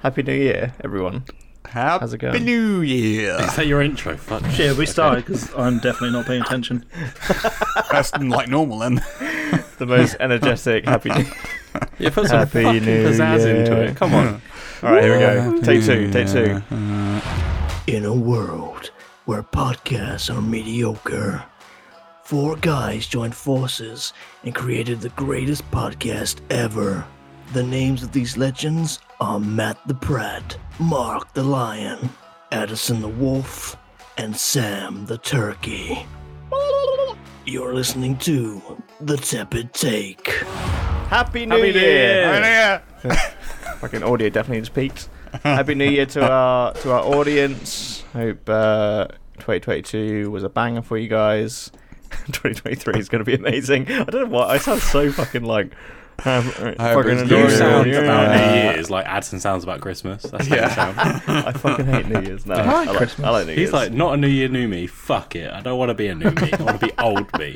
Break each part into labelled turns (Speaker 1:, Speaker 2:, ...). Speaker 1: Happy New Year, everyone.
Speaker 2: Happy
Speaker 1: How's it going?
Speaker 2: New Year.
Speaker 3: Is that your intro? Fuck.
Speaker 4: Yeah, we started because I'm definitely not paying attention.
Speaker 2: That's like normal then.
Speaker 1: The most energetic Happy New Year.
Speaker 3: Yeah, put some
Speaker 1: Happy
Speaker 3: fucking
Speaker 1: New
Speaker 3: pizzazz
Speaker 1: Year.
Speaker 3: into it. Come on.
Speaker 1: All right, here we go. Take two, take two.
Speaker 5: In a world where podcasts are mediocre, four guys joined forces and created the greatest podcast ever. The names of these legends are Matt the Pratt, Mark the Lion, Addison the Wolf, and Sam the Turkey. You're listening to The Tepid Take.
Speaker 1: Happy New
Speaker 3: Happy New
Speaker 1: Year.
Speaker 3: Year.
Speaker 2: Yeah.
Speaker 1: Fucking audio definitely just peaked. Happy New Year to our to our audience. Hope uh, 2022 was a banger for you guys. 2023 is going to be amazing. I don't know why I sound so fucking like. Um, fucking
Speaker 2: it's
Speaker 1: annoying.
Speaker 2: New
Speaker 3: You
Speaker 2: Year.
Speaker 3: sound
Speaker 2: Yeah.
Speaker 3: about New Year's like Adson sounds about Christmas. That's how you sound.
Speaker 1: I fucking hate New Year's now. I like, I like New
Speaker 3: He's
Speaker 1: Year's.
Speaker 3: like, not a New Year, new me. Fuck it. I don't want to be a new me. I want to be old me.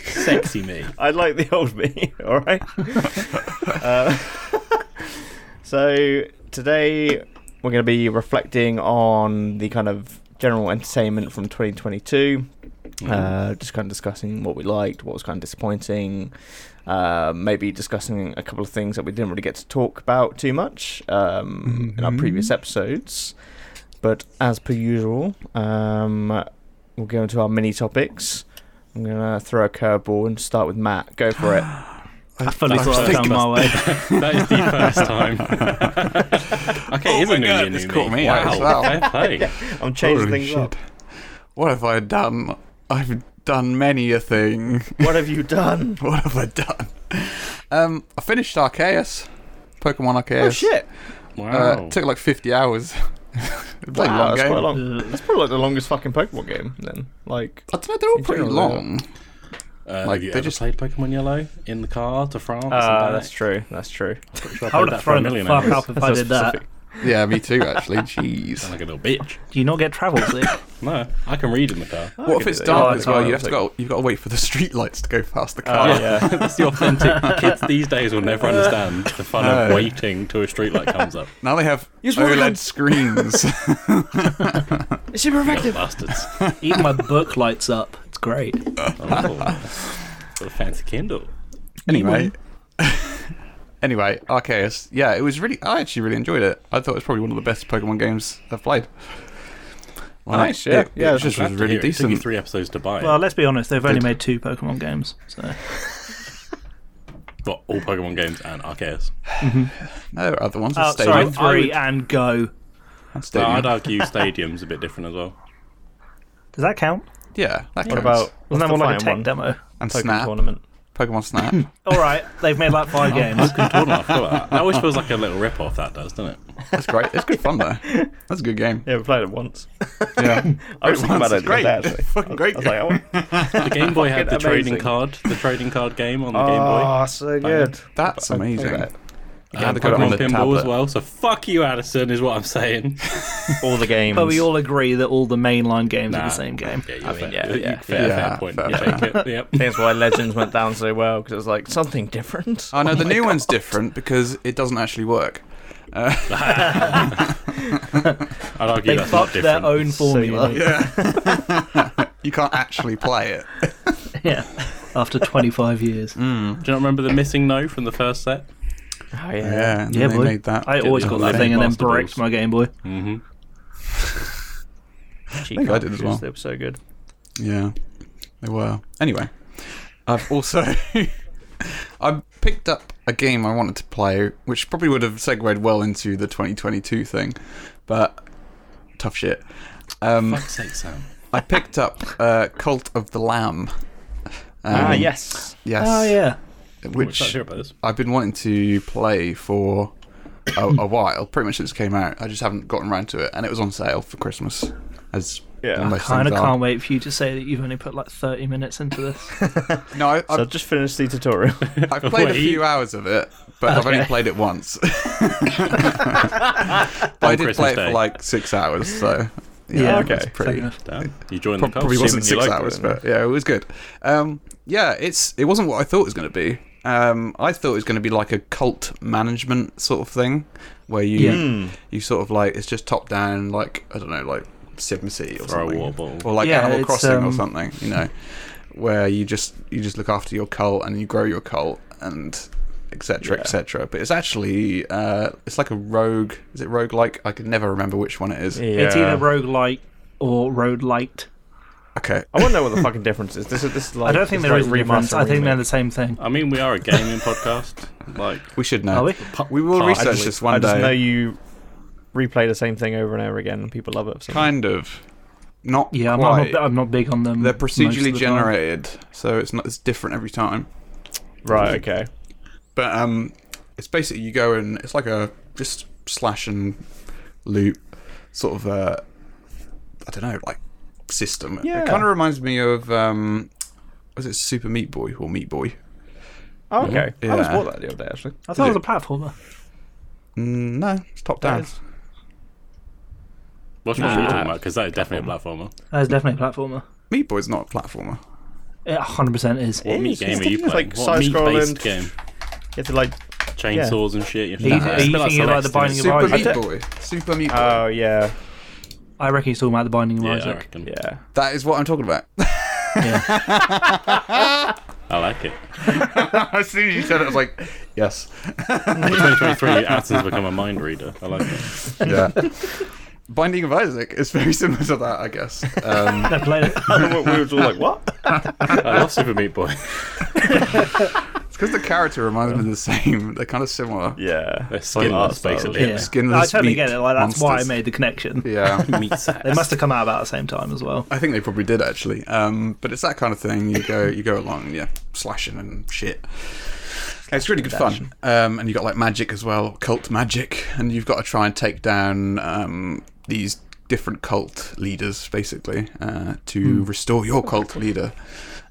Speaker 3: Sexy me.
Speaker 1: I like the old me, alright? uh, so, today we're going to be reflecting on the kind of general entertainment from 2022.
Speaker 3: Mm.
Speaker 1: Uh, just kind of discussing what we liked, what was kind of disappointing, uh, maybe discussing a couple of things that we didn't really get to talk about too much um, in our previous episodes. But as per usual, um, we'll go into our mini topics. I'm gonna throw a curveball and start with Matt. Go for it.
Speaker 4: I fully
Speaker 2: I
Speaker 4: thought
Speaker 2: think-
Speaker 4: I'd come my way.
Speaker 3: That is the first time. okay, it is
Speaker 2: my
Speaker 3: a New
Speaker 2: God,
Speaker 3: Year,
Speaker 2: this
Speaker 3: new
Speaker 2: caught
Speaker 3: me.
Speaker 2: me out
Speaker 3: wow.
Speaker 2: as well.
Speaker 3: Fair play.
Speaker 1: I'm changing
Speaker 2: Holy
Speaker 1: things up.
Speaker 2: shit. What have I done? I've done many a thing.
Speaker 1: What have you done?
Speaker 2: What have I done? Um, I finished Arceus, Pokemon Arceus.
Speaker 1: Oh shit!
Speaker 2: Uh,
Speaker 3: Wow.
Speaker 2: it took like 50 hours. It's a
Speaker 1: Wow,
Speaker 2: long
Speaker 1: that's
Speaker 2: game.
Speaker 1: quite long.
Speaker 4: Uh,
Speaker 1: That's probably like the longest fucking Pokemon game. Then, like,
Speaker 2: I don't know, they're all
Speaker 1: In
Speaker 2: pretty
Speaker 1: general, they're-
Speaker 2: long.
Speaker 3: Uh,
Speaker 2: Like,
Speaker 3: have you
Speaker 2: they
Speaker 3: ever
Speaker 2: just-
Speaker 3: played Pokemon Yellow in the car to France? and back?
Speaker 1: true. Uh, That's true.
Speaker 3: Pretty sure I
Speaker 4: I
Speaker 3: played
Speaker 4: would
Speaker 3: that
Speaker 4: have
Speaker 3: for a
Speaker 4: thrown the
Speaker 3: million
Speaker 4: fuck
Speaker 3: hours.
Speaker 4: up if I did that.
Speaker 2: Yeah, me too, actually. Jeez.
Speaker 3: Like a little bitch.
Speaker 4: Do you not get travel sick?
Speaker 3: No, I can read in the car.
Speaker 2: What if
Speaker 1: could
Speaker 2: it's
Speaker 1: do that.
Speaker 2: dark
Speaker 4: Oh,
Speaker 2: as well?
Speaker 1: I
Speaker 2: You have to
Speaker 1: think-
Speaker 2: go. You've got to wait for the street lights to go past the
Speaker 1: Oh
Speaker 2: car.
Speaker 1: yeah.
Speaker 3: That's the authentic kids these days will never understand the fun of
Speaker 2: No.
Speaker 3: waiting till a streetlight comes up.
Speaker 2: Now they have
Speaker 1: Use one
Speaker 2: OLED
Speaker 1: hand.
Speaker 2: screens.
Speaker 1: It's super
Speaker 3: Little
Speaker 1: effective.
Speaker 3: bastards.
Speaker 4: Even my book lights up. It's great.
Speaker 3: Oh, got a fancy Kindle.
Speaker 2: anyway, anyway, Arceus. Yeah, it was really. I actually really enjoyed it. I thought it was probably one of the best Pokemon games I've played. Like,
Speaker 1: Nice, yeah.
Speaker 2: It,
Speaker 1: Yeah,
Speaker 2: it just
Speaker 3: Glad
Speaker 2: was
Speaker 3: to
Speaker 2: really
Speaker 3: hear it. It took you
Speaker 2: decent.
Speaker 3: three episodes to buy. it.
Speaker 4: Well, let's be honest. They've only made two Pokemon games, so
Speaker 3: But all Pokemon games and Arceus.
Speaker 2: No, other ones are
Speaker 4: oh,
Speaker 2: stayed.
Speaker 4: sorry,
Speaker 3: would-
Speaker 4: three and go.
Speaker 3: So I'd argue Stadium's a bit different as well.
Speaker 4: Does that count?
Speaker 2: Yeah, that
Speaker 1: What
Speaker 2: counts.
Speaker 1: about
Speaker 4: Wasn't that
Speaker 1: what's
Speaker 4: more
Speaker 1: the
Speaker 4: like a tech
Speaker 1: final one?
Speaker 4: demo?
Speaker 2: and
Speaker 1: Pokemon
Speaker 2: Snap?
Speaker 1: tournament?
Speaker 2: Pokemon Snap. Oh,
Speaker 4: All right, they've made like five games.
Speaker 3: Tournament, I forgot that. That always feels like a little rip-off. That does, doesn't it?
Speaker 2: That's great. It's good fun though. That's a good game.
Speaker 1: Yeah, we played it once.
Speaker 2: Yeah.
Speaker 1: I was thinking about it.
Speaker 2: It's
Speaker 1: the other
Speaker 2: great.
Speaker 1: day, actually.
Speaker 2: Fucking great.
Speaker 1: I was like,
Speaker 2: game.
Speaker 1: oh,
Speaker 3: The Game Boy had the
Speaker 1: Fucking
Speaker 3: trading
Speaker 1: amazing.
Speaker 3: card, the trading card game on the Game Boy.
Speaker 4: Ah,
Speaker 1: oh, so good.
Speaker 2: That's amazing.
Speaker 1: that.
Speaker 2: Ah, I had to put it on
Speaker 3: Pokemon
Speaker 2: the
Speaker 3: Pinball
Speaker 2: tablet.
Speaker 3: as well. So fuck you, Addison, is what I'm saying.
Speaker 1: All the games.
Speaker 4: But we all agree that all the mainline games are
Speaker 3: Nah.
Speaker 4: the same game.
Speaker 3: Yeah, you
Speaker 1: I mean,
Speaker 3: fair-
Speaker 1: yeah,
Speaker 3: you-
Speaker 1: yeah.
Speaker 3: fair,
Speaker 2: Yeah,
Speaker 3: fair point.
Speaker 2: fair
Speaker 3: you take it. Yep.
Speaker 1: I think that's why Legends went down so well because it was like something different.
Speaker 2: Oh no, the new one's different because it doesn't actually work.
Speaker 3: I'd argue
Speaker 4: They
Speaker 3: that's not
Speaker 4: fucked
Speaker 3: different.
Speaker 4: their own
Speaker 1: So
Speaker 4: formula.
Speaker 1: unique.
Speaker 2: You can't actually play it.
Speaker 4: yeah. After 25 years.
Speaker 1: Mm.
Speaker 3: Do you not remember the missing no from the first set?
Speaker 1: Oh
Speaker 2: Yeah, and they made that.
Speaker 4: I always
Speaker 3: the
Speaker 4: got that
Speaker 3: Lego
Speaker 4: thing and then
Speaker 3: Master
Speaker 4: bricked
Speaker 3: Balls.
Speaker 4: my Game Boy.
Speaker 2: Mm-hmm.
Speaker 1: Cheat
Speaker 2: I think I did
Speaker 1: cartridges,
Speaker 2: as well.
Speaker 1: They were so good.
Speaker 2: Yeah, they were. Anyway, I've also I picked up a game I wanted to play, which probably would have segued well into the 2022 thing, but tough shit. Um,
Speaker 3: Fuck's sake, Sam.
Speaker 2: I picked up uh, Cult of the Lamb. Um,
Speaker 1: Ah, yes. Ah,
Speaker 2: Yes.
Speaker 4: Mm. Oh, yeah.
Speaker 3: What's
Speaker 2: Which
Speaker 3: that shit about this?
Speaker 2: I've been wanting to play for a, a while, pretty much since it came out. I just haven't gotten around to it, and it was on sale for Christmas. As
Speaker 1: Yeah.
Speaker 2: most
Speaker 4: Kind of
Speaker 2: things are.
Speaker 4: can't wait for you to say that you've only put like 30 minutes into this.
Speaker 2: No, I,
Speaker 1: So
Speaker 2: I've,
Speaker 1: I've just finished the tutorial.
Speaker 2: I've played a
Speaker 3: Wait.
Speaker 2: few hours of it, but I've only played it once. but I did play
Speaker 3: Christmas
Speaker 2: it
Speaker 3: Day.
Speaker 2: for like six hours, so yeah,
Speaker 4: Yeah,
Speaker 2: that's
Speaker 1: okay.
Speaker 2: pretty.
Speaker 4: Fair enough.
Speaker 3: Damn. You joined
Speaker 2: Prob-
Speaker 3: the cult.
Speaker 2: probably wasn't
Speaker 1: Assuming
Speaker 2: six
Speaker 1: you liked
Speaker 2: hours,
Speaker 1: it,
Speaker 2: but yeah, it was good. Um, yeah, it's it wasn't what I thought it was going to be. Um, I thought it was going to be like a cult management sort of thing, where you
Speaker 4: Yeah.
Speaker 1: Hmm.
Speaker 2: you sort of like it's just top down, like I don't know, like Sim City or
Speaker 3: Throw a
Speaker 2: something,
Speaker 3: water bottle.
Speaker 2: or like
Speaker 4: Yeah,
Speaker 2: Animal
Speaker 4: it's,
Speaker 2: Crossing or
Speaker 4: um,
Speaker 2: something, you know, where you just you just look after your cult and you grow your cult and etc
Speaker 1: Yeah.
Speaker 2: etc. But it's actually uh, it's like a rogue. Is it rogue like? I could never remember which one it is.
Speaker 4: It's either roguelite or road light.
Speaker 2: Okay,
Speaker 1: I want to know what the fucking difference is. This is this is like
Speaker 4: I don't think
Speaker 1: it's
Speaker 4: there
Speaker 1: like
Speaker 4: is a difference.
Speaker 1: remaster
Speaker 4: I think they're the
Speaker 1: remake.
Speaker 4: same thing.
Speaker 3: I mean, we are a gaming podcast. Like,
Speaker 2: we should know.
Speaker 4: Are we?
Speaker 3: pu-
Speaker 2: We will
Speaker 3: partially.
Speaker 2: research this one
Speaker 1: I just
Speaker 2: day.
Speaker 1: know you replay the same thing over and over again, and people love it. For some
Speaker 2: Kind of, not
Speaker 4: Yeah, I'm
Speaker 2: quite.
Speaker 4: not, I'm not big on them.
Speaker 2: They're
Speaker 4: most of
Speaker 2: procedurally
Speaker 4: the time.
Speaker 2: generated, so it's not it's different every time.
Speaker 1: right? Okay.
Speaker 2: But um, it's basically you go and it's like a just slash and loop sort of uh, I don't know, like system.
Speaker 1: Yeah.
Speaker 2: It kind of reminds me of um, was it Super Meat Boy or Meat Boy?
Speaker 1: Oh, okay. I was
Speaker 2: Yeah.
Speaker 1: bought that the other day actually.
Speaker 4: I thought it was a platformer.
Speaker 2: Mm, no, it's top down.
Speaker 1: is-
Speaker 3: What's what you're talking about? Because that is definitely a platformer.
Speaker 4: That is definitely a platformer.
Speaker 2: Meat Boy's not a platformer.
Speaker 4: It 100% is.
Speaker 3: What meat
Speaker 1: is,
Speaker 3: game
Speaker 1: it's
Speaker 3: are you
Speaker 1: definitely
Speaker 3: playing?
Speaker 1: like
Speaker 3: what meat-based
Speaker 1: side-scrolling.
Speaker 3: game?
Speaker 1: You have to like.
Speaker 3: Chainsaws and shit. You have to
Speaker 4: Are you-
Speaker 3: do
Speaker 4: are
Speaker 3: that.
Speaker 4: you
Speaker 3: It's like
Speaker 4: thinking about the
Speaker 3: Celeste,
Speaker 4: Binding of
Speaker 2: Super
Speaker 3: isn't it?
Speaker 4: Isaac.
Speaker 2: Meat Boy. Super Meat Boy.
Speaker 1: Oh yeah,
Speaker 4: I reckon he's talking about the Binding of
Speaker 3: Yeah, I
Speaker 4: Isaac.
Speaker 3: reckon.
Speaker 1: yeah.
Speaker 2: that is what I'm talking about.
Speaker 4: Yeah.
Speaker 3: I like it.
Speaker 2: as soon as you said it, I was like, yes.
Speaker 3: 2023, Addison's become a mind reader. I like it.
Speaker 2: Yeah. Binding of Isaac is very similar to that, I guess. Um,
Speaker 4: I played it.
Speaker 1: we were all like, "What?"
Speaker 3: I love Super Meat Boy.
Speaker 2: It's because the character reminds me of the same. They're kind of similar.
Speaker 1: Yeah.
Speaker 3: They're skinless,
Speaker 1: art style.
Speaker 3: basically.
Speaker 4: Yeah. I
Speaker 2: Skinless
Speaker 4: totally
Speaker 2: meat
Speaker 4: get it. Like that's why I
Speaker 2: monsters.
Speaker 4: made the connection.
Speaker 2: Yeah.
Speaker 3: Meat sack.
Speaker 4: They must have come out about the same time as well.
Speaker 2: I think they probably did actually. Um, but it's that kind of thing. You go, you go along, and yeah, slashing and shit. It's really good fun. Um, and you got like magic as well, cult magic, and you've got to try and take down um, these different cult leaders basically uh,
Speaker 4: Hmm.
Speaker 2: to restore your cult leader.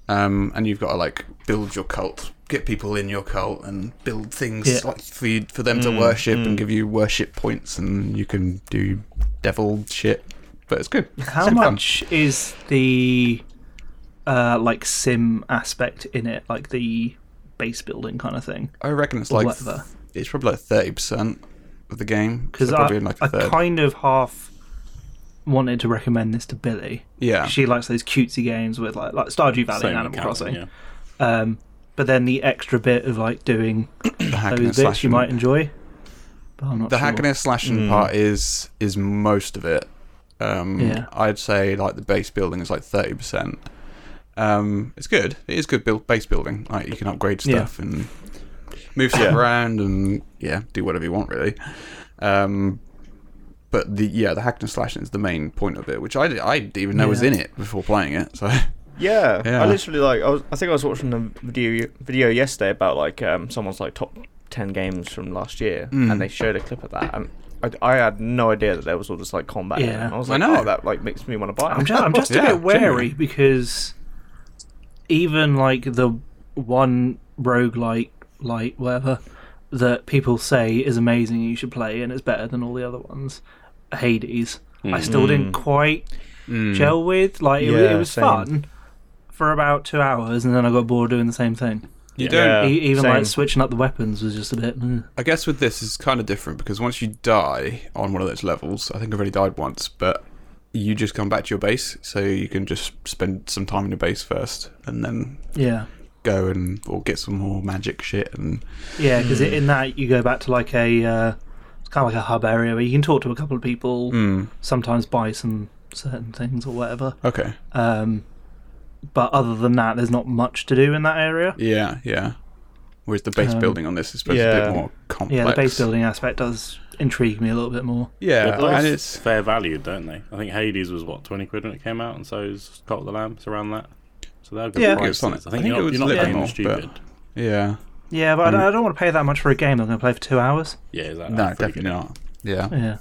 Speaker 2: Um, and you've got to like build your cult, get people in your cult, and build things
Speaker 4: Yeah. Hmm.
Speaker 2: like for you, for them to worship and give you worship points, and you can do devil shit. But it's good.
Speaker 4: How
Speaker 2: It's good fun.
Speaker 4: much is the uh, like sim aspect in it, like the base building kind of thing?
Speaker 2: I reckon it's
Speaker 4: Or
Speaker 2: like
Speaker 4: whatever.
Speaker 2: it's probably like thirty percent of the game
Speaker 4: Because
Speaker 2: so
Speaker 4: I,
Speaker 2: probably in like a
Speaker 4: I
Speaker 2: third.
Speaker 4: kind of half wanted to recommend this to Billy.
Speaker 2: yeah,
Speaker 4: She likes those cutesy games with like like Stardew Valley
Speaker 3: Same
Speaker 4: and Animal
Speaker 3: account,
Speaker 4: Crossing.
Speaker 3: yeah.
Speaker 4: Um, but then the extra bit of like doing
Speaker 2: the hacking and
Speaker 4: those bits you
Speaker 2: slashing.
Speaker 4: might enjoy. But I'm not
Speaker 2: the
Speaker 4: sure.
Speaker 2: hacking and slashing part is is most of it. Um,
Speaker 4: Yeah.
Speaker 2: I'd say like the base building is like thirty percent. Um, it's good. It is good build base building. Like you can upgrade
Speaker 4: Yeah.
Speaker 2: stuff and move stuff around and yeah, do whatever you want really. Um, but the yeah, the hacking and slashing is the main point of it, which I, di- I didn't even know was
Speaker 4: Yeah.
Speaker 2: in it before playing it. So
Speaker 1: Yeah,
Speaker 2: Yeah.
Speaker 1: I literally like. I, was, I think I was watching a video video yesterday about like um, someone's like top ten games from last year,
Speaker 4: Mm.
Speaker 1: and they showed a clip of that. And I, I had no idea that there was all this like combat. in it.
Speaker 4: Yeah.
Speaker 1: and I was
Speaker 2: I
Speaker 1: like,
Speaker 2: know.
Speaker 1: oh, that like makes me want to buy.
Speaker 4: I'm
Speaker 1: it.
Speaker 4: just, I'm just a
Speaker 2: Yeah,
Speaker 4: bit wary
Speaker 2: genuinely.
Speaker 4: because even like the one roguelike, like whatever, that people say is amazing, you should play, and it's better than all the other ones, Hades, I still
Speaker 2: Mm.
Speaker 4: didn't quite gel with. Like, it, wa-
Speaker 1: Yeah,
Speaker 4: it was
Speaker 1: same.
Speaker 4: fun for about two hours, and then I got bored doing the same thing.
Speaker 2: you
Speaker 1: don't- Yeah,
Speaker 4: E- even
Speaker 1: same.
Speaker 4: like switching up the weapons was just a bit. mm.
Speaker 2: I guess with this is kind of different because once you die on one of those levels, I think I've already died once, but you just come back to your base, so you can just spend some time in your base first, and then
Speaker 4: Yeah.
Speaker 2: go and or get some more magic shit. And
Speaker 4: Yeah, because
Speaker 2: Hmm.
Speaker 4: in that you go back to like a uh, it's kind of like a hub area where you can talk to a couple of people,
Speaker 2: Hmm.
Speaker 3: Hmm.
Speaker 4: sometimes buy some certain things or whatever.
Speaker 2: okay,
Speaker 4: Um, but other than that, there's not much to do in that area.
Speaker 2: yeah, yeah. Whereas the base
Speaker 4: Um,
Speaker 2: building on this is supposed to be a
Speaker 1: yeah.
Speaker 2: bit more complex.
Speaker 4: Yeah, the base building aspect does intrigue me a little bit more.
Speaker 2: Yeah,
Speaker 3: They're
Speaker 2: and
Speaker 3: both
Speaker 2: it's
Speaker 3: fair valued, don't they? I think Hades was what twenty quid when it came out, and so is Cult of the Lamb. It's around that. So they're good
Speaker 4: Yeah. I think
Speaker 2: it's
Speaker 3: prices.
Speaker 2: on
Speaker 3: I
Speaker 2: it.
Speaker 3: think, you're,
Speaker 2: it
Speaker 3: not-
Speaker 2: was
Speaker 3: you're not
Speaker 2: a little
Speaker 3: paying them
Speaker 2: bit more, but-
Speaker 3: stupid.
Speaker 2: yeah,
Speaker 4: Yeah, but I
Speaker 2: Hmm.
Speaker 4: don't, I don't want to pay that much for a game that I'm going to play for two hours.
Speaker 3: Yeah, is that
Speaker 2: no,
Speaker 3: that's pretty
Speaker 2: definitely not. Yeah,
Speaker 4: Yeah,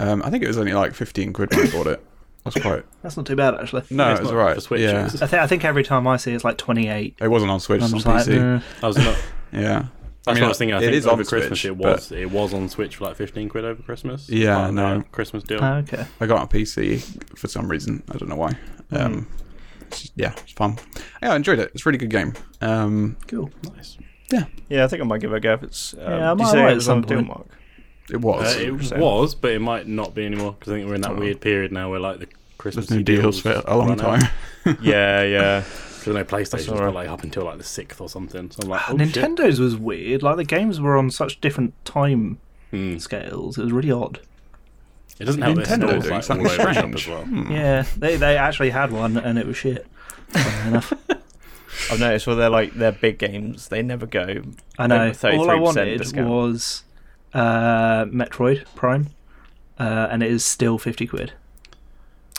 Speaker 2: um, I think it was only like fifteen quid when I bought it. That's quite
Speaker 4: that's not too bad actually.
Speaker 2: no,
Speaker 3: Yeah,
Speaker 2: it
Speaker 3: it's
Speaker 2: was
Speaker 3: not
Speaker 2: alright.
Speaker 3: for Switch,
Speaker 2: yeah,
Speaker 3: it's-
Speaker 4: I, th- I think every time I see it, it's like 28.
Speaker 2: it wasn't on Switch,
Speaker 4: I'm
Speaker 2: it's on
Speaker 4: just
Speaker 2: PC.
Speaker 4: like, "Mm, "Nah."
Speaker 3: good. I was not.
Speaker 2: Yeah.
Speaker 3: That's what I was thinking. I
Speaker 2: it
Speaker 3: think
Speaker 2: is
Speaker 3: over
Speaker 2: on
Speaker 3: Christmas
Speaker 2: Switch,
Speaker 3: it was it was on Switch for like fifteen quid over Christmas. It's
Speaker 2: Yeah,
Speaker 3: part of
Speaker 2: no.
Speaker 3: their Christmas deal.
Speaker 4: Oh, okay.
Speaker 2: I got it on PC for some reason. I don't know why. Um, it's just- Yeah, it's fun. Yeah, I enjoyed it. It's a really good game. Um,
Speaker 4: Cool.
Speaker 3: nice.
Speaker 2: yeah.
Speaker 1: yeah, I think I might give it a go if it's. Um,
Speaker 4: Yeah, I
Speaker 1: did you
Speaker 4: might
Speaker 1: say
Speaker 4: wait
Speaker 1: it was
Speaker 4: at
Speaker 1: on
Speaker 4: some
Speaker 1: deal
Speaker 4: point.
Speaker 1: mark.
Speaker 2: It was.
Speaker 3: Uh, it
Speaker 1: 100%.
Speaker 3: was, but it might not be anymore because I think we're in that weird period now where like the Christmas
Speaker 2: Oh. There's no deals for a long time.
Speaker 6: yeah, yeah.
Speaker 3: Because I know PlayStation's
Speaker 6: all
Speaker 3: got
Speaker 6: right.
Speaker 3: like up until like the sixth or something. So I'm
Speaker 2: Ah,
Speaker 3: like, oh, shit.
Speaker 4: Nintendo's was weird. Like the games were on such different time
Speaker 3: Hmm.
Speaker 4: scales. It was really odd.
Speaker 3: It doesn't help. that
Speaker 2: Nintendo
Speaker 3: Nintendo's
Speaker 2: doing
Speaker 3: like,
Speaker 2: something
Speaker 3: all over the shop
Speaker 2: strange. Hmm.
Speaker 3: as well.
Speaker 4: Yeah, they they actually had one and it was shit. Funnily enough,
Speaker 1: I've noticed with their like their big games, they never go.
Speaker 4: I know.
Speaker 1: Over
Speaker 4: All I
Speaker 1: 33%
Speaker 4: wanted
Speaker 1: discount.
Speaker 4: was uh, Metroid Prime, uh, and it is still fifty quid.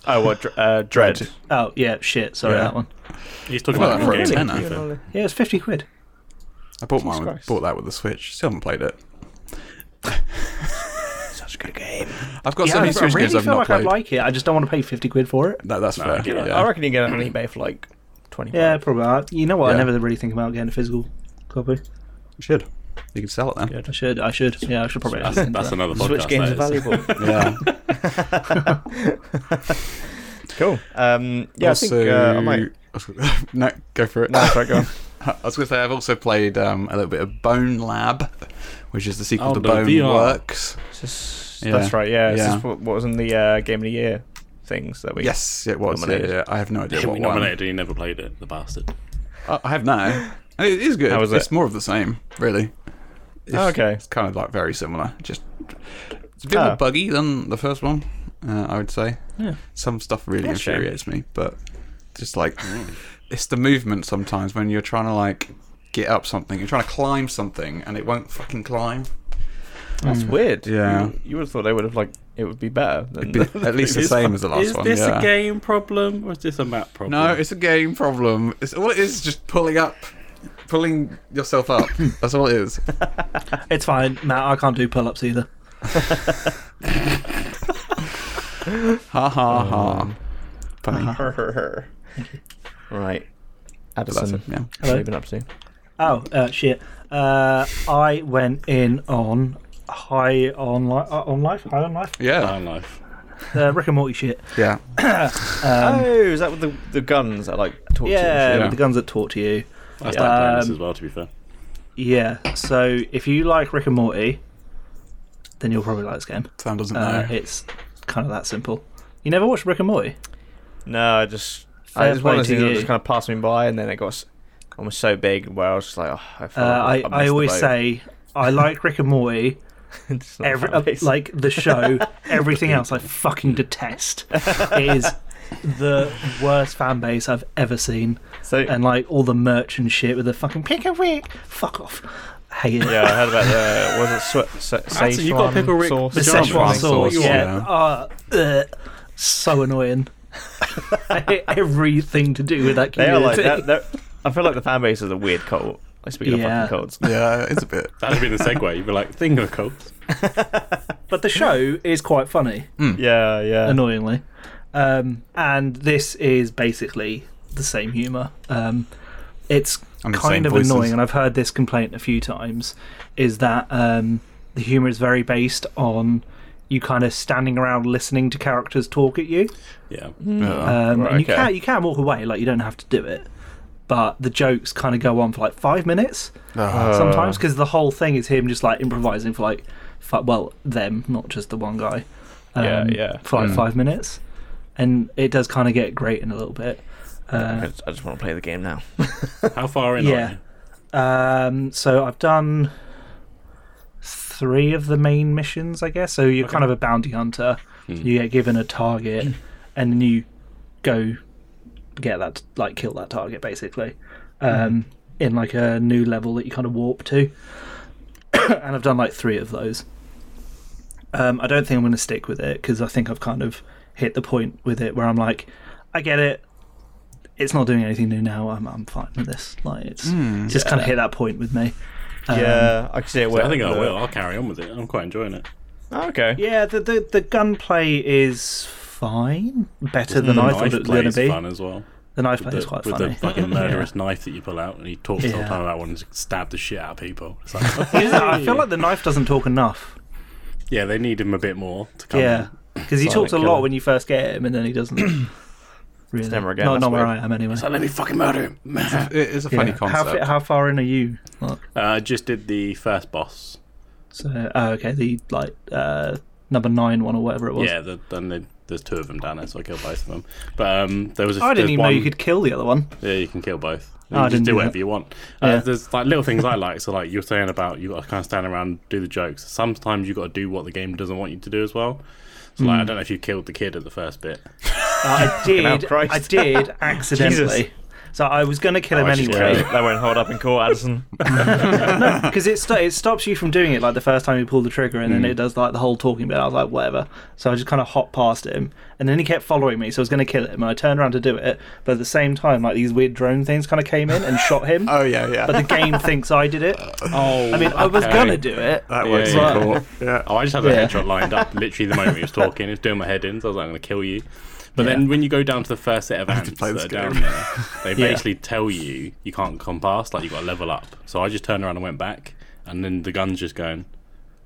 Speaker 1: Oh, what? Dr- Uh, Dread.
Speaker 4: Oh yeah, shit. Sorry
Speaker 1: Yeah.
Speaker 4: that one.
Speaker 3: He's talking
Speaker 2: Well,
Speaker 3: about
Speaker 2: for a
Speaker 3: the game.
Speaker 2: tenner.
Speaker 3: to be fair.
Speaker 4: Yeah, it's fifty quid.
Speaker 2: I bought
Speaker 1: Jesus
Speaker 2: mine. with-
Speaker 1: Christ.
Speaker 2: Bought that with the Switch. Still haven't played it.
Speaker 1: Such a good game.
Speaker 2: I've got
Speaker 4: yeah,
Speaker 2: so
Speaker 4: I,
Speaker 2: many
Speaker 4: I
Speaker 2: Switch
Speaker 4: really
Speaker 2: games I've
Speaker 4: feel
Speaker 2: not
Speaker 4: like
Speaker 2: played.
Speaker 4: I'd like it. I just don't want to pay fifty quid for it.
Speaker 2: No, that's
Speaker 3: No, I
Speaker 2: fair.
Speaker 3: get
Speaker 2: Yeah.
Speaker 3: that.
Speaker 1: I reckon you get it on eBay for like twenty.
Speaker 4: Yeah, probably. I- You know what? I
Speaker 2: Yeah.
Speaker 4: never really think about getting a physical copy.
Speaker 2: You should. You can sell it then.
Speaker 4: I should. I should. Yeah, I should probably.
Speaker 3: That's,
Speaker 4: ask.
Speaker 3: that's another podcast.
Speaker 1: Switch games are
Speaker 3: that is.
Speaker 1: valuable.
Speaker 2: Yeah.
Speaker 1: cool. Um, yeah, I think uh, I might.
Speaker 2: no, go for it.
Speaker 1: No, sorry, go on.
Speaker 2: I was going to say I've also played um, a little bit of Bone Lab, which is the sequel
Speaker 3: Oh,
Speaker 2: to
Speaker 3: the
Speaker 2: Bone
Speaker 3: VR.
Speaker 2: Works.
Speaker 1: It's just-
Speaker 2: Yeah.
Speaker 1: That's right. Yeah, it's
Speaker 2: Yeah.
Speaker 1: just what, what was in the uh, game of the year things that we.
Speaker 2: Yes, it was. Yeah,
Speaker 1: Nominated.
Speaker 2: yeah, I have no idea
Speaker 3: Him
Speaker 2: what
Speaker 3: we
Speaker 2: one.
Speaker 3: nominated and he never played it, the bastard.
Speaker 2: I I have now. And it is good.
Speaker 1: How was
Speaker 2: it's
Speaker 1: it?
Speaker 2: more of the same, really. It's,
Speaker 1: Oh, okay.
Speaker 2: It's kind of like very similar. Just it's a bit
Speaker 1: Ah.
Speaker 2: more buggy than the first one. Uh, I would say.
Speaker 1: Yeah.
Speaker 2: Some stuff really
Speaker 1: That's a shame.
Speaker 2: infuriates me, but just like it's the movement sometimes when you're trying to like get up something, you're trying to climb something, and it won't fucking climb.
Speaker 1: That's weird.
Speaker 2: Mm. Yeah.
Speaker 1: You, you would have thought they would have like it would be better. Than
Speaker 2: Be- at least the same as the last
Speaker 3: is
Speaker 2: one.
Speaker 3: this
Speaker 2: yeah.
Speaker 3: a game problem or is this a map problem?
Speaker 2: No, it's a game problem. It's all it is is just pulling up, pulling yourself up. That's all it is.
Speaker 4: It's fine, Matt. I can't do pull-ups either.
Speaker 2: Ha ha ha.
Speaker 4: Um,
Speaker 2: Funny.
Speaker 1: right.
Speaker 2: But that's
Speaker 1: Addison,
Speaker 2: it. Yeah.
Speaker 1: what have you been up to?
Speaker 4: Oh uh, shit! Uh, I went in on high on li- uh, on life, high on life.
Speaker 2: Yeah.
Speaker 3: Iron Life.
Speaker 4: Uh, Rick and Morty shit.
Speaker 2: Yeah.
Speaker 1: oh, is that with the, the guns that like talk to you?
Speaker 4: Yeah,
Speaker 1: and
Speaker 2: Yeah.
Speaker 4: with the guns that talk to you.
Speaker 3: I started playing this
Speaker 4: Um,
Speaker 3: as well, to be fair.
Speaker 4: Yeah. So if you like Rick and Morty, then you'll probably like this game.
Speaker 2: Sam doesn't
Speaker 4: Uh,
Speaker 2: know.
Speaker 4: It's kind of that simple. You never watched Rick and Morty?
Speaker 1: shit? No, I just. I
Speaker 4: Fair
Speaker 1: just one of
Speaker 4: play
Speaker 1: those
Speaker 4: to
Speaker 1: things that
Speaker 4: you.
Speaker 1: just kind of passed me by, and then it got s- almost so big where I was just like, oh, I,
Speaker 4: Uh,
Speaker 1: feel
Speaker 4: I
Speaker 1: like I've
Speaker 4: I
Speaker 1: missed the
Speaker 4: always
Speaker 1: boat.
Speaker 4: say I like Rick and Morty.
Speaker 1: It's not
Speaker 4: Every, uh,
Speaker 1: fan-based.
Speaker 4: like the show, everything else I fucking detest. It is the worst fan base I've ever seen.
Speaker 1: so,
Speaker 4: and like all the merch and shit with the fucking pick a wick. Fuck off. Hate it.
Speaker 1: yeah, I heard about the was it swe- se-
Speaker 3: Anthony, you got
Speaker 1: Szechuan
Speaker 3: pickle Rick
Speaker 1: sauce?
Speaker 4: The
Speaker 3: John
Speaker 4: Szechuan
Speaker 2: Brown
Speaker 4: sauce.
Speaker 2: sauce,
Speaker 4: Yeah.
Speaker 2: yeah.
Speaker 4: Uh, ugh. so annoying. I hate everything to do with that
Speaker 1: They are like
Speaker 4: community.
Speaker 1: that. they're- I feel like the fan base is a weird cult. Like speaking
Speaker 4: Yeah.
Speaker 1: of fucking cults,
Speaker 2: yeah, it's a bit.
Speaker 3: That'd have been the segue. You'd be like, think of a cult.
Speaker 4: But the show is quite funny,
Speaker 1: yeah, yeah.
Speaker 4: annoyingly. Um, and this is basically the same humour. Um, it's
Speaker 2: And the
Speaker 4: kind
Speaker 2: same
Speaker 4: of
Speaker 2: voices.
Speaker 4: annoying, and I've heard this complaint a few times, is that um, the humour is very based on you kind of standing around listening to characters talk at you.
Speaker 3: Yeah.
Speaker 2: Hmm. Yeah.
Speaker 4: Um,
Speaker 1: Right,
Speaker 4: and you
Speaker 1: okay.
Speaker 4: can you can walk away, like you don't have to do it. But the jokes kind of go on for like five minutes
Speaker 2: Ah.
Speaker 4: sometimes
Speaker 1: Uh,
Speaker 4: because the whole thing is him just like improvising for like, fi- well, them, not just the one guy. um,
Speaker 1: Yeah, yeah.
Speaker 4: For like
Speaker 2: Mm.
Speaker 4: five minutes, and it does kind of get great in a little bit.
Speaker 1: I
Speaker 4: Uh,
Speaker 1: just, I just want to play the game now.
Speaker 3: How far in
Speaker 4: Yeah. um, so I've done three of the main missions, I guess. So you're kind of a bounty hunter. You get given a target, and then you go get that, like, kill that target, basically, um, in like a new level that you kind of warp to. and I've done like three of those. Um, I don't think I'm going to stick with it because I think I've kind of hit the point with it where I'm like, I get it. It's not doing anything new now. I'm I'm fine with this. Like it's it's just kind of hit that point with me. Um,
Speaker 1: yeah, I can see it.
Speaker 3: I
Speaker 1: where-
Speaker 3: think I
Speaker 1: the-
Speaker 3: will. I'll carry on with it. I'm quite enjoying it.
Speaker 1: Oh, okay.
Speaker 4: Yeah, the, the, the gunplay is fine. Better than I thought
Speaker 3: Hmm. Mm, Knife
Speaker 4: it was
Speaker 3: play
Speaker 4: going to
Speaker 3: is
Speaker 4: be.
Speaker 3: fun as well.
Speaker 4: The knife play
Speaker 3: The-
Speaker 4: is quite
Speaker 3: with
Speaker 4: funny.
Speaker 3: the fucking murderous knife that you pull out, and he talks the whole
Speaker 4: Yeah.
Speaker 3: time about one and stabbed the shit out of people. It's like,
Speaker 4: Yeah, I feel like the knife doesn't talk enough.
Speaker 3: yeah, they need him a bit more to come.
Speaker 4: Yeah. Because he
Speaker 1: Silent
Speaker 4: talks a
Speaker 1: killer.
Speaker 4: lot when you first get him, and then he doesn't. really.
Speaker 1: never again,
Speaker 4: Not,
Speaker 1: that's
Speaker 4: not where
Speaker 1: weird.
Speaker 4: I am, anyway.
Speaker 3: So let me fucking murder him. Uh,
Speaker 2: It is a funny
Speaker 4: How,
Speaker 2: concept.
Speaker 4: fi- how far in are you? Mark?
Speaker 3: Uh, I just did the first boss,
Speaker 4: So, oh, okay, the like uh, number nine one or whatever it was.
Speaker 3: Yeah, the, then they, there's two of them down there, so I killed both of them. But um, there was a,
Speaker 4: Oh, I
Speaker 3: there's
Speaker 4: didn't even
Speaker 3: one,
Speaker 4: know you could kill the other one.
Speaker 3: Yeah, you can kill both. You
Speaker 4: Oh, I
Speaker 3: can just
Speaker 4: didn't
Speaker 3: do
Speaker 4: do
Speaker 3: whatever
Speaker 4: that.
Speaker 3: you want. Uh,
Speaker 4: Yeah.
Speaker 3: There's like little things I like. So like you're saying about you got to kind of stand around, do the jokes. Sometimes you got to do what the game doesn't want you to do as well. So
Speaker 4: Hmm.
Speaker 3: like I don't know if you killed the kid at the first bit.
Speaker 4: Uh, I
Speaker 1: hell,
Speaker 4: did.
Speaker 1: Christ.
Speaker 4: I did accidentally. So I was going to kill him
Speaker 3: I should kill
Speaker 4: anyway
Speaker 3: him.
Speaker 1: That won't hold up in court, Addison.
Speaker 4: because it, sto- it stops you from doing it like the first time you pull the trigger, and then it does like the whole talking bit. I was like, whatever. So I just kind of hopped past him, and then he kept following me. So I was going to kill him, and I turned around to do it, but at the same time, like these weird drone things kind of came in and shot him.
Speaker 2: Oh yeah, yeah.
Speaker 4: But the game thinks I did it.
Speaker 3: Oh,
Speaker 4: I mean, I was going to do it.
Speaker 2: that works
Speaker 3: yeah,
Speaker 2: in
Speaker 3: yeah.
Speaker 2: court. Yeah.
Speaker 3: Oh, I just had that
Speaker 4: Yeah.
Speaker 3: headshot lined up literally the moment he was talking. It's doing my head in, so I was like, I'm going to kill you. But then when you go down to the first set of ants
Speaker 2: play
Speaker 3: that
Speaker 2: this
Speaker 3: are
Speaker 2: game.
Speaker 3: down there, they basically tell you you can't come past, like you got to level up. So I just turned around and went back, and then the gun's just going,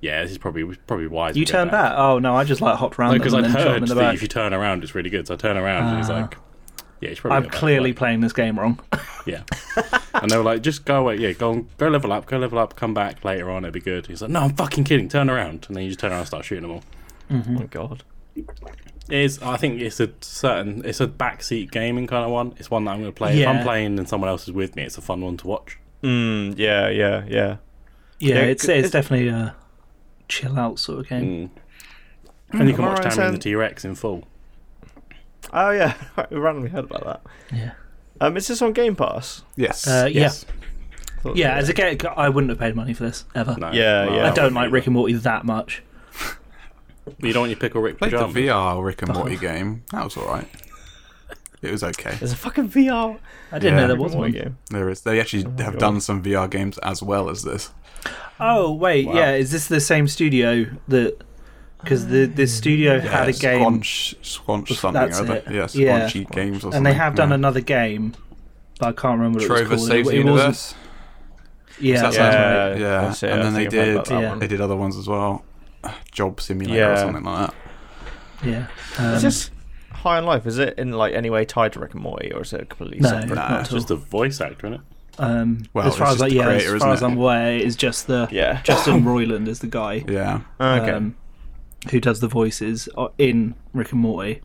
Speaker 3: yeah, this is probably probably wise.
Speaker 4: You
Speaker 3: to go
Speaker 4: turned back. Oh no, I just like hopped around
Speaker 3: Because
Speaker 4: them
Speaker 3: I'd
Speaker 4: and then shot
Speaker 3: heard
Speaker 4: him in the
Speaker 3: that
Speaker 4: back.
Speaker 3: if you turn around, it's really good. So I turn around, and he's like, yeah, it's probably
Speaker 4: I'm
Speaker 3: go back."
Speaker 4: clearly
Speaker 3: Like, Oh,
Speaker 4: playing this game wrong.
Speaker 3: yeah. and they were like, just go away. Yeah, go on, go level up, go level up, come back later on, it'll be good. He's like, no, I'm fucking kidding. Turn around. And then you just turn around and start shooting them all.
Speaker 1: Oh my god.
Speaker 3: It is. I think it's a certain. It's a backseat gaming kind of one. It's one that I'm going to play. If I'm
Speaker 4: Yeah.
Speaker 3: playing and someone else is with me, it's a fun one to watch.
Speaker 1: Mm, yeah, yeah, yeah.
Speaker 4: Yeah,
Speaker 1: Yeah,
Speaker 4: it's
Speaker 1: c-
Speaker 4: it's definitely a chill out sort of game.
Speaker 3: Mm. And you can
Speaker 1: am I
Speaker 3: watch
Speaker 1: right in
Speaker 3: Tammy and
Speaker 1: saying-
Speaker 3: the T Rex in full.
Speaker 1: Oh yeah, we randomly heard about that.
Speaker 4: Yeah.
Speaker 1: Um, is this on Game Pass?
Speaker 2: Mm. Yes.
Speaker 4: Uh, yeah.
Speaker 3: Yes.
Speaker 1: Thought
Speaker 4: Yeah,
Speaker 1: so.
Speaker 4: as a game, I wouldn't have paid money for this ever.
Speaker 3: No.
Speaker 1: Yeah, yeah.
Speaker 4: I
Speaker 1: I
Speaker 4: don't like Rick
Speaker 3: Rick.
Speaker 4: and Morty that much.
Speaker 3: You don't want your pickle Rick
Speaker 2: Played the
Speaker 3: pajama.
Speaker 2: VR Rick and Morty
Speaker 4: Uh-huh.
Speaker 2: game. That was all right. It was okay.
Speaker 1: There's a fucking VR.
Speaker 4: I didn't
Speaker 2: Yeah.
Speaker 4: know there was
Speaker 1: What
Speaker 4: one.
Speaker 1: game?
Speaker 2: There is. They actually have
Speaker 1: God.
Speaker 2: done some VR games as well as this.
Speaker 4: Oh wait, yeah, is this the same studio that? Because the the studio had a game,
Speaker 2: Squanch, squanch something
Speaker 4: That's
Speaker 2: or other.
Speaker 4: it.
Speaker 2: Yeah,
Speaker 4: Yeah.
Speaker 2: squanchy games or something.
Speaker 4: and they have done
Speaker 2: yeah.
Speaker 4: another game, but I can't remember what it
Speaker 2: Trover
Speaker 4: was called.
Speaker 2: Saves
Speaker 4: it,
Speaker 2: the
Speaker 4: it wasn't.
Speaker 2: Universe.
Speaker 4: Yeah,
Speaker 2: That
Speaker 4: that's
Speaker 2: sounds
Speaker 4: right.
Speaker 1: Yeah,
Speaker 2: right. Yeah.
Speaker 1: that's it.
Speaker 2: And
Speaker 1: I
Speaker 2: then they
Speaker 1: think I've heard
Speaker 2: did.
Speaker 1: about that
Speaker 4: Yeah.
Speaker 1: one.
Speaker 2: They did other ones as well. Job Simulator or
Speaker 1: Yeah.
Speaker 2: something like that.
Speaker 4: yeah. Um,
Speaker 1: Is this High on Life? Is it in like any way tied to Rick and Morty, or is it completely
Speaker 4: no,
Speaker 1: separate?
Speaker 2: Nah,
Speaker 4: not at
Speaker 2: it's
Speaker 4: all.
Speaker 3: Just the voice actor in it.
Speaker 4: um,
Speaker 2: Well,
Speaker 4: as far
Speaker 2: it's
Speaker 4: as
Speaker 2: just
Speaker 4: I,
Speaker 2: the
Speaker 4: yeah,
Speaker 2: creator,
Speaker 4: as far
Speaker 2: isn't
Speaker 4: as
Speaker 2: it?
Speaker 4: I'm aware, it's just the
Speaker 1: Yeah.
Speaker 4: Justin Roiland is the guy
Speaker 2: Yeah.
Speaker 1: Okay.
Speaker 4: um, who does the voices uh, in Rick and Morty.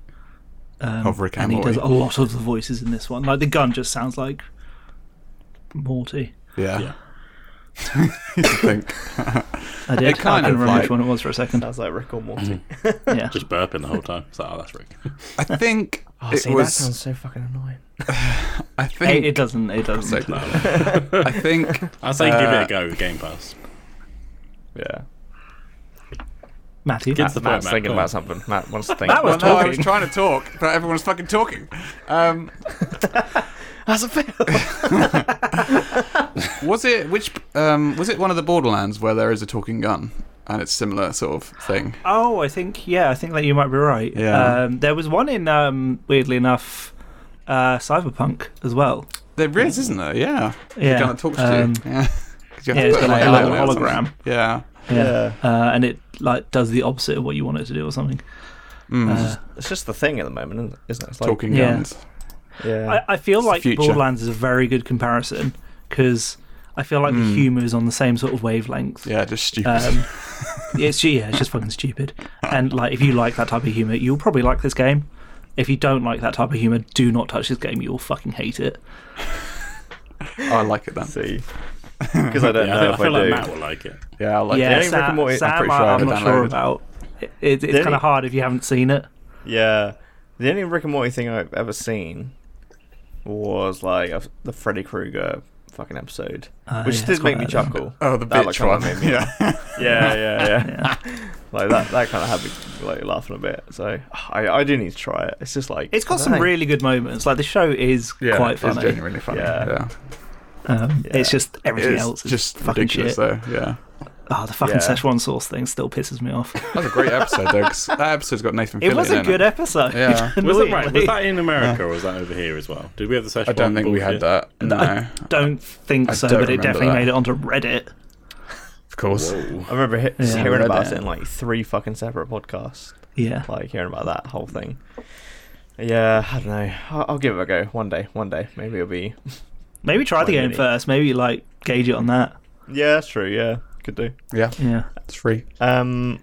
Speaker 4: Um,
Speaker 2: Of Rick and
Speaker 4: and he does a
Speaker 2: Morty.
Speaker 4: lot of the voices in this one. Like the gun just sounds like Morty.
Speaker 2: Yeah.
Speaker 3: Yeah.
Speaker 2: you think.
Speaker 4: I
Speaker 2: It
Speaker 4: did.
Speaker 2: kind
Speaker 4: I
Speaker 2: of
Speaker 4: couldn't remember
Speaker 2: like-
Speaker 4: which one it was for a second.
Speaker 1: Sounds like Rick or Morty.
Speaker 4: Yeah.
Speaker 3: Just burping the whole time. It's like, oh, that's Rick.
Speaker 2: I think
Speaker 1: Oh,
Speaker 2: it
Speaker 1: see,
Speaker 2: was.
Speaker 1: that sounds so fucking annoying.
Speaker 2: I
Speaker 4: It,
Speaker 2: think.
Speaker 4: it doesn't. It doesn't.
Speaker 2: I think.
Speaker 3: I say give it
Speaker 2: Uh,
Speaker 3: a go with Game Pass.
Speaker 1: Yeah.
Speaker 4: Matthew.
Speaker 3: Gets the point,
Speaker 1: Matt's
Speaker 3: Matt.
Speaker 1: thinking
Speaker 3: Come on.
Speaker 1: about something. Matt wants to think.
Speaker 4: Matt was
Speaker 2: Well, no, I was
Speaker 4: talking.
Speaker 2: trying to talk, but everyone's fucking talking. Um,
Speaker 1: How's it feel?
Speaker 2: was it which? Um, was it one of the Borderlands where there is a talking gun and it's similar sort of thing?
Speaker 4: Oh, I think yeah. I think that you might be right.
Speaker 2: Yeah.
Speaker 4: Um, there was one in um, weirdly enough, uh, Cyberpunk as well.
Speaker 2: There is, isn't there? Yeah.
Speaker 4: Yeah.
Speaker 2: The gun that talks
Speaker 4: Um,
Speaker 2: to you. Yeah. 'Cause you
Speaker 4: yeah,
Speaker 2: to
Speaker 4: it's
Speaker 2: put an
Speaker 4: got like a
Speaker 2: AI
Speaker 4: little
Speaker 2: on it or
Speaker 4: hologram.
Speaker 2: something. Yeah.
Speaker 1: Yeah.
Speaker 4: Uh, and it like does the opposite of what you want it to do or something.
Speaker 2: Mm.
Speaker 4: Uh,
Speaker 1: It's just the thing at the moment, isn't it? Isn't it? It's like,
Speaker 2: talking
Speaker 4: Yeah.
Speaker 2: guns.
Speaker 1: Yeah.
Speaker 4: I, I feel
Speaker 2: It's the
Speaker 4: like
Speaker 2: future.
Speaker 4: Borderlands is a very good comparison because I feel like the
Speaker 2: Mm.
Speaker 4: humor is on the same sort of wavelength.
Speaker 2: Yeah, just stupid.
Speaker 4: Um, it's yeah, it's just fucking stupid. And like, if you like that type of humor, you'll probably like this game. If you don't like that type of humor, do not touch this game. You'll fucking hate it.
Speaker 2: Oh, I like it then.
Speaker 1: see. Because I don't
Speaker 3: Yeah, I,
Speaker 1: know
Speaker 3: think, I
Speaker 1: if
Speaker 3: feel
Speaker 1: I,
Speaker 3: like
Speaker 1: do.
Speaker 3: Matt will like it.
Speaker 2: Yeah, I like
Speaker 4: yeah,
Speaker 1: only Rick
Speaker 4: Sam,
Speaker 1: and Morty- I'm
Speaker 4: Sam,
Speaker 2: pretty
Speaker 4: I-
Speaker 2: sure I
Speaker 4: I'm not sure
Speaker 2: downloaded.
Speaker 4: about. It, it, it's
Speaker 1: only-
Speaker 4: kind of hard if you haven't seen it.
Speaker 1: Yeah. The only Rick and Morty thing I've ever seen was like a, the Freddy Krueger fucking episode,
Speaker 4: Uh,
Speaker 1: which
Speaker 4: yeah, it's
Speaker 1: did make
Speaker 4: quite
Speaker 1: me
Speaker 4: bad.
Speaker 1: chuckle.
Speaker 2: Oh, the
Speaker 1: That, like,
Speaker 2: bitch
Speaker 1: kinda
Speaker 2: one.
Speaker 1: made me-
Speaker 2: Yeah.
Speaker 1: Yeah, yeah, yeah. like that, that kind of had me like laughing a bit. So I, I do need to try it. It's just like
Speaker 4: It's
Speaker 1: I
Speaker 4: got
Speaker 1: don't
Speaker 4: some
Speaker 1: know.
Speaker 4: really good moments. Like the show is
Speaker 1: Yeah,
Speaker 4: quite
Speaker 1: it's
Speaker 2: It's
Speaker 4: funny.
Speaker 2: genuinely funny.
Speaker 1: Yeah.
Speaker 2: yeah.
Speaker 4: Um,
Speaker 1: Yeah.
Speaker 4: It's just everything
Speaker 2: It's
Speaker 4: else is
Speaker 2: just
Speaker 4: just fucking
Speaker 2: ridiculous,
Speaker 4: shit.
Speaker 2: though. Yeah.
Speaker 4: Oh, the fucking
Speaker 1: Yeah.
Speaker 4: Szechuan sauce thing still pisses me off.
Speaker 2: That was a great episode, though, 'cause that episode's got Nathan
Speaker 4: It
Speaker 2: Fillion
Speaker 4: was a
Speaker 2: in
Speaker 4: good
Speaker 2: it.
Speaker 4: episode.
Speaker 2: Yeah.
Speaker 3: Was that right?
Speaker 4: annoyingly.
Speaker 3: Was that in America or was that over here as well? Did we have the session?
Speaker 2: I don't think we
Speaker 3: bullshit?
Speaker 2: had that. No.
Speaker 4: Don't think
Speaker 2: I
Speaker 4: so,
Speaker 2: don't
Speaker 4: but it
Speaker 2: remember
Speaker 4: definitely
Speaker 2: that.
Speaker 4: made it onto Reddit.
Speaker 2: Of course.
Speaker 1: I remember he- just
Speaker 4: Yeah.
Speaker 1: hearing
Speaker 2: Read
Speaker 1: about
Speaker 2: it.
Speaker 1: it in like three fucking separate podcasts,
Speaker 4: Yeah.
Speaker 1: like hearing about that whole thing. Yeah, I don't know. I'll, I'll give it a go one day. One day, maybe it'll be.
Speaker 4: Maybe try the
Speaker 1: Quite
Speaker 4: game
Speaker 1: many.
Speaker 4: first. Maybe like gauge it on that.
Speaker 1: Yeah, that's true. Yeah, Could do.
Speaker 2: Yeah,
Speaker 4: Yeah.
Speaker 2: it's free.
Speaker 1: Um,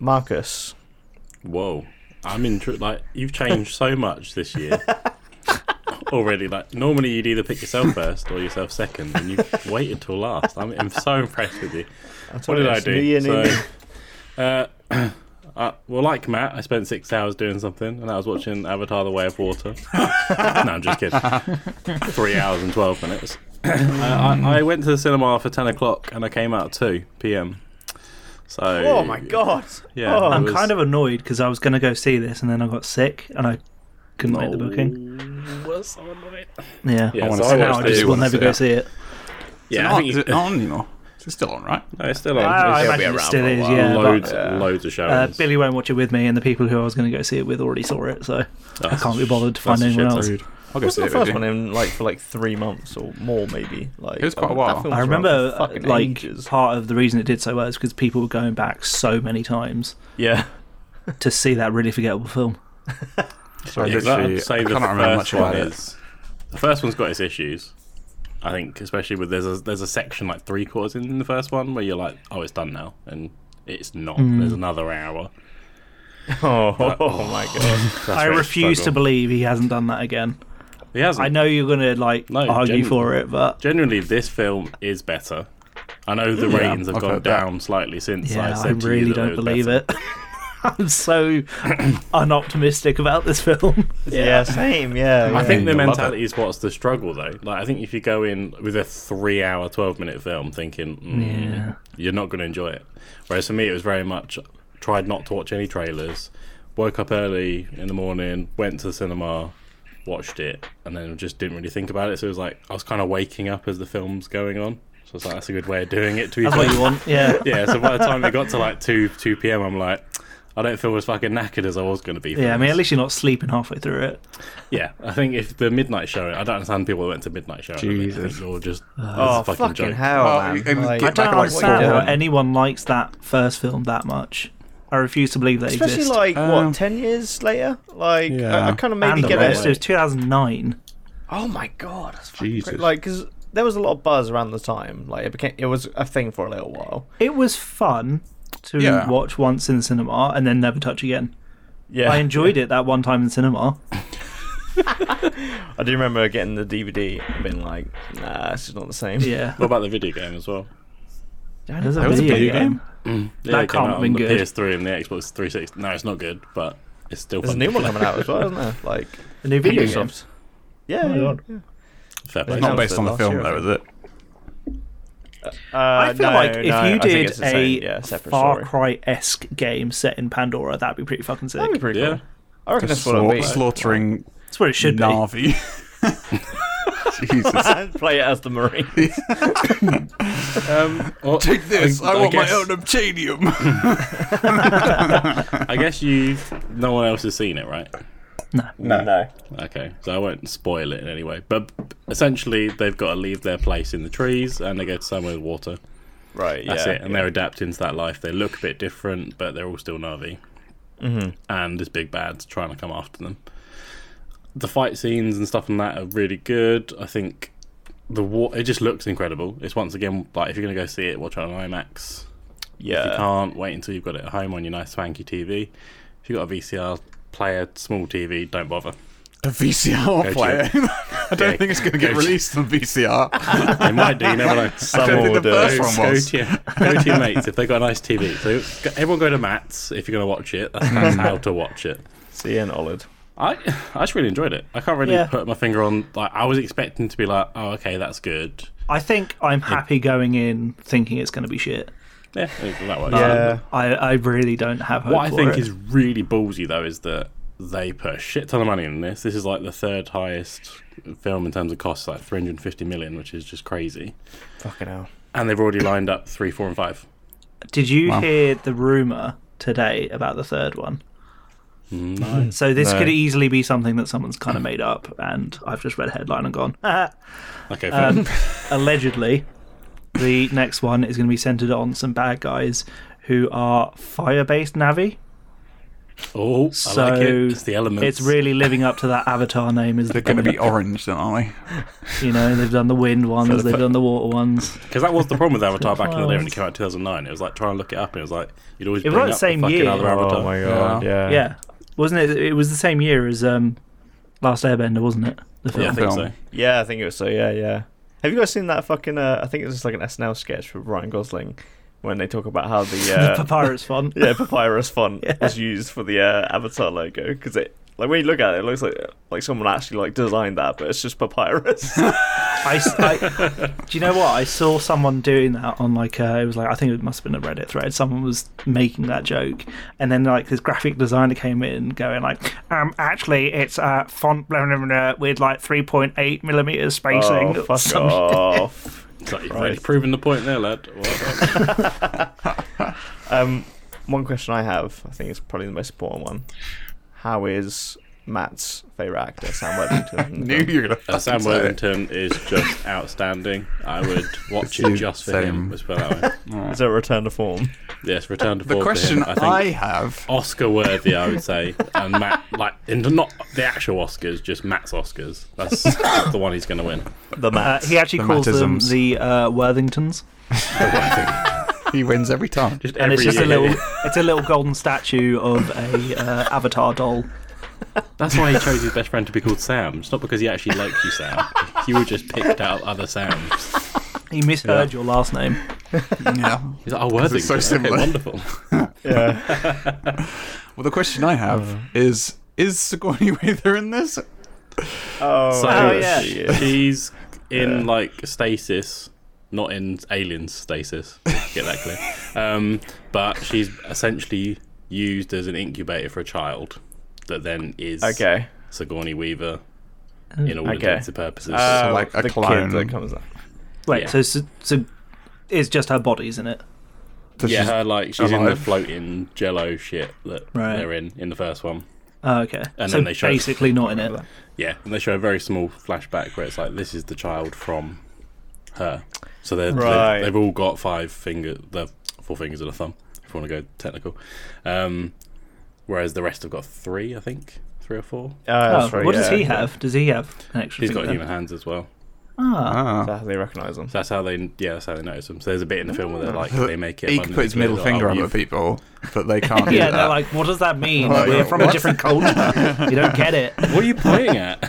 Speaker 1: Marcus.
Speaker 3: Whoa, I'm intrigued. Like you've changed so much this year already. Like normally you'd either pick yourself first or yourself second, and you waited till last. I'm, I'm so impressed with you. What did I do?
Speaker 1: New year, new me.
Speaker 3: So, uh, uh, well, like Matt, I spent six hours doing something, and I was watching Avatar: The Way of Water. no, I'm just kidding. Three hours and twelve minutes. uh, I, I went to the cinema for ten o'clock, and I came out at two p.m. So,
Speaker 1: Oh my god.
Speaker 3: Yeah,
Speaker 1: Oh.
Speaker 3: it
Speaker 4: I'm
Speaker 3: was-
Speaker 4: kind of annoyed because I was going to go see this and then I got sick and I couldn't make the booking.
Speaker 3: Was so annoying.
Speaker 4: Yeah.
Speaker 3: Yeah,
Speaker 2: I wanna
Speaker 3: so
Speaker 2: see
Speaker 3: I
Speaker 2: that.
Speaker 4: Now
Speaker 3: watched
Speaker 2: I
Speaker 4: I just
Speaker 2: do
Speaker 3: it.
Speaker 4: will
Speaker 2: wanna
Speaker 4: never
Speaker 2: see
Speaker 4: go
Speaker 2: it.
Speaker 4: see it.
Speaker 3: Yeah,
Speaker 2: Not-
Speaker 3: I think
Speaker 2: is
Speaker 3: you-
Speaker 2: it not on anymore? It's still on, right?
Speaker 3: No, it's still on.
Speaker 4: Oh, I
Speaker 3: It's-
Speaker 1: it'll be
Speaker 4: imagine it
Speaker 1: around
Speaker 4: still
Speaker 1: for a
Speaker 4: is,
Speaker 1: while.
Speaker 4: yeah.
Speaker 3: loads,
Speaker 4: but,
Speaker 3: loads of
Speaker 4: uh,
Speaker 3: shows.
Speaker 4: Billy won't watch it with me, and the people who I was going to go see it with already saw it, so I
Speaker 3: That's
Speaker 4: can't be bothered to find
Speaker 3: that's
Speaker 4: anyone
Speaker 3: shit,
Speaker 4: else.
Speaker 3: dude.
Speaker 2: I'll
Speaker 1: It
Speaker 2: go
Speaker 1: was
Speaker 2: see
Speaker 1: the
Speaker 2: it. with
Speaker 1: first
Speaker 2: you.
Speaker 1: one in like for like three months or more, maybe. Like
Speaker 2: It was quite a
Speaker 1: that
Speaker 2: while.
Speaker 1: film
Speaker 2: I
Speaker 4: I
Speaker 1: was around
Speaker 4: remember,
Speaker 1: for
Speaker 4: uh,
Speaker 1: fucking
Speaker 4: like,
Speaker 1: ages.
Speaker 4: part of the reason it did so well is because people were going back so many times
Speaker 1: Yeah.
Speaker 4: to see that really forgettable film.
Speaker 2: So I
Speaker 3: Yeah, 'cause
Speaker 2: literally-
Speaker 3: I'd
Speaker 2: I
Speaker 3: say the
Speaker 2: cannot remember much
Speaker 3: first one
Speaker 2: about it.
Speaker 3: is the first one's got its issues. I think, especially with there's a there's a section like three quarters in, the first one where you're like, oh, it's done now, and it's not.
Speaker 4: Mm.
Speaker 3: There's another hour.
Speaker 1: Oh, my god.
Speaker 3: That's
Speaker 4: I
Speaker 3: where
Speaker 4: refuse to
Speaker 3: struggled.
Speaker 4: believe he hasn't done that again.
Speaker 3: He hasn't.
Speaker 4: I know you're going to, like,
Speaker 3: No,
Speaker 4: argue
Speaker 3: genuinely.
Speaker 4: for it, but
Speaker 3: Generally, this film is better. I know the ratings have
Speaker 2: I've
Speaker 3: gone
Speaker 2: heard that.
Speaker 3: down slightly since I
Speaker 4: yeah, I,
Speaker 3: said to you
Speaker 4: really
Speaker 3: that
Speaker 4: don't
Speaker 3: was
Speaker 4: believe
Speaker 3: better.
Speaker 4: it. I'm so unoptimistic about this film.
Speaker 1: yeah. same, yeah.
Speaker 2: I
Speaker 1: yeah.
Speaker 3: I think the
Speaker 2: Yeah, I love
Speaker 3: mentality is what's the struggle though. Like I think if you go in with a three-hour, twelve-minute film thinking, mm,
Speaker 4: Yeah.
Speaker 3: you're not going to enjoy it. Whereas for me, it was very much tried not to watch any trailers. Woke up early in the morning, went to the cinema, watched it, and then just didn't really think about it. So it was like I was kind of waking up as the film's going on. So it's like that's a good way of doing it. To be
Speaker 4: That's
Speaker 3: fair.
Speaker 4: what you want, yeah.
Speaker 3: yeah. So by the time it got to like two two p.m., I'm like. I don't feel as fucking knackered as I was going to be. for
Speaker 4: Yeah, I mean,
Speaker 3: this.
Speaker 4: at least you're not sleeping halfway through it.
Speaker 3: Yeah, I think if the midnight show, I don't understand people that went to midnight show. I
Speaker 2: Jesus.
Speaker 3: think you're just
Speaker 1: Oh,
Speaker 3: it's a
Speaker 1: fucking,
Speaker 3: joke.
Speaker 1: hell,
Speaker 2: Well,
Speaker 1: man.
Speaker 2: it was
Speaker 1: Like,
Speaker 2: get
Speaker 4: I
Speaker 2: back
Speaker 4: don't
Speaker 2: like
Speaker 4: understand
Speaker 2: four.
Speaker 4: how
Speaker 1: Yeah.
Speaker 4: anyone likes that first film that much. I refuse to believe that
Speaker 1: especially
Speaker 4: exists.
Speaker 1: like
Speaker 2: Um,
Speaker 1: what ten years later. Like
Speaker 2: Yeah.
Speaker 1: I, I kind of
Speaker 4: and
Speaker 1: maybe
Speaker 4: the
Speaker 1: get
Speaker 4: rest, it
Speaker 1: it.
Speaker 4: was 2009.
Speaker 1: Oh my god, that's fucking
Speaker 2: Jesus.
Speaker 1: cra- Like because there was a lot of buzz around the time. Like it became it was a thing for a little while.
Speaker 4: It was fun to
Speaker 2: Yeah.
Speaker 4: watch once in the cinema and then never touch again.
Speaker 1: Yeah,
Speaker 4: I enjoyed it that one time in cinema.
Speaker 1: I do remember getting the DVD and being like, nah, it's just not the same.
Speaker 4: Yeah.
Speaker 3: What about the video game as well?
Speaker 4: It was a
Speaker 2: was a
Speaker 4: video,
Speaker 2: video
Speaker 4: game.
Speaker 2: game?
Speaker 3: Yeah, it
Speaker 4: That
Speaker 3: came
Speaker 4: can't
Speaker 3: out
Speaker 4: have
Speaker 3: on
Speaker 4: been
Speaker 3: the
Speaker 4: good.
Speaker 3: PS3 and the Xbox 360. No, it's not good, but it's still
Speaker 1: There's a
Speaker 3: fun.
Speaker 1: new one coming out as well, isn't there? Like
Speaker 4: A new video game.
Speaker 1: Ubisoft. Yeah,
Speaker 4: Oh my
Speaker 1: yeah,
Speaker 4: God.
Speaker 1: yeah.
Speaker 3: Fair
Speaker 1: It's
Speaker 3: play.
Speaker 2: It's not
Speaker 1: That was
Speaker 2: based
Speaker 1: the
Speaker 2: on the
Speaker 1: last
Speaker 2: film
Speaker 1: year, I
Speaker 2: though, is it?
Speaker 1: Uh,
Speaker 4: I feel
Speaker 1: no,
Speaker 4: like if
Speaker 1: no, I
Speaker 4: you
Speaker 1: think
Speaker 4: did
Speaker 1: it's the
Speaker 4: a
Speaker 1: same, yeah, separate
Speaker 4: Far
Speaker 1: story.
Speaker 4: Cry esque game set in Pandora, that'd be pretty fucking sick.
Speaker 1: That'd be pretty
Speaker 3: Yeah.
Speaker 1: cool. I reckon that's what it'll
Speaker 2: Slaugh-
Speaker 1: be.
Speaker 2: slaughtering
Speaker 4: That's what it should
Speaker 2: Navi. Jesus.
Speaker 1: Play it as the Marine.
Speaker 3: Um, well,
Speaker 2: Take this. I, want
Speaker 3: guess-
Speaker 2: my own obtainium.
Speaker 3: I guess you. No one else has seen it, right?
Speaker 1: No, no.
Speaker 3: Okay, so I won't spoil it in any way. But essentially, they've got to leave their place in the trees and they go to somewhere with water.
Speaker 1: Right, yeah.
Speaker 3: That's it. And they're adapting to that life. They look a bit different, but they're all still Na'vi. Mm-hmm. And this big bad's trying to come after them. The fight scenes and stuff and that are really good. I think the war it just looks incredible. It's once again like if you're gonna go see it, watch it on IMAX.
Speaker 1: yeah.
Speaker 3: If you can't, wait until you've got it at home on your nice swanky TV. If you've got a VCR player, small TV, don't bother.
Speaker 2: A VCR
Speaker 3: to-
Speaker 2: player. I don't
Speaker 3: Yeah,
Speaker 2: think it's going to get
Speaker 3: go to-
Speaker 2: released on VCR.
Speaker 3: They might do, you never know.
Speaker 2: I don't
Speaker 1: Some
Speaker 2: think the
Speaker 1: order.
Speaker 2: first one
Speaker 3: Go
Speaker 2: was.
Speaker 3: to, your, go to your mates if they've got a nice TV. So go- everyone go to Matt's if you're going to watch it. That's, that's how to watch it.
Speaker 1: See you in Olid.
Speaker 3: I I just really enjoyed it. I can't really
Speaker 4: Yeah.
Speaker 3: put my finger on. Like I was expecting to be like, oh, okay, that's good.
Speaker 4: be. I think I'm happy going in thinking it's going to be shit. Um,
Speaker 3: Yeah, that works.
Speaker 1: Yeah.
Speaker 4: I, I really don't have hope
Speaker 3: What I
Speaker 4: for
Speaker 3: think
Speaker 4: it.
Speaker 3: is really ballsy though is that they put a shit ton of money in this. This is like the third highest film in terms of costs, like 350 million, which is just crazy.
Speaker 1: Fucking hell.
Speaker 3: And they've already lined up three, four, and five.
Speaker 4: Did you
Speaker 2: Wow.
Speaker 4: hear the rumor today about the third one? Mm.
Speaker 3: No,
Speaker 4: So this
Speaker 1: No.
Speaker 4: could easily be something that someone's kind of made up, and I've just read a headline and gone. "Ah."
Speaker 3: okay, fair.
Speaker 4: Um, allegedly, the next one is going to be centered on some bad guys who are fire-based Navi.
Speaker 3: Oh,
Speaker 4: So
Speaker 3: I like it. It's the elements.
Speaker 4: It's really living up to that Avatar name. Is
Speaker 2: They're going to be orange, then, aren't
Speaker 4: you know they've done the wind ones, they've done the water ones.
Speaker 3: because that was the problem with Avatar back in the day when
Speaker 4: Clowns.
Speaker 3: it came out in 2009. It was like trying to look it up, and it was like you'd always
Speaker 4: It was
Speaker 3: bring
Speaker 4: like
Speaker 3: up
Speaker 4: the same
Speaker 3: fucking
Speaker 4: year.
Speaker 3: other
Speaker 4: Oh
Speaker 3: Avatar.
Speaker 1: Oh my god, yeah.
Speaker 4: Yeah, wasn't it? It was the same year as um, Last Airbender, wasn't it? The
Speaker 3: Yeah, I
Speaker 4: film.
Speaker 3: think
Speaker 2: Film.
Speaker 3: so.
Speaker 1: Yeah, I think it was so. Yeah, yeah. Have you guys seen that fucking? Uh, I think it was just like an SNL sketch with Ryan Gosling when they talk about how the, uh,
Speaker 4: the papyrus font.
Speaker 1: yeah papyrus font
Speaker 4: Yeah.
Speaker 1: was used for the uh, Avatar logo because it like when you look at it, it looks like like someone actually like designed that, but it's just papyrus.
Speaker 4: I, s- I- do you know what? I saw someone doing that on like uh, it was like I think it must have been a Reddit thread. Someone was making that joke, and then like this graphic designer came in going like, um, actually it's uh, font blah, blah, blah, blah, with like three point eight millimeters spacing.
Speaker 1: oh, fuck off.
Speaker 3: It's like you've
Speaker 1: Right.
Speaker 3: really proven the point there, lad. Well,
Speaker 1: Um, one question I have, I think it's probably the most important one. How is Matt's favorite actor, Sam
Speaker 2: they?
Speaker 1: Worthington?
Speaker 2: Knew you were going
Speaker 3: uh,
Speaker 2: to
Speaker 3: Sam Worthington is just outstanding. I would watch it
Speaker 2: Same.
Speaker 3: just for him. Let's put it that way.
Speaker 1: Is there a return to form?
Speaker 3: Yes, return to
Speaker 2: The
Speaker 3: form for
Speaker 2: question
Speaker 3: him, I, think.
Speaker 2: I have
Speaker 3: Oscar worthy, I would say, and Matt like and not the actual Oscars, just Matt's Oscars. That's the one he's going to win.
Speaker 1: The
Speaker 4: Uh,
Speaker 1: Matt.
Speaker 4: he actually
Speaker 2: The
Speaker 4: calls them
Speaker 2: Mattisms.
Speaker 4: the uh, Worthingtons,
Speaker 2: He wins every time.
Speaker 3: Just
Speaker 4: and
Speaker 3: every
Speaker 4: it's just a
Speaker 3: year.
Speaker 4: little, it's a little golden statue of a uh, avatar doll.
Speaker 3: That's why he chose his best friend to be called Sam. It's not because he actually liked you, Sam. You were just picked out other Sams.
Speaker 4: He misheard your last name.
Speaker 2: yeah.
Speaker 3: He's like, oh, Worthington.
Speaker 2: so similar.
Speaker 3: Okay, wonderful.
Speaker 1: yeah.
Speaker 2: Well, the question I have is: Is Sigourney Weaver in this?
Speaker 1: Oh,
Speaker 3: So
Speaker 1: yeah.
Speaker 3: she- she's in like stasis, not in aliens stasis. Get that clear. Um, but she's essentially used as an incubator for a child that then is
Speaker 1: Okay. Oh,
Speaker 3: Sigourney Weaver in all
Speaker 1: Okay.
Speaker 3: intents and purposes.
Speaker 1: Uh,
Speaker 2: like a
Speaker 1: the
Speaker 2: clone.
Speaker 1: kid that comes up.
Speaker 4: Wait,
Speaker 3: Yeah.
Speaker 4: so, so so it's just her body, isn't it?
Speaker 2: Does
Speaker 3: yeah,
Speaker 2: she-
Speaker 3: her like she's in the
Speaker 2: alive.
Speaker 3: floating jello shit that
Speaker 4: Right.
Speaker 3: they're in in the first one.
Speaker 4: Oh, okay.
Speaker 3: And
Speaker 4: so
Speaker 3: then they show-
Speaker 4: basically not in it.
Speaker 3: Yeah, and they show a very small flashback where it's like this is the child from her. So they're,
Speaker 1: Right.
Speaker 3: they've, they've all got five finger, the four fingers and a thumb. If you want to go technical, um, whereas the rest have got three, I think, three or four.
Speaker 1: Uh,
Speaker 4: Oh,
Speaker 1: that's right,
Speaker 4: what does
Speaker 1: yeah,
Speaker 4: he
Speaker 1: yeah.
Speaker 4: have? Does he have an extra?
Speaker 3: He's
Speaker 4: finger?
Speaker 3: got human hands as well.
Speaker 4: Ah,
Speaker 2: Ah.
Speaker 1: That's how they recognise him.
Speaker 3: So that's how they, yeah, that's how they notice them. So there's a bit in the film where they're like, they make it.
Speaker 2: He can put his
Speaker 3: abundantly
Speaker 2: middle
Speaker 3: clear that,
Speaker 2: finger
Speaker 3: oh,
Speaker 2: up
Speaker 3: you've-
Speaker 2: at people, but they can't.
Speaker 4: yeah.
Speaker 2: do
Speaker 4: They're
Speaker 2: that.
Speaker 4: like, what does that
Speaker 3: Oh,
Speaker 4: mean?
Speaker 2: Like,
Speaker 4: We're from a
Speaker 2: what?
Speaker 4: different culture. you don't get it.
Speaker 3: What are you pointing at?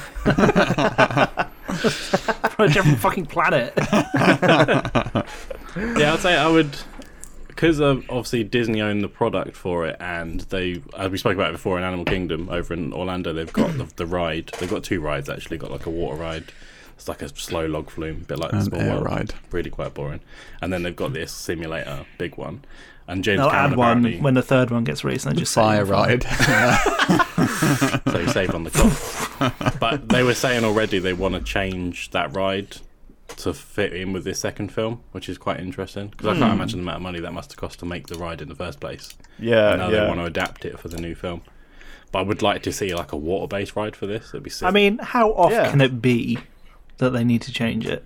Speaker 4: From a different fucking planet.
Speaker 3: yeah, I'd say I would because um, obviously Disney owned the product for it, and they, as we spoke about it before, in Animal Kingdom over in Orlando, they've got the, the ride. They've got two rides actually. Got like a water ride. It's like a slow log flume, a bit like the
Speaker 2: An
Speaker 3: small
Speaker 2: air
Speaker 3: world.
Speaker 2: ride.
Speaker 3: Really quite boring. And then they've got this simulator, big one. And James
Speaker 4: They'll
Speaker 3: Cameron
Speaker 4: add one
Speaker 3: apparently-
Speaker 4: when the third one gets released. And they just say
Speaker 2: fire ride.
Speaker 3: so you save on the cost. but they were saying already they want to change that ride to fit in with this second film, which is quite interesting because I
Speaker 4: Hmm.
Speaker 3: can't imagine the amount of money that must have cost to make the ride in the first place.
Speaker 4: Uh,
Speaker 1: Yeah,
Speaker 3: and now
Speaker 1: yeah.
Speaker 3: they want to adapt it for the new film. But I would like to see like a water-based ride for this. That'd be sick.
Speaker 4: I mean, how off
Speaker 1: Yeah.
Speaker 4: can it be that they need to change it?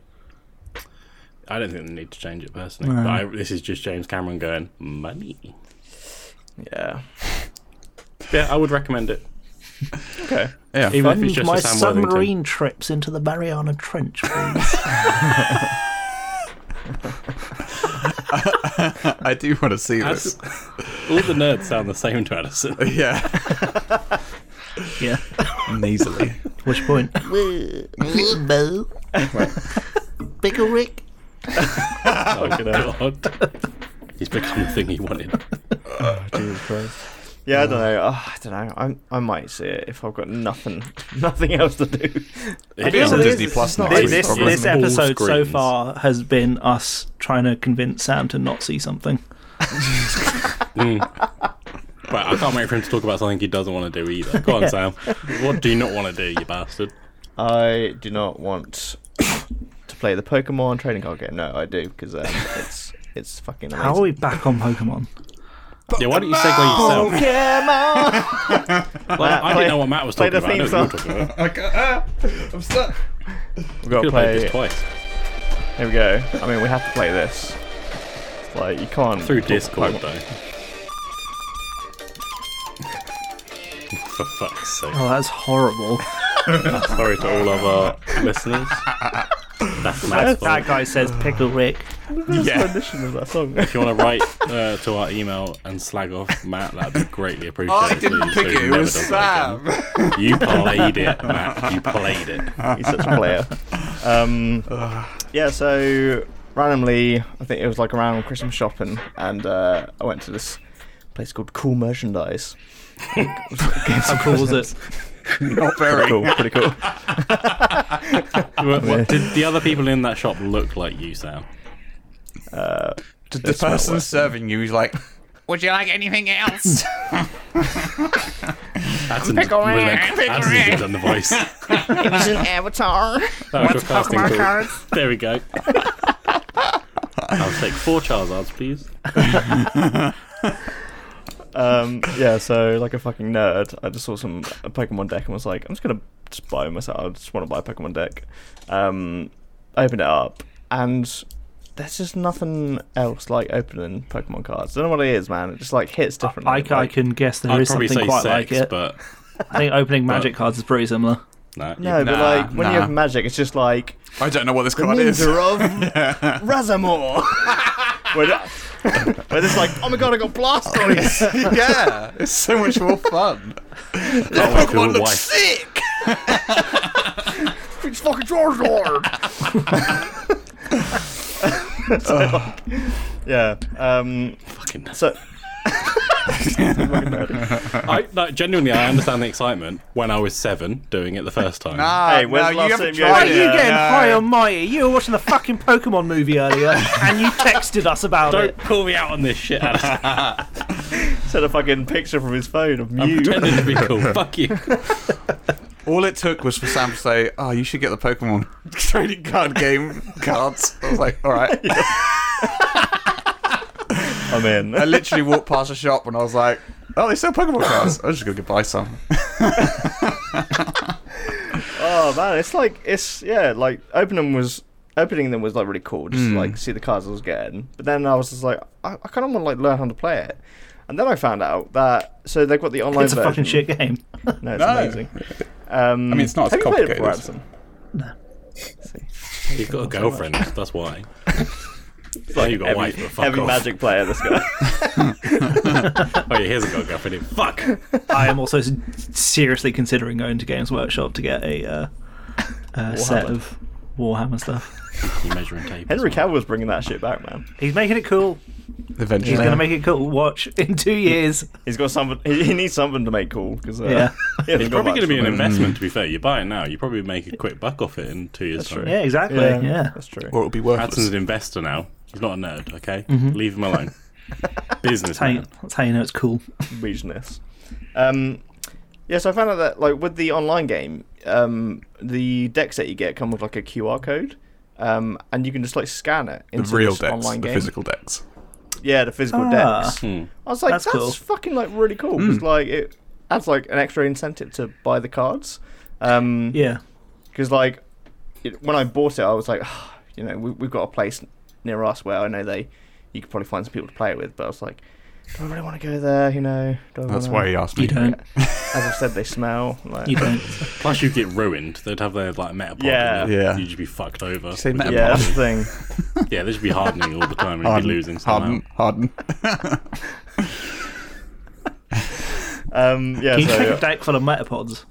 Speaker 3: I don't think they need to change it personally. But I, this is just James Cameron going money.
Speaker 1: Yeah.
Speaker 3: Yeah, I would recommend it.
Speaker 1: Okay.
Speaker 2: yeah.
Speaker 3: Even if it's just
Speaker 4: Fund my
Speaker 3: for Sam Worthington.
Speaker 4: submarine trips into the Mariana Trench, please.
Speaker 2: I do want to see
Speaker 3: That's-
Speaker 2: this.
Speaker 3: all the nerds sound the same to Addison.
Speaker 2: Yeah,
Speaker 4: yeah.
Speaker 2: nasally.
Speaker 4: Which point?
Speaker 5: Bo. Pickle Rick.
Speaker 3: Oh God. He's become the thing he wanted.
Speaker 1: Oh, Jesus Christ. Yeah, I don't know. Oh, I don't know. I I might see it if I've got nothing nothing else to do.
Speaker 3: It
Speaker 2: It's
Speaker 3: is
Speaker 2: on
Speaker 3: a-
Speaker 2: Disney Plus next
Speaker 4: This,
Speaker 2: week.
Speaker 4: this,
Speaker 2: probably.
Speaker 4: this
Speaker 3: All
Speaker 4: episode so
Speaker 3: screens.
Speaker 4: far has been us trying to convince Sam to not see something.
Speaker 3: But I can't wait for him to talk about something he doesn't want to do either. Go on, Sam. What do you not want to do, you bastard?
Speaker 1: I do not want to play the Pokemon trading card game. No, I do because um, it's it's fucking amazing.
Speaker 4: How are we back on Pokemon?
Speaker 3: Yeah, why don't you segue yourself?
Speaker 1: Pokemon.
Speaker 3: Like, I
Speaker 1: play-
Speaker 3: didn't know what Matt was
Speaker 1: play
Speaker 3: talking
Speaker 1: the
Speaker 3: about. I know what
Speaker 1: theme
Speaker 3: you were talking about.
Speaker 2: I ca- ah, I'm stuck.
Speaker 1: We've got to
Speaker 3: Could have played
Speaker 1: play.
Speaker 3: this twice
Speaker 1: Here we go. I mean, we have to play this. Like you can't
Speaker 3: through
Speaker 1: talk
Speaker 3: Discord,
Speaker 1: Pokemon.
Speaker 3: though. For fuck's sake.
Speaker 4: Oh, that's horrible.
Speaker 3: Sorry to all of our listeners. That's Matt's fault.
Speaker 4: that guy says pickle Rick.
Speaker 2: yeah.
Speaker 1: rendition of that song.
Speaker 3: If you want to write uh, to our email and slag off Matt, that'd be greatly appreciated.
Speaker 2: I didn't
Speaker 3: please, so
Speaker 2: pick
Speaker 3: he
Speaker 2: it. It
Speaker 3: never
Speaker 2: was
Speaker 3: does that
Speaker 2: Sam.
Speaker 3: again. You played it, Matt. You played it.
Speaker 1: He's such a player. Um, yeah, so randomly, I think it was like around Christmas shopping, and uh, I went to this place called Cool Merchandise.
Speaker 4: How cool was it?
Speaker 2: Not very.
Speaker 1: Cool, pretty cool.
Speaker 3: What, what- did the other people in that shop look like you, Sam?
Speaker 1: Uh,
Speaker 2: Did the
Speaker 1: smell
Speaker 2: person
Speaker 1: worse.
Speaker 2: serving you is like, would you like anything else?
Speaker 3: Adson's relent- Adson's done the voice.
Speaker 6: It's an avatar.
Speaker 3: That was your casting call. There we go. I'll take four Charizards, please.
Speaker 1: Um, yeah, so like a fucking nerd, I just saw some a Pokemon deck and was like, I'm just gonna just buy myself. I just want to buy a Pokemon deck. Um, I opened it up, and there's just nothing else like opening Pokemon cards. I don't know what it is, man. It just like hits differently.
Speaker 4: I, ca- I can guess there
Speaker 3: I'd
Speaker 4: is
Speaker 3: probably
Speaker 4: something
Speaker 3: say
Speaker 4: quite
Speaker 3: six,
Speaker 4: like it.
Speaker 3: but
Speaker 4: I think opening magic cards is pretty similar.
Speaker 3: no.
Speaker 1: No, but
Speaker 2: Nah,
Speaker 1: like when you
Speaker 2: nah.
Speaker 1: have magic, it's just like
Speaker 2: I don't know what this card is.
Speaker 1: Ninja of Razamor. where, the- where it's like, oh my god, I got Blastoise.
Speaker 2: yeah, it's so much more fun.
Speaker 3: Oh, I could wife.
Speaker 2: sick.
Speaker 1: it's fucking Charizard. So, like, yeah. Um,
Speaker 3: Fucking
Speaker 1: so
Speaker 3: I like, genuinely, I understand the excitement when I was seven doing it the first time.
Speaker 2: Ah,
Speaker 1: Hey, when's
Speaker 2: no,
Speaker 1: the last
Speaker 2: you haven't
Speaker 1: time you
Speaker 2: tried
Speaker 1: had
Speaker 2: it.
Speaker 1: it? Yeah,
Speaker 4: getting
Speaker 2: no.
Speaker 4: high on mighty. You were watching the fucking Pokemon movie earlier, and you texted us about
Speaker 3: Don't call me out on this shit. Adam.
Speaker 1: sent a fucking picture from his phone of
Speaker 3: I'm
Speaker 1: Mew.
Speaker 3: pretending to be cool. Fuck you.
Speaker 2: All it took was for Sam to say, "Oh, you should get the Pokemon trading card game cards." I was like, "All right."
Speaker 1: I'm in.
Speaker 2: I literally walked past a shop and I was like, "Oh, they sell Pokemon cards." I was just gonna go buy some.
Speaker 1: Oh man, it's like it's yeah, like opening was opening them was like really cool, just to, like see the cards I was getting. But then I was just like, I, I kind of want to like learn how to play it. And then I found out that so they've got the online
Speaker 4: It's a
Speaker 1: version.
Speaker 4: fucking shit game.
Speaker 1: No, it's
Speaker 2: No.
Speaker 1: amazing. Um, I
Speaker 2: mean, it's not as
Speaker 1: have You played it
Speaker 2: complicated.
Speaker 1: before, Adson?
Speaker 3: He's got a girlfriend. That's why. It's like you got a wife, but fuck
Speaker 1: Heavy
Speaker 3: off.
Speaker 1: magic player, this guy.
Speaker 3: Oh, yeah, he hasn't got a girlfriend. Fuck.
Speaker 4: I am also s- seriously considering going to Games Workshop to get a, uh, a set of Warhammer stuff.
Speaker 3: You measuring tape.
Speaker 1: Henry
Speaker 3: as well.
Speaker 1: Cavill's bringing that shit back, man.
Speaker 4: He's making it cool.
Speaker 2: Eventually,
Speaker 4: He's going to make it cool. Watch in two years.
Speaker 1: He's got something. He, he needs something to make cool because uh,
Speaker 4: Yeah.
Speaker 1: he hasn't
Speaker 3: It's
Speaker 1: got
Speaker 3: probably
Speaker 1: much
Speaker 3: going to be
Speaker 1: from
Speaker 3: an
Speaker 1: it.
Speaker 3: investment. To be fair, you buy it now, you probably make a quick buck off it in two years' time.
Speaker 4: Yeah, exactly. Yeah.
Speaker 1: that's true.
Speaker 2: or it'll be worthless.
Speaker 3: Adson's an investor now. He's not a nerd. Okay,
Speaker 1: Mm-hmm.
Speaker 3: leave him alone. Business
Speaker 4: That's, how you, that's how you know it's cool.
Speaker 1: regionness. Um, yeah, so I found out that like with the online game, um, the decks that you get come with like a QR code, um, and you can just like scan it
Speaker 2: the
Speaker 1: into
Speaker 2: real
Speaker 1: this
Speaker 2: decks,
Speaker 1: online
Speaker 2: the
Speaker 1: game.
Speaker 2: physical decks.
Speaker 1: Yeah, the physical
Speaker 4: Ah.
Speaker 1: decks.
Speaker 3: Hmm.
Speaker 1: I was like,
Speaker 4: That's
Speaker 1: that's,
Speaker 4: cool.
Speaker 1: fucking like really cool. 'cause, like it adds like an extra incentive to buy the cards. Um,
Speaker 4: Yeah.
Speaker 1: because like it, when I bought it, I was like, "Ah, you know, we, we've got a place near us where I know they you could probably find some people to play it with, but I was like, do I really want to go there? You know, do I
Speaker 2: That's
Speaker 1: wanna-
Speaker 2: why uh, he asked me.
Speaker 4: You don't.
Speaker 1: As I said, they smell. Like,
Speaker 4: You don't.
Speaker 3: Plus, you get ruined. They'd have their like metapod.
Speaker 1: Yeah.
Speaker 3: and you'd-
Speaker 2: Yeah.
Speaker 3: You'd just be fucked over.
Speaker 2: say
Speaker 3: with
Speaker 1: yeah,
Speaker 2: metapod?
Speaker 3: your
Speaker 1: that's the
Speaker 3: body.
Speaker 1: thing.
Speaker 3: yeah. They'd just be hardening all the time. and You'd be
Speaker 2: Harden,
Speaker 3: losing. somehow.
Speaker 2: Harden, Harden.
Speaker 1: Um, yeah,
Speaker 4: Can you make a
Speaker 1: so
Speaker 4: deck full of metapods?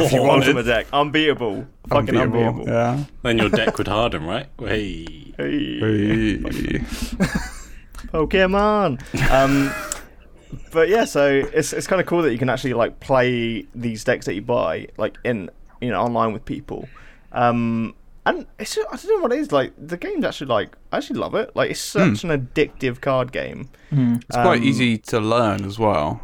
Speaker 1: if you want a deck, unbeatable, fucking unbeatable.
Speaker 2: Yeah.
Speaker 3: Then your deck would harden, right? Hey.
Speaker 1: Hey,
Speaker 2: Hey.
Speaker 1: Pokemon. Um, but yeah, so it's it's kind of cool that you can actually like play these decks that you buy like in you know online with people. Um, and it's I don't know what it is like the game's actually like I actually love it. Like it's such
Speaker 2: Hmm.
Speaker 1: an addictive card game. Um,
Speaker 2: It's quite easy to learn as well.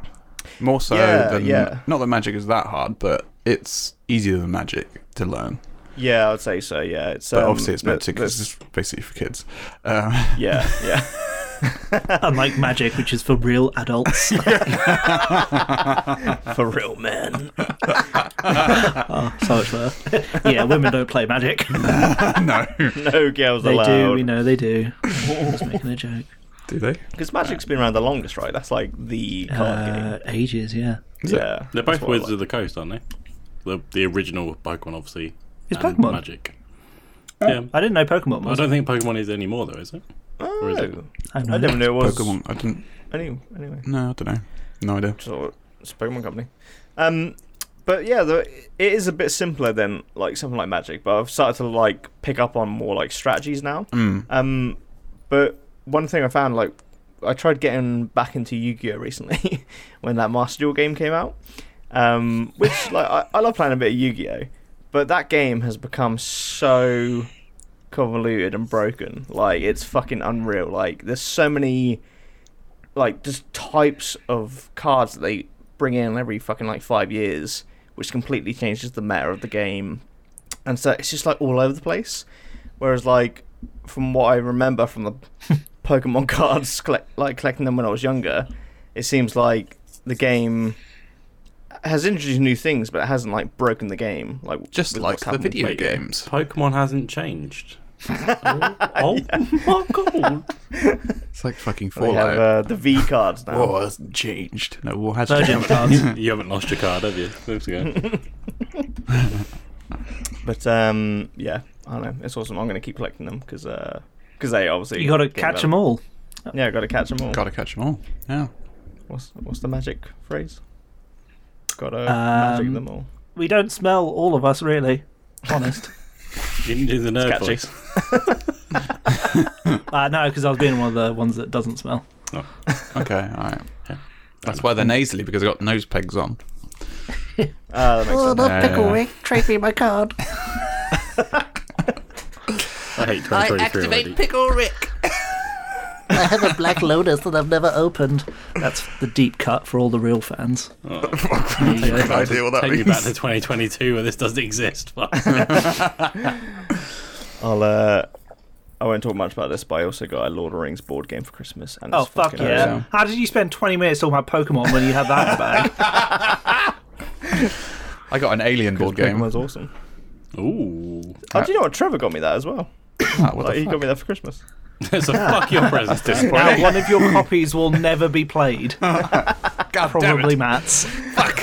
Speaker 2: More so
Speaker 1: Yeah,
Speaker 2: than
Speaker 1: yeah.
Speaker 2: not that magic is that hard, but it's easier than magic to learn.
Speaker 1: Yeah, I'd say so. Yeah, it's
Speaker 2: But
Speaker 1: um,
Speaker 2: obviously, it's meant to
Speaker 1: th-
Speaker 2: because
Speaker 1: th-
Speaker 2: it's basically for kids. Um,
Speaker 1: yeah, yeah.
Speaker 4: Unlike magic, which is for real adults.
Speaker 1: For real men.
Speaker 4: oh, so much better. yeah, women don't play magic.
Speaker 2: no,
Speaker 1: No girls
Speaker 4: They
Speaker 1: allowed.
Speaker 4: do, we know they do. Just making a joke.
Speaker 2: Do they?
Speaker 1: Because Magic's been around the longest, right? That's like the card
Speaker 4: Uh,
Speaker 1: game.
Speaker 4: ages, yeah.
Speaker 2: Is it?
Speaker 1: Yeah.
Speaker 3: They're
Speaker 1: that's
Speaker 3: both
Speaker 1: what I
Speaker 3: Wizards
Speaker 1: like.
Speaker 3: of the Coast, aren't they? The the original Pokemon, obviously.
Speaker 4: It's
Speaker 3: and
Speaker 4: Pokemon.
Speaker 3: Magic.
Speaker 1: Oh.
Speaker 3: Yeah.
Speaker 4: I didn't know Pokemon
Speaker 3: I
Speaker 4: was.
Speaker 3: don't think Pokemon is anymore, though, is it? Or is it?
Speaker 1: Oh,
Speaker 4: I don't
Speaker 1: I
Speaker 4: know.
Speaker 1: never knew it was.
Speaker 2: Pokemon. I didn't.
Speaker 1: Any, anyway.
Speaker 2: No, I don't know. No idea.
Speaker 1: So it's a Pokemon company. Um, but yeah, the, it is a bit simpler than like something like Magic. But I've started to like pick up on more like strategies now.
Speaker 2: Mm.
Speaker 1: Um, but one thing I found like I tried getting back into Yu-Gi-Oh recently when that Master Duel game came out. Um, which like I, I love playing a bit of Yu-Gi-Oh, but that game has become so convoluted and broken. Like it's fucking unreal. Like there's so many like just types of cards that they bring in every fucking like five years, which completely changes the meta of the game. And so it's just like all over the place. Whereas like from what I remember from the Pokemon cards, collect, like collecting them when I was younger, it seems like the game has introduced new things, but it hasn't like broken the game. Like
Speaker 2: Just
Speaker 1: with
Speaker 2: like
Speaker 1: what's
Speaker 2: the
Speaker 1: happened.
Speaker 2: video
Speaker 3: Wait.
Speaker 2: games.
Speaker 3: Pokemon hasn't changed. oh, oh my god!
Speaker 2: It's like fucking
Speaker 1: They have
Speaker 2: Fallout.
Speaker 1: uh, the V cards now.
Speaker 2: Oh, that's changed. No, what has
Speaker 4: Virgin
Speaker 2: changed?
Speaker 4: cards.
Speaker 3: You haven't lost your card, have you? Let's go.
Speaker 1: But um, yeah, I don't know. It's awesome. I'm going to keep collecting them because they obviously
Speaker 4: You got to
Speaker 1: get
Speaker 4: catch
Speaker 1: better.
Speaker 4: them all.
Speaker 1: Yeah, got to catch them all.
Speaker 2: Gotta catch them all. Yeah.
Speaker 1: What's what's the magic phrase? Got to magic
Speaker 4: Um,
Speaker 1: them all.
Speaker 4: We don't smell all of us, really. Honest.
Speaker 3: You didn't do the nerd
Speaker 1: catchy.
Speaker 3: voice.
Speaker 4: uh, no, because I was being one of the ones that doesn't smell.
Speaker 2: Okay. All right. That's why they're nasally because they got nose pegs on.
Speaker 1: Ah, that makes
Speaker 5: Oh,
Speaker 1: sense.
Speaker 2: Uh,
Speaker 6: Picklewick, trade me my card.
Speaker 3: I hate
Speaker 6: I
Speaker 3: 2023 already.
Speaker 6: activate Pickle Rick.
Speaker 4: I have a black lotus that I've never opened. That's the deep cut for all the real fans.
Speaker 2: Good idea what that
Speaker 3: Take me back
Speaker 2: means.
Speaker 3: to 2022 where this doesn't exist. Fuck.
Speaker 1: I'll uh, I won't talk much about this, but I also got a Lord of the Rings board game for Christmas. And
Speaker 4: Oh
Speaker 1: it's
Speaker 4: fuck
Speaker 1: fucking
Speaker 4: yeah!
Speaker 1: awesome.
Speaker 4: How did you spend 20 minutes talking about Pokemon when you had that in the bag?
Speaker 2: I got an alien board game.
Speaker 1: Pokemon's awesome.
Speaker 3: Ooh.
Speaker 1: Oh, do you know what? Trevor got me that as well.
Speaker 2: Ah, what the
Speaker 1: Like, he
Speaker 2: fuck?
Speaker 1: got me that for Christmas.
Speaker 3: so fuck your presents,
Speaker 4: Now
Speaker 3: disappointing.
Speaker 4: one of your copies will never be played.
Speaker 2: God damn it.
Speaker 4: Probably Matt's.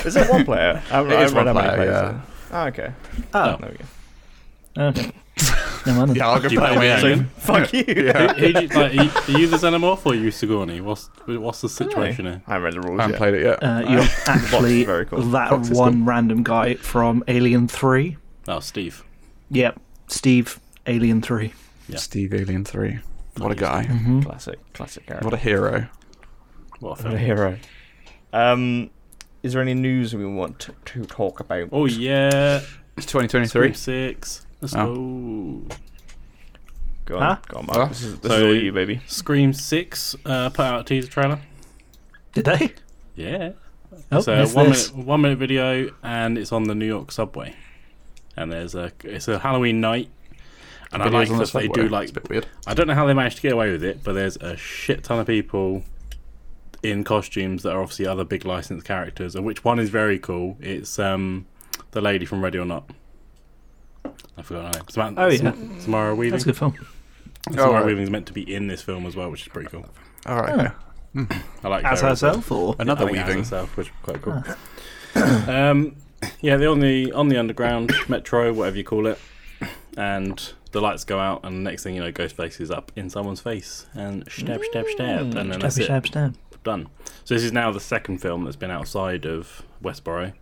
Speaker 1: Is it one player? I haven't,
Speaker 2: It
Speaker 1: I
Speaker 2: is
Speaker 1: haven't read
Speaker 2: one
Speaker 1: how many
Speaker 2: player,
Speaker 1: players it is. Oh, okay.
Speaker 4: Oh,
Speaker 1: There we go.
Speaker 4: okay. No wonder.
Speaker 2: Yeah, I'll go
Speaker 3: Do you
Speaker 2: play
Speaker 3: play
Speaker 2: with
Speaker 3: with
Speaker 2: alien.
Speaker 1: Fuck you.
Speaker 3: Who, who do you, like, are, you, are you the Xenomorph or are you Sigourney? What's, what's the situation here?
Speaker 1: I haven't read the rules
Speaker 2: I haven't
Speaker 1: yet.
Speaker 2: played it yet.
Speaker 4: Uh, you're actually
Speaker 1: very cool.
Speaker 4: that
Speaker 1: Fox is
Speaker 4: one random guy from Alien 3.
Speaker 3: Oh, Steve.
Speaker 4: Yep, Steve, Alien 3.
Speaker 3: yeah.
Speaker 2: Steve Alien 3. What a guy.
Speaker 1: Classic, classic character.
Speaker 2: What a hero.
Speaker 3: What a
Speaker 1: What a
Speaker 3: film.
Speaker 1: hero. Um, is there any news we want to talk about?
Speaker 3: Oh, yeah.
Speaker 2: It's 2023.
Speaker 3: Six. Let's
Speaker 2: Oh.
Speaker 3: go.
Speaker 1: Go on,
Speaker 4: Huh?
Speaker 1: go on, Mark.
Speaker 2: Huh?
Speaker 1: This, is, this is
Speaker 3: So-
Speaker 1: all you, baby.
Speaker 3: Scream 6 uh, put out a teaser trailer.
Speaker 4: Did they?
Speaker 3: Yeah.
Speaker 4: Oh,
Speaker 3: so
Speaker 4: missed
Speaker 3: one
Speaker 4: this.
Speaker 3: minute, one minute video, and it's on the New York subway. And there's a it's a Halloween night, and I
Speaker 2: Videos
Speaker 3: like
Speaker 2: on the
Speaker 3: that they
Speaker 2: subway.
Speaker 3: do like
Speaker 2: It's a bit weird.
Speaker 3: I don't know how they managed to get away with it, but there's a shit ton of people in costumes that are obviously other big licensed characters, of which one is very cool. It's um the lady from Ready or Not. I forgot her name. Samantha,
Speaker 4: Oh, yeah.
Speaker 3: Sam- Samara Weaving.
Speaker 4: That's a good film.
Speaker 3: Samara
Speaker 2: Oh, right.
Speaker 3: Weaving's meant to be in this film as well, which is pretty cool.
Speaker 2: All right.
Speaker 3: I like
Speaker 4: As
Speaker 3: her a
Speaker 4: herself, or
Speaker 2: Another
Speaker 3: I think it has
Speaker 2: weaving.
Speaker 3: itself, which is quite cool. um, yeah, they're on the on the underground metro, whatever you call it, and the lights go out, and next thing you know, Ghostface is up in someone's face and stab, stab, Mm. stab, and then that's
Speaker 4: Shabby
Speaker 3: it,
Speaker 4: Shab's down.
Speaker 3: done. So this is now the second film that's been outside of Westboro,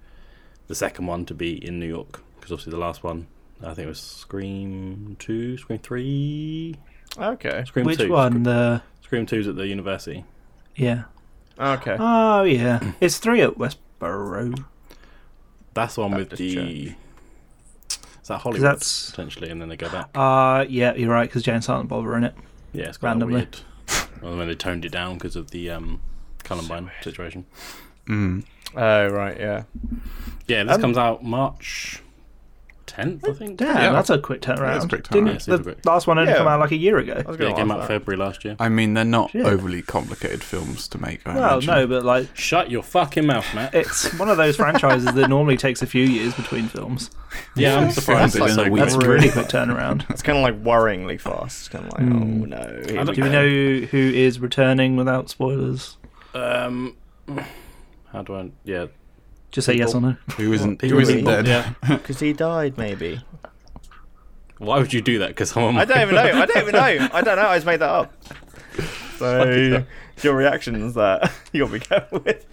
Speaker 3: the second one to be in New York, because obviously the last one. I think it was Scream Two, Scream Three,
Speaker 1: Okay.
Speaker 3: Scream
Speaker 4: Which
Speaker 3: Two.
Speaker 4: one? The
Speaker 3: Scream Two's at the university.
Speaker 4: yeah.
Speaker 1: Okay.
Speaker 4: Oh yeah, it's three at Westboro.
Speaker 3: That's the one with
Speaker 1: just
Speaker 3: the. Is that Hollywood
Speaker 4: that's-
Speaker 3: potentially, and then they go back.
Speaker 4: Uh yeah, you're right because Jane and Silent Bob are in it.
Speaker 3: Yeah, it's quite
Speaker 4: Randomly.
Speaker 3: weird. Well, then they toned it down because of the um, Columbine situation.
Speaker 2: Hmm.
Speaker 1: Oh right, yeah.
Speaker 3: Yeah, this comes out March tenth, I think.
Speaker 4: Damn,
Speaker 2: Um, Yeah.
Speaker 4: that's a quick turnaround.
Speaker 2: That's a quick turnaround.
Speaker 4: Didn't
Speaker 3: Yeah,
Speaker 4: the
Speaker 3: super quick.
Speaker 4: last one only
Speaker 1: Yeah.
Speaker 4: come out like a year ago?
Speaker 1: I was
Speaker 3: Yeah,
Speaker 1: going
Speaker 3: it
Speaker 1: to
Speaker 3: came
Speaker 1: ask
Speaker 3: out
Speaker 1: that.
Speaker 3: February last year.
Speaker 2: I mean, they're not
Speaker 4: Shit.
Speaker 2: overly complicated films to make. I
Speaker 4: Well,
Speaker 2: imagine.
Speaker 4: no, but like
Speaker 3: Shut your fucking mouth, Matt.
Speaker 4: it's one of those franchises that normally takes a few years between films.
Speaker 3: yeah, I'm
Speaker 2: That's
Speaker 3: surprised it's
Speaker 2: like
Speaker 3: so
Speaker 2: a
Speaker 3: quick.
Speaker 4: That's a really quick turnaround.
Speaker 1: It's kind of like worryingly fast. It's kind of like, oh no. here
Speaker 3: I
Speaker 1: we
Speaker 3: don't-
Speaker 4: Do
Speaker 1: go.
Speaker 4: we know who is returning without spoilers?
Speaker 3: Um, how do I? Yeah,
Speaker 4: Just say yes or no.
Speaker 2: who isn't?
Speaker 3: People
Speaker 2: Who isn't
Speaker 1: really-
Speaker 2: dead?
Speaker 3: Yeah.
Speaker 1: Because he died, maybe.
Speaker 3: Why would you do that? Because someone.
Speaker 1: I don't even know. I don't even know. I don't know. I just made that up. So your reaction's that you got to be careful with.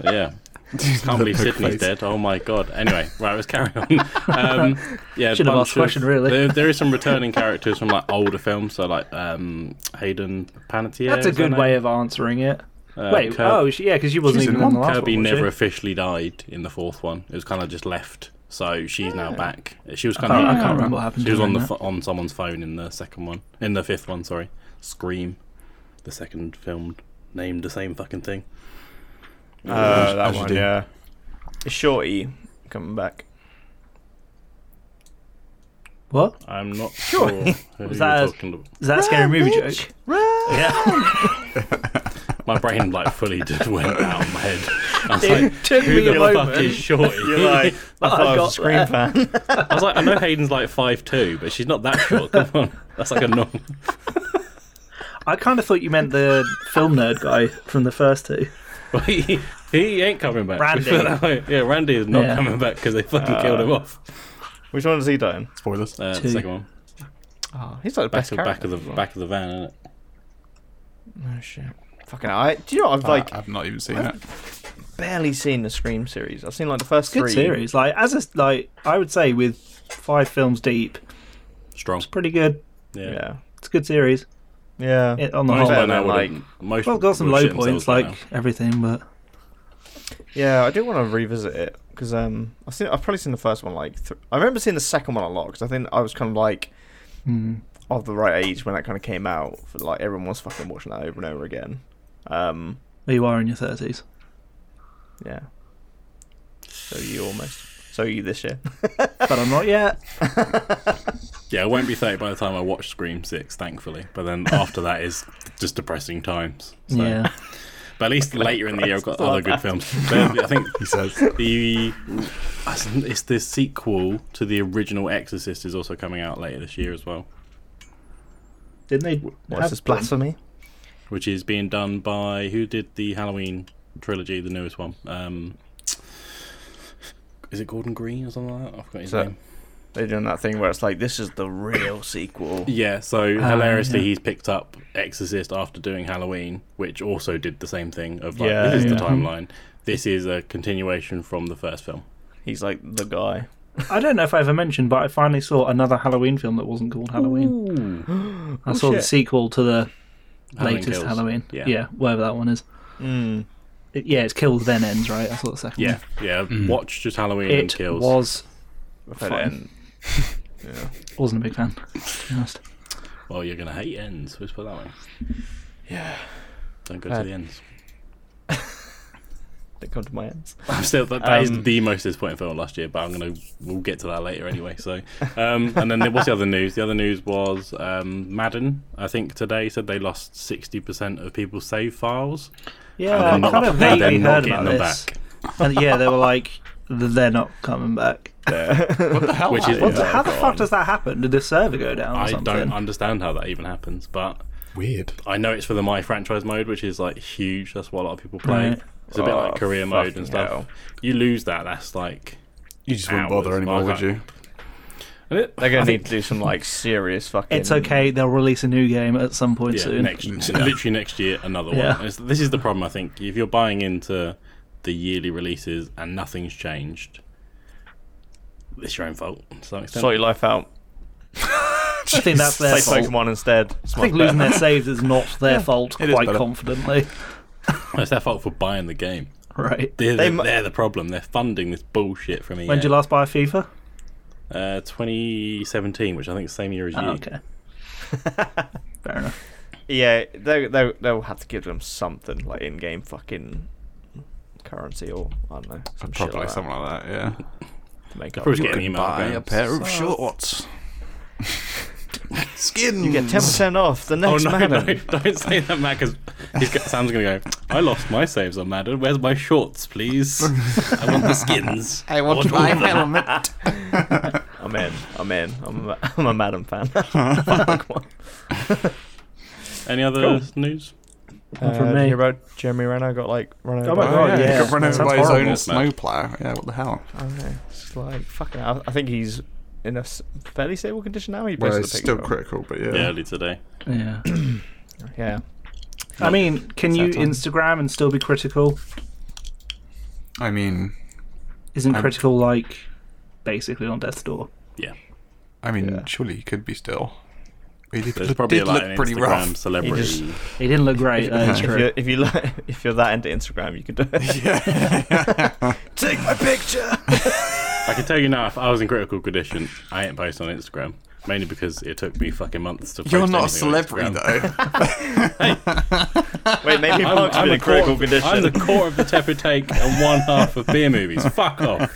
Speaker 3: yeah. Can't believe
Speaker 2: Poker
Speaker 3: Sydney's
Speaker 2: face.
Speaker 3: dead. Oh my god. Anyway, right, let's carry on. Um, yeah,
Speaker 4: Should have
Speaker 3: bunch
Speaker 4: asked the question, really.
Speaker 3: There, there is some returning characters from like older films, so like um, Hayden Panettiere.
Speaker 4: That's a
Speaker 3: is her
Speaker 4: good
Speaker 3: name?
Speaker 4: way of answering it.
Speaker 3: Uh,
Speaker 4: Wait,
Speaker 3: Kirk-
Speaker 4: oh, she, yeah, because she wasn't
Speaker 2: She's in
Speaker 4: even in the
Speaker 2: one.
Speaker 4: last
Speaker 3: Kirby
Speaker 4: one. was she?
Speaker 3: never officially died in the fourth one. It was kind of just left. So she's now back. She was
Speaker 4: I
Speaker 3: kind
Speaker 4: can't,
Speaker 3: of.
Speaker 4: I can't remember what happened.
Speaker 3: She was on
Speaker 4: during
Speaker 3: the
Speaker 4: that.
Speaker 3: pho- on someone's phone in the second one, in the fifth one. Sorry, Scream, the second film named the same fucking thing.
Speaker 1: Uh,
Speaker 2: as
Speaker 1: that
Speaker 2: you
Speaker 1: one,
Speaker 2: do.
Speaker 1: yeah. Shorty coming back.
Speaker 4: what?
Speaker 3: I'm not sure. who
Speaker 4: Was
Speaker 3: you're
Speaker 4: that a-
Speaker 3: talking about.
Speaker 4: Is that a scary movie joke? Yeah,
Speaker 3: My brain like fully just went out of my head. I was like,
Speaker 4: it took
Speaker 3: who
Speaker 4: me
Speaker 3: the
Speaker 4: a
Speaker 3: fuck
Speaker 4: moment.
Speaker 3: is Shorty?
Speaker 1: You're like, "Oh, I thought I, was a
Speaker 4: I got
Speaker 1: Scream fan.
Speaker 3: I was like, I know Hayden's like five two, but she's not that short. Come on, that's like a normal.
Speaker 4: I kind of thought you meant the film nerd guy from the first two.
Speaker 3: he, he ain't coming back.
Speaker 4: Randy.
Speaker 3: Put it that way. yeah, Randy is not
Speaker 4: Yeah.
Speaker 3: coming back because they
Speaker 1: Uh,
Speaker 3: fucking killed him off.
Speaker 1: Which one is he dying?
Speaker 2: Spoilers.
Speaker 3: Uh, the
Speaker 4: Two.
Speaker 3: second one,
Speaker 1: Oh, he's like the
Speaker 3: back
Speaker 1: best
Speaker 3: of back
Speaker 1: character.
Speaker 3: of the back of the van, isn't it?
Speaker 1: Oh shit. Fucking I do you know what? I've like
Speaker 2: Like, I've not even seen it.
Speaker 1: barely seen the Scream series. I've seen like the first
Speaker 4: Good
Speaker 1: three.
Speaker 4: series. Like as a like, I would say with five films deep,
Speaker 3: Strong.
Speaker 4: pretty good.
Speaker 3: Yeah.
Speaker 1: Yeah.
Speaker 4: It's a good series
Speaker 1: Yeah.
Speaker 4: it, uh, on the
Speaker 3: Most
Speaker 1: Better
Speaker 4: whole.
Speaker 3: by now
Speaker 1: than,
Speaker 3: would
Speaker 1: like-
Speaker 3: have- most
Speaker 4: Well, got some
Speaker 3: would have
Speaker 4: low
Speaker 3: shit themselves
Speaker 4: points
Speaker 3: uh, by
Speaker 4: like
Speaker 3: now.
Speaker 4: everything, but
Speaker 1: Yeah, I do want to revisit it because um, I've seen I've probably seen the first one like th- I remember seeing the second one a lot because I think I was kind of like
Speaker 4: mm,
Speaker 1: of the right age when that kind of came out. For, like everyone was fucking watching that over and over again. Um,
Speaker 4: you are in your thirties.
Speaker 1: yeah. So you almost. So you this year.
Speaker 4: But I'm not yet.
Speaker 3: Yeah, I won't be 30 by the time I watch Scream 6, thankfully. But then after that is just depressing times. So.
Speaker 4: Yeah.
Speaker 3: But at least later in the year, I've got other good films. But I think
Speaker 2: He says.
Speaker 3: the it's the sequel to the original Exorcist is also coming out later this year as well,
Speaker 4: Didn't they?
Speaker 1: What's
Speaker 4: have
Speaker 1: this
Speaker 4: one?
Speaker 1: blasphemy?
Speaker 3: which is being done by who did the Halloween trilogy, the newest one. Um, is it Gordon Green or something like that? I've got his
Speaker 1: So-
Speaker 3: name.
Speaker 1: They're doing that thing where it's like this is the real sequel.
Speaker 3: Yeah, so hilariously,
Speaker 4: Oh, yeah.
Speaker 3: he's picked up Exorcist after doing Halloween, which also did the same thing of like,
Speaker 1: Yeah,
Speaker 3: this is
Speaker 1: yeah.
Speaker 3: the timeline. This is a continuation from the first film.
Speaker 1: He's like the guy.
Speaker 4: I don't know if I ever mentioned, but I finally saw another Halloween film that wasn't called Halloween. Oh, I saw the
Speaker 1: shit.
Speaker 4: sequel to the
Speaker 3: Halloween
Speaker 4: latest
Speaker 3: Kills.
Speaker 4: Halloween.
Speaker 3: Yeah.
Speaker 4: Yeah. whatever that one is.
Speaker 1: Mm.
Speaker 4: It- yeah, it's Kills Then Ends, right? I saw the second
Speaker 3: Yeah, yeah.
Speaker 1: Mm.
Speaker 3: Watch just Halloween
Speaker 4: one. It
Speaker 3: and Kills.
Speaker 4: was.
Speaker 1: I've heard
Speaker 4: Fine.
Speaker 1: it in- Yeah.
Speaker 4: Wasn't a big fan. to be honest.
Speaker 3: Well, you're gonna hate ends. Let's put it that way.
Speaker 1: Yeah.
Speaker 3: Don't go
Speaker 1: Fair.
Speaker 3: to the ends.
Speaker 1: They come to my ends.
Speaker 3: I'm still that, that is
Speaker 1: Um,
Speaker 3: the most disappointing film last year, but I'm gonna we'll get to that later anyway. So, um, and then there- what's the other news? The other news was um, Madden. I think today said they lost sixty percent of people's save files.
Speaker 4: Yeah, I
Speaker 3: and they're
Speaker 4: kind
Speaker 3: not-
Speaker 4: of
Speaker 3: they're
Speaker 4: vaguely
Speaker 3: not
Speaker 4: heard
Speaker 3: getting them
Speaker 4: about this. And yeah, they were like, they're not coming back.
Speaker 3: Which is
Speaker 4: What the- how the fuck does that happen? Did the server go
Speaker 1: Oh,
Speaker 4: down? Or
Speaker 3: I
Speaker 4: something?
Speaker 3: don't understand how that even happens, but
Speaker 2: Weird.
Speaker 3: I know it's for the My Franchise mode, which is like huge. That's what a lot of people play.
Speaker 4: Right.
Speaker 3: It's a bit like
Speaker 1: Oh,
Speaker 3: career mode
Speaker 1: fucking
Speaker 3: and stuff.
Speaker 1: hell.
Speaker 3: You lose that, that's like.
Speaker 2: You just wouldn't
Speaker 3: Hours
Speaker 2: bother
Speaker 3: of
Speaker 2: anymore, would
Speaker 3: archive.
Speaker 2: you?
Speaker 3: and it-
Speaker 1: They're gonna need to do some like serious fucking.
Speaker 4: It's okay. They'll release a new game at some point
Speaker 3: yeah,
Speaker 4: soon.
Speaker 3: next literally next year another one.
Speaker 4: Yeah.
Speaker 3: It's- this is the problem I think. If you're buying into the yearly releases and nothing's changed, it's your own fault to some extent.
Speaker 1: Sort your life out.
Speaker 4: I think that's their
Speaker 1: Play
Speaker 4: fault.
Speaker 1: Pokemon instead. It's
Speaker 4: I think
Speaker 1: much
Speaker 4: losing their saves is not their fault,
Speaker 2: it is
Speaker 4: quite
Speaker 2: better.
Speaker 4: confidently.
Speaker 3: it's their fault for buying the game.
Speaker 4: Right.
Speaker 3: They're,
Speaker 1: They
Speaker 3: the,
Speaker 1: mu-
Speaker 3: they're the problem. They're funding this bullshit from EA.
Speaker 4: When did you last buy a FIFA?
Speaker 3: Uh, 2017, which I think is the same year as you.
Speaker 4: Oh, okay. Fair enough.
Speaker 1: Yeah, they they they'll have to give them something like in-game fucking currency or I don't know. Some shit
Speaker 2: Probably
Speaker 1: like that.
Speaker 2: something like that. Yeah.
Speaker 1: to make up.
Speaker 3: Probably
Speaker 1: for
Speaker 3: get an
Speaker 1: it.
Speaker 3: email.
Speaker 2: Buy a
Speaker 3: going,
Speaker 2: pair of
Speaker 3: "Sucks."
Speaker 2: shorts. Skins.
Speaker 1: You get ten percent off the
Speaker 3: Oh
Speaker 1: next
Speaker 3: no, no!
Speaker 1: Madden.
Speaker 3: Don't say that, Matt. Because Sam's gonna go. I lost my saves on Madden. Where's my shorts, please? I want the skins.
Speaker 2: I want my helmet.
Speaker 1: I'm in. I'm in. I'm a, I'm a Madden fan. Fuck, what?
Speaker 3: Any other
Speaker 1: Cool.
Speaker 3: news?
Speaker 4: Not from
Speaker 1: Uh, did
Speaker 4: me.
Speaker 1: you hear about Jeremy Renner got like run over.
Speaker 4: Oh my
Speaker 1: by-
Speaker 4: God,
Speaker 2: He
Speaker 4: yeah.
Speaker 2: got run
Speaker 4: that
Speaker 2: over
Speaker 4: sounds
Speaker 2: by his
Speaker 3: horrible,
Speaker 2: own
Speaker 3: Matt.
Speaker 2: snowplow. Yeah, what the hell?
Speaker 1: I don't know. It's like fucking. hell. I think he's in a s- fairly stable condition now. He
Speaker 2: Well,
Speaker 1: posted a
Speaker 2: it's
Speaker 1: picture
Speaker 2: still
Speaker 1: of him.
Speaker 2: critical, but
Speaker 3: Yeah,
Speaker 2: yeah.
Speaker 3: early today.
Speaker 4: Yeah.
Speaker 1: Yeah.
Speaker 4: I mean, can you
Speaker 2: It's that time.
Speaker 4: Instagram and still be critical?
Speaker 2: I mean,
Speaker 4: Isn't
Speaker 2: I'm-
Speaker 4: critical like basically on death's door?
Speaker 3: Yeah,
Speaker 2: I mean,
Speaker 1: Yeah.
Speaker 2: surely he could be still. He did,
Speaker 3: there's probably
Speaker 2: did
Speaker 3: like
Speaker 2: look
Speaker 3: an
Speaker 2: pretty
Speaker 3: Instagram
Speaker 2: rough.
Speaker 3: celebrity.
Speaker 1: He just-
Speaker 4: He didn't look great. That is
Speaker 1: if
Speaker 4: true.
Speaker 1: you're if you li- if you're that into Instagram, you can do it.
Speaker 2: Yeah.
Speaker 1: Take my picture.
Speaker 3: I can tell you now, if I was in critical condition, I ain't post on Instagram. Mainly because it took me fucking months to.
Speaker 2: You're
Speaker 3: post
Speaker 2: not a
Speaker 3: anything on
Speaker 2: celebrity,
Speaker 3: Instagram.
Speaker 2: though.
Speaker 1: Wait, maybe
Speaker 3: I'm,
Speaker 1: Mark's
Speaker 3: I'm
Speaker 1: been
Speaker 3: the
Speaker 1: in critical
Speaker 3: quarter,
Speaker 1: condition.
Speaker 3: I'm the quarter of the Tepper Take and one half of beer movies. Fuck off.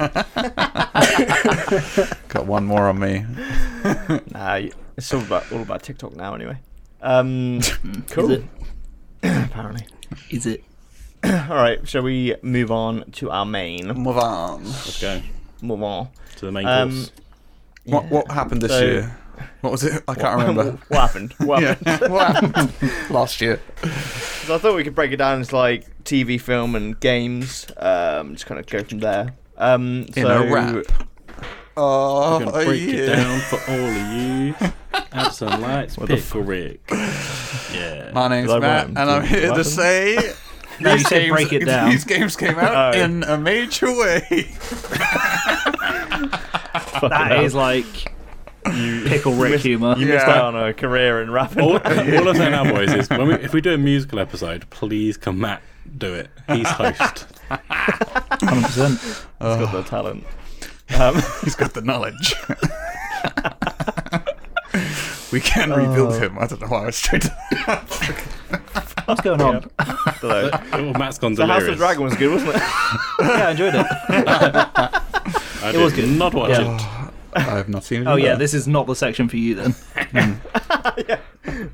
Speaker 2: Got one more on me.
Speaker 1: Nah, y- it's all about all about TikTok now, anyway. Um,
Speaker 4: Is
Speaker 1: cool.
Speaker 4: it?
Speaker 1: Apparently.
Speaker 4: Is it?
Speaker 1: All right. Shall we move on to our main?
Speaker 2: Move on.
Speaker 3: Let's go
Speaker 1: Move on.
Speaker 3: to the main
Speaker 1: Um,
Speaker 3: course.
Speaker 2: What
Speaker 1: Yeah.
Speaker 2: what happened this
Speaker 1: So-
Speaker 2: year? What was it? I can't remember.
Speaker 1: what happened? What happened?
Speaker 2: yeah. what happened last year?
Speaker 1: 'Cause I thought we could break it down as like TV, film, and games. Um, just kind of go from there. Um,
Speaker 2: In
Speaker 1: so
Speaker 2: a wrap.
Speaker 3: We're
Speaker 2: Oh,
Speaker 3: gonna break it
Speaker 2: yeah.
Speaker 3: down for all of you. Add some lights, pickle Rick. Yeah.
Speaker 2: My name's
Speaker 1: Did I
Speaker 2: Matt,
Speaker 1: rhyme?
Speaker 2: and I'm
Speaker 1: Did
Speaker 2: here
Speaker 1: I
Speaker 2: to
Speaker 1: rhyme?
Speaker 2: say
Speaker 4: No, you said break it down.
Speaker 2: these games came out
Speaker 1: Oh.
Speaker 2: in a major way.
Speaker 4: That is like pickle Rick humor.
Speaker 1: You missed
Speaker 2: Yeah.
Speaker 1: out on a career in rapping.
Speaker 2: Oh.
Speaker 3: all, all I'm saying now, boys, is when we, if we do a musical episode, please can Matt do it. He's host.
Speaker 4: 100%.
Speaker 1: He's got the talent. Um,
Speaker 2: He's got the knowledge. we can
Speaker 4: Uh,
Speaker 2: rebuild him. I don't know why I was straight to
Speaker 4: What's going on?
Speaker 1: dunno.
Speaker 3: Well, Matt's gone
Speaker 1: uh, The House of
Speaker 3: delirious.
Speaker 1: the Dragon was good, wasn't it?
Speaker 4: Yeah, I enjoyed it.
Speaker 3: I did Not watch
Speaker 4: Yeah.
Speaker 3: it.
Speaker 2: I have not seen it.
Speaker 4: Oh, yeah,
Speaker 2: either.
Speaker 4: this is not the section for you then.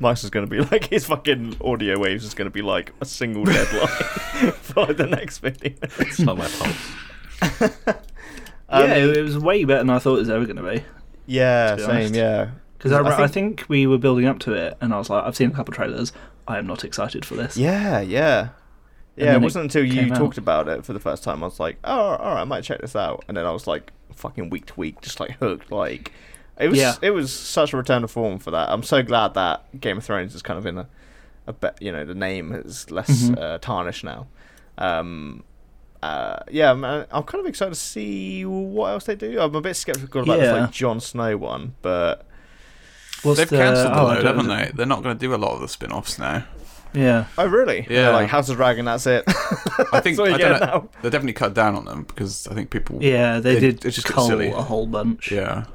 Speaker 1: Mike's is going to be like his fucking audio waves is going to be like a single deadline for like, the next video.
Speaker 3: It's not my fault.
Speaker 1: Um,
Speaker 4: yeah, Um, it it was way better than I thought it was ever going to be.
Speaker 1: Yeah,
Speaker 4: be
Speaker 1: same.
Speaker 4: honest.
Speaker 1: Yeah,
Speaker 4: Because I,
Speaker 1: I
Speaker 4: re- I
Speaker 1: think-
Speaker 4: think we were building up to it, and I was like, I've seen a couple trailers. I am not excited for this.
Speaker 1: yeah, yeah, yeah.
Speaker 4: then
Speaker 1: It
Speaker 4: it
Speaker 1: wasn't until you
Speaker 4: came out.
Speaker 1: talked about it for the first time I was like, oh, all right, I might check this out. And then I was like, fucking week to week, just like hooked. Like it was,
Speaker 4: Yeah.
Speaker 1: it was such a return to form for that. I'm so glad that Game of Thrones is kind of in a, a bit, you know, the name is less
Speaker 4: Mm-hmm.
Speaker 1: uh, tarnished now. Um, uh, yeah, man, I'm kind of excited to see what else they do. I'm a bit skeptical about this
Speaker 4: Yeah.
Speaker 1: like Jon Snow one, but
Speaker 4: What's
Speaker 2: They've
Speaker 4: the-
Speaker 2: cancelled
Speaker 4: oh, I
Speaker 2: the load,
Speaker 4: don't-
Speaker 2: haven't they? They're not going to do a lot of the spin offs now.
Speaker 4: Yeah.
Speaker 1: oh really? They're
Speaker 2: Yeah.
Speaker 1: like House of Dragon. That's it.
Speaker 2: I think
Speaker 1: all you
Speaker 2: I
Speaker 1: get
Speaker 2: don't
Speaker 1: now.
Speaker 2: know, they definitely cut down on them because I think people.
Speaker 4: Yeah, they
Speaker 2: It-
Speaker 4: did
Speaker 2: it just gets
Speaker 4: cull
Speaker 2: silly.
Speaker 4: a whole bunch.
Speaker 2: Yeah.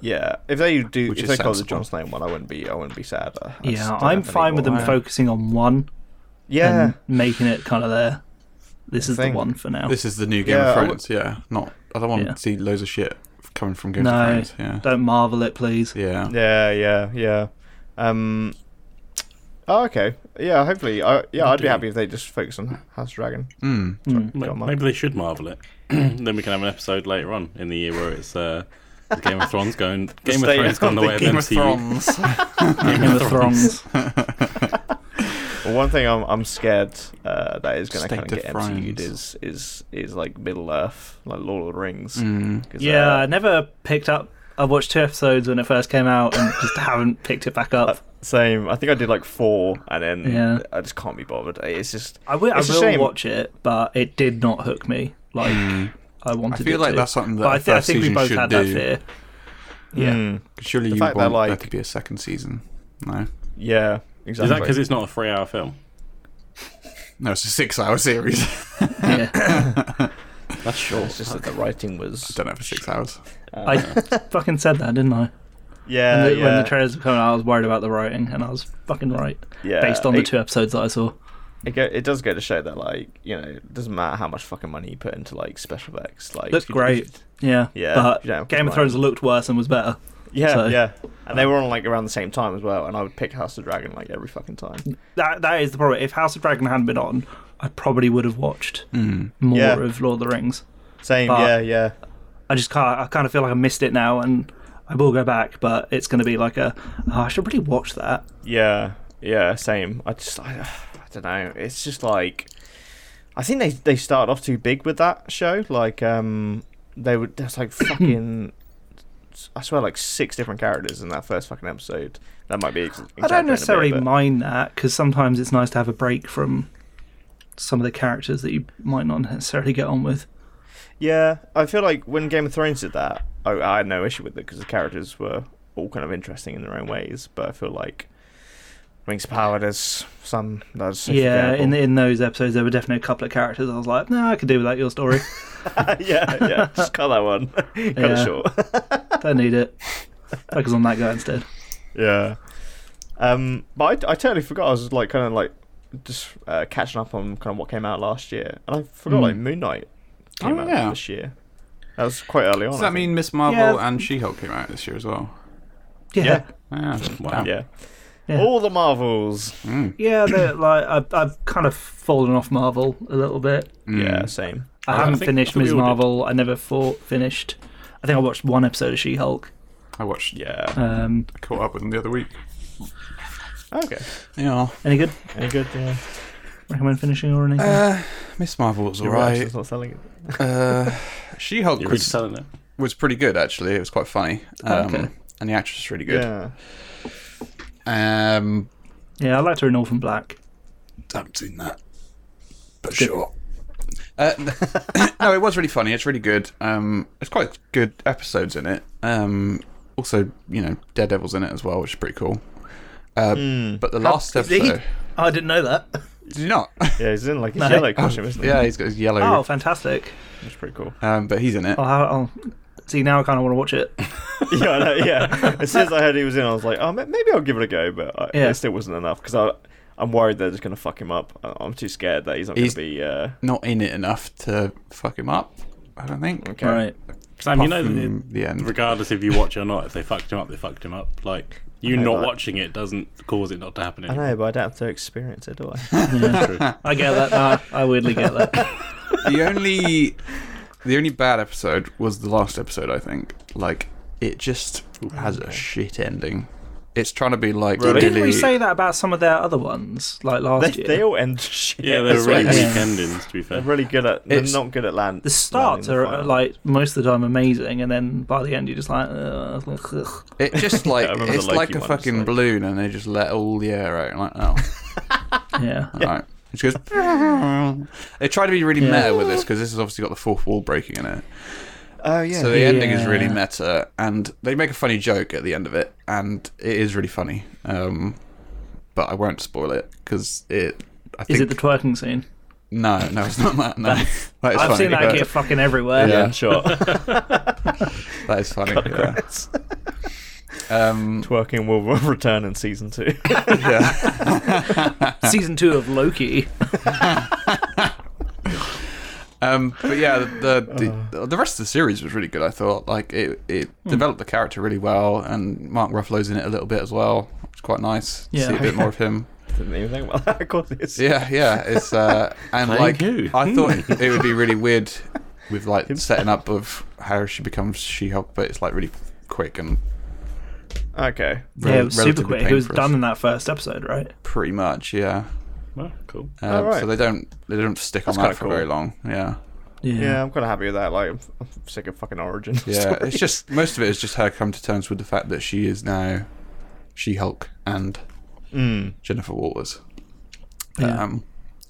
Speaker 1: Yeah, if they do,
Speaker 2: Which
Speaker 1: if they
Speaker 2: is
Speaker 1: call the
Speaker 2: sensible.
Speaker 1: John Snow one, I wouldn't be, I wouldn't be sad. I- I
Speaker 4: Yeah,
Speaker 1: just don't
Speaker 4: I'm
Speaker 1: have any
Speaker 4: fine with
Speaker 1: more.
Speaker 4: them focusing on one
Speaker 1: Yeah,
Speaker 4: and making it kind of there. This is the
Speaker 1: think-
Speaker 4: one for now.
Speaker 2: This is the new Game
Speaker 1: Yeah,
Speaker 2: of
Speaker 1: I
Speaker 2: Thrones. yeah. Not. I don't want
Speaker 4: Yeah.
Speaker 2: to see loads of shit coming from Game
Speaker 4: no,
Speaker 2: of Thrones. Yeah.
Speaker 4: don't marvel it, please.
Speaker 2: Yeah.
Speaker 1: yeah, yeah, yeah. Um. Oh, okay. Yeah, hopefully. I, yeah, I'd be
Speaker 3: do.
Speaker 1: happy if they just focus on House of Dragon.
Speaker 2: Mm.
Speaker 3: Ma-
Speaker 1: Got mine.
Speaker 3: Maybe they should marvel it. then we can have an episode later on in the year where it's uh, the Game of Thrones going. Game of
Speaker 1: state
Speaker 3: Thrones gone the
Speaker 1: of the
Speaker 3: way of
Speaker 2: Game of
Speaker 3: MCU.
Speaker 2: Thrones.
Speaker 4: Game of Thrones.
Speaker 1: Well, one thing I'm, I'm scared uh, that is going to
Speaker 2: State
Speaker 1: kind of
Speaker 2: of
Speaker 1: get MCU'd
Speaker 2: Thrones.
Speaker 1: is is is like Middle Earth, like Lord of the Rings.
Speaker 2: Mm.
Speaker 1: 'Cause,
Speaker 4: Yeah, I
Speaker 1: uh,
Speaker 4: never picked up. I watched two episodes when it first came out and just haven't picked it back up.
Speaker 1: uh, same. I think I did like four, and then
Speaker 4: Yeah.
Speaker 1: I just can't be bothered. It's just
Speaker 4: I will, I
Speaker 1: it's a
Speaker 4: will
Speaker 1: shame.
Speaker 4: watch it, but it did not hook me like I wanted.
Speaker 2: Hmm. I feel
Speaker 4: it
Speaker 2: like
Speaker 4: to.
Speaker 2: that's something that
Speaker 4: But I,
Speaker 2: the
Speaker 4: thi- I
Speaker 2: first
Speaker 4: think we
Speaker 2: season
Speaker 4: both
Speaker 2: should
Speaker 4: had that
Speaker 2: do.
Speaker 4: fear. Yeah,
Speaker 1: Mm,
Speaker 2: Surely
Speaker 1: The
Speaker 2: you
Speaker 1: fact
Speaker 2: want
Speaker 1: that,
Speaker 2: there
Speaker 1: like-
Speaker 2: to be a second season. No.
Speaker 1: yeah,
Speaker 3: Is
Speaker 1: exactly.
Speaker 3: that because it's not a three-hour film?
Speaker 2: No, it's a six hour series.
Speaker 1: Hmm.
Speaker 4: yeah.
Speaker 3: That's short.
Speaker 1: It's just that the writing was
Speaker 2: Don't know for six hours.
Speaker 4: I fucking said that, didn't I?
Speaker 1: yeah,
Speaker 4: And uh, the-
Speaker 1: yeah.
Speaker 4: When the trailers were coming out, I was worried about the writing, and I was fucking right
Speaker 1: Yeah,
Speaker 4: based on the
Speaker 1: it-
Speaker 4: two episodes that I saw.
Speaker 1: it, go, it does go to show that like you know it doesn't matter how much fucking money you put into like special effects like
Speaker 4: Looked
Speaker 1: you-
Speaker 4: great. Yeah.
Speaker 1: Yeah,
Speaker 4: But
Speaker 1: you don't have to
Speaker 4: Game of
Speaker 1: mind.
Speaker 4: Thrones looked worse and was better.
Speaker 1: yeah
Speaker 4: So-
Speaker 1: yeah and they were on like around the same time as well and I would pick House of the Dragon like every fucking time
Speaker 4: That that is the problem. If House of Dragon hadn't been on, I probably would have watched
Speaker 2: Hmm.
Speaker 4: more
Speaker 1: Yeah.
Speaker 4: of Lord of the Rings.
Speaker 1: same
Speaker 4: But-
Speaker 1: yeah yeah
Speaker 4: I just can't. I kind of feel like I missed it now, and I will go back. But it's going to be like a. Oh, I should really watch that.
Speaker 1: Yeah, yeah, same. I just, I, I don't know. It's just like, I think they they started off too big with that show. Like, um, they were there's like fucking, I swear, like six different characters in that first fucking episode. That might be. Ex-
Speaker 4: I don't
Speaker 1: exaggerating a
Speaker 4: necessarily
Speaker 1: bit, but-
Speaker 4: mind that because sometimes it's nice to have a break from some of the characters that you might not necessarily get on with.
Speaker 1: Yeah, I feel like when Game of Thrones did that, I, I had no issue with it because the characters were all kind of interesting in their own ways. But I feel like. Rings of Power, there's some that's so
Speaker 4: yeah,
Speaker 1: forgettable.
Speaker 4: in in those episodes, there were definitely a couple of characters I was like, no, I could do without your story.
Speaker 1: yeah, yeah, just cut that one, cut
Speaker 4: Yeah.
Speaker 1: it short.
Speaker 4: Don't need it. Focus on that guy instead.
Speaker 1: Yeah. Um, but I, I totally forgot. I was like kind of like just uh, catching up on kind of what came out last year, and I forgot like Moon Knight came
Speaker 2: Mm. Oh,
Speaker 1: out
Speaker 2: yeah.
Speaker 1: this year. That was quite early on.
Speaker 2: Does
Speaker 1: I
Speaker 2: that
Speaker 1: think.
Speaker 2: mean Miss Marvel
Speaker 4: Yeah.
Speaker 2: and She Hulk came out this year as well?
Speaker 4: Yeah,
Speaker 1: Yeah.
Speaker 4: yeah.
Speaker 2: Ah,
Speaker 3: Wow.
Speaker 1: Yeah.
Speaker 4: Yeah.
Speaker 1: All the Marvels.
Speaker 2: Hmm.
Speaker 4: but like I've, I've kind of fallen off Marvel a little bit.
Speaker 2: Hmm. Mm.
Speaker 1: Yeah, same.
Speaker 4: I
Speaker 3: I
Speaker 4: haven't
Speaker 3: think- I
Speaker 4: finished
Speaker 3: think we
Speaker 4: Ms.
Speaker 3: all did.
Speaker 4: Marvel. I never fought, finished. I think I watched one episode of She Hulk.
Speaker 2: I watched. Yeah,
Speaker 1: Yeah.
Speaker 4: Um,
Speaker 2: I caught up with them the other week.
Speaker 1: Okay.
Speaker 2: Yeah,
Speaker 4: any good?
Speaker 1: Any good? uh, Yeah.
Speaker 4: Recommend finishing or anything?
Speaker 2: Miss Marvel was
Speaker 1: Your reaction's
Speaker 2: alright.
Speaker 1: Not selling it.
Speaker 2: Uh, she Hulk
Speaker 3: You're really
Speaker 2: was,
Speaker 3: selling it.
Speaker 2: was pretty good actually. It was quite funny. Um,
Speaker 4: Okay.
Speaker 2: And the actress was really good.
Speaker 1: Yeah.
Speaker 2: Um,
Speaker 4: yeah, I liked her in Orphan Black.
Speaker 2: haven't seen that, but sure. Uh, no, it was really funny. It's really good. Um, it's quite good episodes in it. Um, also, you know, Daredevil's in it as well, which is pretty cool. Uh, But the last
Speaker 4: is he?
Speaker 2: episode,
Speaker 4: Oh, I didn't know that.
Speaker 2: did you not?
Speaker 1: Yeah, he's in like his
Speaker 4: No.
Speaker 1: yellow costume, isn't he?
Speaker 2: yeah, he's got his yellow.
Speaker 4: Oh, fantastic!
Speaker 1: That's pretty cool.
Speaker 2: Um, but he's in it.
Speaker 4: I'll, have, I'll see. Now I kind of want to watch it.
Speaker 1: yeah, I know, yeah. As soon as I heard he was in, I was like, oh, ma- maybe I'll give it a go, but I,
Speaker 4: Yeah.
Speaker 1: it still wasn't enough because I. I'm worried they're just gonna fuck him up. I- I'm too scared that he's not
Speaker 2: He's-
Speaker 1: gonna be. Uh,
Speaker 2: Not in it enough to fuck him up. I don't think.
Speaker 1: okay.
Speaker 4: Right.
Speaker 3: Sam, you know,
Speaker 2: Apart
Speaker 3: that
Speaker 2: from the end.
Speaker 3: regardless if you watch it or not, if they fucked him up, they fucked him up. Like you
Speaker 1: know,
Speaker 3: not
Speaker 1: but-
Speaker 3: watching it doesn't cause it not to happen.
Speaker 1: I
Speaker 3: Anymore.
Speaker 1: know, but I don't have to experience it, do I?
Speaker 4: I get that. Nah, I weirdly get that.
Speaker 2: the only the only bad episode was the last episode i think like it just has a shit ending it's trying to be like really,
Speaker 4: Didn't we say that about some of their other ones, like
Speaker 1: they,
Speaker 4: last year?
Speaker 1: they all end shit.
Speaker 3: Yeah, they're
Speaker 1: That's
Speaker 3: really
Speaker 1: right.
Speaker 4: Yeah.
Speaker 3: weak endings. To be fair,
Speaker 1: They're really good at. They're
Speaker 2: It's-
Speaker 1: not good at land.
Speaker 4: the starts
Speaker 1: landing the
Speaker 4: are uh,
Speaker 1: final.
Speaker 4: like most of the time amazing, and then by the end you're just like, ugh, ugh, ugugh.
Speaker 2: it just like
Speaker 1: I remember
Speaker 2: it's
Speaker 1: the Loki
Speaker 2: like a
Speaker 1: one,
Speaker 2: fucking
Speaker 1: it's like-
Speaker 2: balloon and they just let all the air out like oh
Speaker 4: yeah.
Speaker 2: right it just goes they try to be really
Speaker 4: Yeah.
Speaker 2: meta with this because this has obviously got the fourth wall breaking in it
Speaker 1: Oh yeah.
Speaker 2: so the ending is really
Speaker 4: Yeah.
Speaker 2: meta and they make a funny joke at the end of it and it is really funny um but i won't spoil it because it I think
Speaker 4: Is it the twerking scene?
Speaker 2: No, no, it's not that. No, That is
Speaker 4: I've
Speaker 2: funny,
Speaker 4: seen that
Speaker 2: but
Speaker 4: get fucking everywhere.
Speaker 2: Yeah.
Speaker 1: yeah, sure.
Speaker 2: That is funny. yeah. Um,
Speaker 1: Twerking will will return in season two.
Speaker 2: yeah.
Speaker 4: Season two of Loki.
Speaker 2: Um, but yeah, the
Speaker 1: Uh.
Speaker 2: the, the rest of the series was really good. I thought like it it
Speaker 4: Hmm.
Speaker 2: developed the character really well, and Mark Ruffalo's in it a little bit as well. It's quite nice. to
Speaker 4: Yeah.
Speaker 2: see a bit more of him.
Speaker 1: Didn't even think about that. Of course, it's
Speaker 2: Yeah, yeah. It's uh, and
Speaker 3: Playing
Speaker 2: like
Speaker 3: who?
Speaker 2: I thought
Speaker 4: Hmm.
Speaker 2: it, it would be really weird with like setting up of how she becomes She-Hulk, but it's like really quick and
Speaker 1: okay.
Speaker 4: yeah,
Speaker 2: rel-
Speaker 4: it was super
Speaker 2: relatively
Speaker 4: quick. It was
Speaker 2: painless.
Speaker 4: done in that first episode, right?
Speaker 2: pretty much. Yeah.
Speaker 3: well, cool.
Speaker 2: Uh,
Speaker 1: Oh, right.
Speaker 2: So they don't they don't stick
Speaker 1: That's
Speaker 2: on that
Speaker 1: kinda
Speaker 2: for
Speaker 1: cool.
Speaker 2: very long. Yeah,
Speaker 1: Yeah, I'm kind of happy with that. Like, I'm, I'm sick of fucking Origin.
Speaker 2: yeah. It's just most of it is just her come to terms with the fact that she is now She Hulk and Jennifer Walters.
Speaker 4: Hmm. Yeah.
Speaker 2: Um,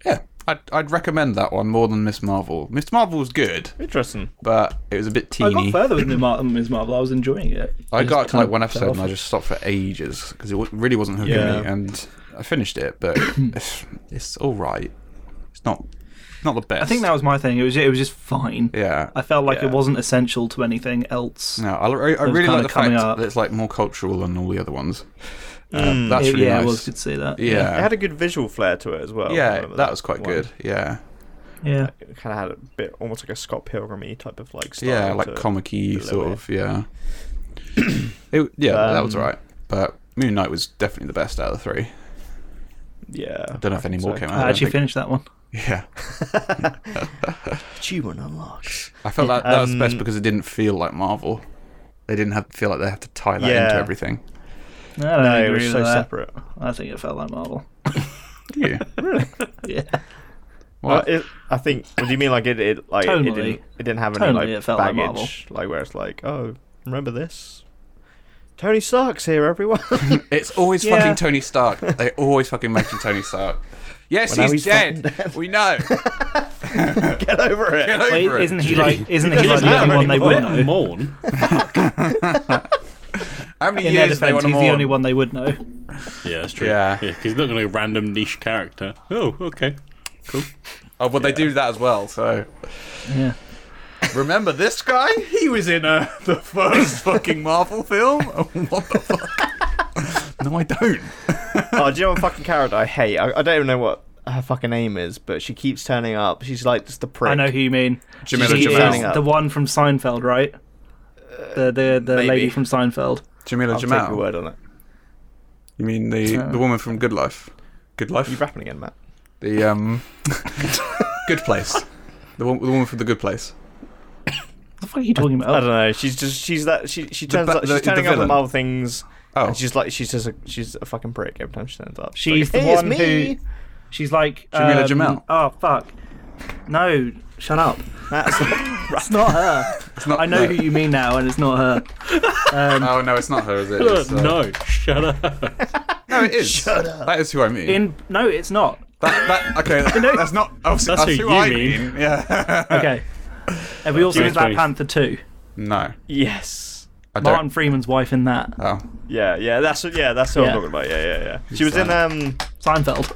Speaker 2: yeah. I'd, I'd recommend that one more than Miss Marvel. Miss Marvel was good,
Speaker 1: Interesting.
Speaker 2: but it was a bit
Speaker 4: I got
Speaker 2: teeny.
Speaker 4: further with Mar- Ms. Marvel. I was enjoying it.
Speaker 2: I
Speaker 4: Just
Speaker 2: got to
Speaker 4: kind
Speaker 2: like
Speaker 4: of
Speaker 2: one
Speaker 4: fell
Speaker 2: episode
Speaker 4: off
Speaker 2: and I
Speaker 4: it.
Speaker 2: just stopped for ages because it wa- really wasn't hooking
Speaker 1: Yeah.
Speaker 2: me, and I finished it, but it's, it's all right. It's not not the best.
Speaker 4: I think that was my thing. It was it was just fine.
Speaker 2: yeah.
Speaker 4: I felt like
Speaker 1: Yeah.
Speaker 4: it wasn't essential to anything else.
Speaker 2: No, I, I, I
Speaker 4: was
Speaker 2: really
Speaker 4: kinda
Speaker 2: like the fact
Speaker 4: coming up.
Speaker 2: that it's like more cultural than all the other ones.
Speaker 1: Hmm.
Speaker 2: Um, That's really
Speaker 4: yeah, I
Speaker 2: nice.
Speaker 4: was could see that.
Speaker 1: It
Speaker 2: yeah,
Speaker 1: had a good visual flair to it as well. I
Speaker 2: yeah,
Speaker 1: remember
Speaker 2: that, was quite
Speaker 1: one.
Speaker 2: good. Yeah,
Speaker 4: Yeah.
Speaker 1: It kind of had a bit, almost like a Scott Pilgrim-y type of like style.
Speaker 2: yeah,
Speaker 1: to
Speaker 2: like
Speaker 1: it.
Speaker 2: comic-y
Speaker 1: little
Speaker 2: sort
Speaker 1: bit.
Speaker 2: of. Yeah, it, yeah, that was
Speaker 1: Um,
Speaker 2: alright. But Moon Knight was definitely the best out of the three.
Speaker 1: Yeah.
Speaker 2: I don't know if any
Speaker 1: think
Speaker 2: more
Speaker 1: so.
Speaker 2: came out.
Speaker 4: I,
Speaker 2: don't
Speaker 4: actually
Speaker 2: think.
Speaker 4: finished that one.
Speaker 2: Yeah,
Speaker 1: Achievement unlocked.
Speaker 2: I felt that that was the best
Speaker 1: Um,
Speaker 2: because it didn't feel like Marvel. They didn't have feel like they had to tie that
Speaker 1: Yeah.
Speaker 2: into everything.
Speaker 4: I don't
Speaker 1: No, it
Speaker 4: agree
Speaker 1: was
Speaker 4: with
Speaker 1: so
Speaker 4: that.
Speaker 1: separate.
Speaker 4: I think it felt like Marvel.
Speaker 2: Yeah.
Speaker 4: Yeah,
Speaker 1: Well,
Speaker 2: Well,
Speaker 1: it, I think. What do you mean? Like it? it like
Speaker 4: Tonally.
Speaker 1: it didn't. It didn't have any
Speaker 4: Tonally,
Speaker 1: like
Speaker 4: it felt like Marvel.
Speaker 1: baggage. Like, where it's like, oh, remember this? Tony Stark's here, everyone. Well,
Speaker 2: it's always
Speaker 4: Yeah.
Speaker 2: fucking Tony Stark. They always fucking mention Tony Stark. Yes,
Speaker 1: now
Speaker 2: he's,
Speaker 1: fucking
Speaker 2: dead. We know.
Speaker 1: Get over it.
Speaker 2: Get over
Speaker 4: Wait,
Speaker 2: it.
Speaker 4: isn't he like? Isn't he like
Speaker 1: doesn't
Speaker 4: the
Speaker 1: have
Speaker 4: only one they
Speaker 1: any
Speaker 4: would
Speaker 1: more.
Speaker 4: know?
Speaker 3: Mourn.
Speaker 2: How many
Speaker 4: In their
Speaker 2: years they
Speaker 4: defense,
Speaker 2: want to
Speaker 4: he's the only
Speaker 2: mourn?
Speaker 4: one they would know.
Speaker 3: Yeah, that's true.
Speaker 2: Yeah.
Speaker 3: he's not going to a random niche character. Oh, okay.
Speaker 2: Oh, well, they do that as well. So
Speaker 4: Yeah.
Speaker 2: remember this guy? He was in uh, the first fucking Marvel film. Oh, what the fuck? no, I don't.
Speaker 1: oh, do you know what fucking character I hate? I, I don't even know what her fucking name is, but she keeps turning up. She's like just the prick.
Speaker 4: I know who you mean.
Speaker 2: Jamila
Speaker 4: she
Speaker 2: Jamil.
Speaker 4: is the one from Seinfeld, right? The the, the
Speaker 1: maybe.
Speaker 4: lady from Seinfeld.
Speaker 2: Jamila
Speaker 1: I'll take your
Speaker 2: Jamal.
Speaker 1: word on it.
Speaker 2: You mean the the woman from Good Life? Good Life.
Speaker 1: You rapping again, Matt?
Speaker 2: The um, Good Place. The, wo- the woman from the Good Place.
Speaker 4: What the fuck are you talking about?
Speaker 1: I don't know. She's just she's that she she turns
Speaker 2: ba-
Speaker 1: up,
Speaker 2: the-
Speaker 1: she's
Speaker 2: the
Speaker 1: turning up
Speaker 2: villain.
Speaker 1: at Marvel things.
Speaker 2: Oh,
Speaker 1: And she's like she's just a, she's a fucking prick every time she turns up.
Speaker 4: She's
Speaker 1: like,
Speaker 4: the
Speaker 1: "Hey, it's
Speaker 4: one who.
Speaker 1: me."
Speaker 4: She's like.
Speaker 2: Jamila
Speaker 4: um,
Speaker 2: Jamil.
Speaker 4: Oh fuck! No, shut up.
Speaker 1: That's
Speaker 4: It's not her.
Speaker 2: it's not.
Speaker 4: I know
Speaker 2: no.
Speaker 4: who you mean now, and it's not her.
Speaker 2: Oh no, it's not her, is it? It's, uh,
Speaker 3: no, shut up.
Speaker 2: no, it is. Shut up. That is who I mean.
Speaker 4: In no, it's not.
Speaker 2: that, that, okay, that, that's not. oh, that's,
Speaker 3: who
Speaker 2: who,
Speaker 3: you
Speaker 2: I
Speaker 3: mean.
Speaker 2: mean. Yeah.
Speaker 4: Okay. Have we also
Speaker 3: Okay.
Speaker 4: did Black Panther two?
Speaker 2: no,
Speaker 1: yes.
Speaker 2: I don't.
Speaker 4: Martin Freeman's wife in that
Speaker 2: Oh,
Speaker 1: Yeah, yeah, that's what- yeah, that's what
Speaker 4: Yeah.
Speaker 1: I'm talking about. Yeah, yeah, yeah. She was in
Speaker 2: that?
Speaker 1: um,
Speaker 4: Seinfeld.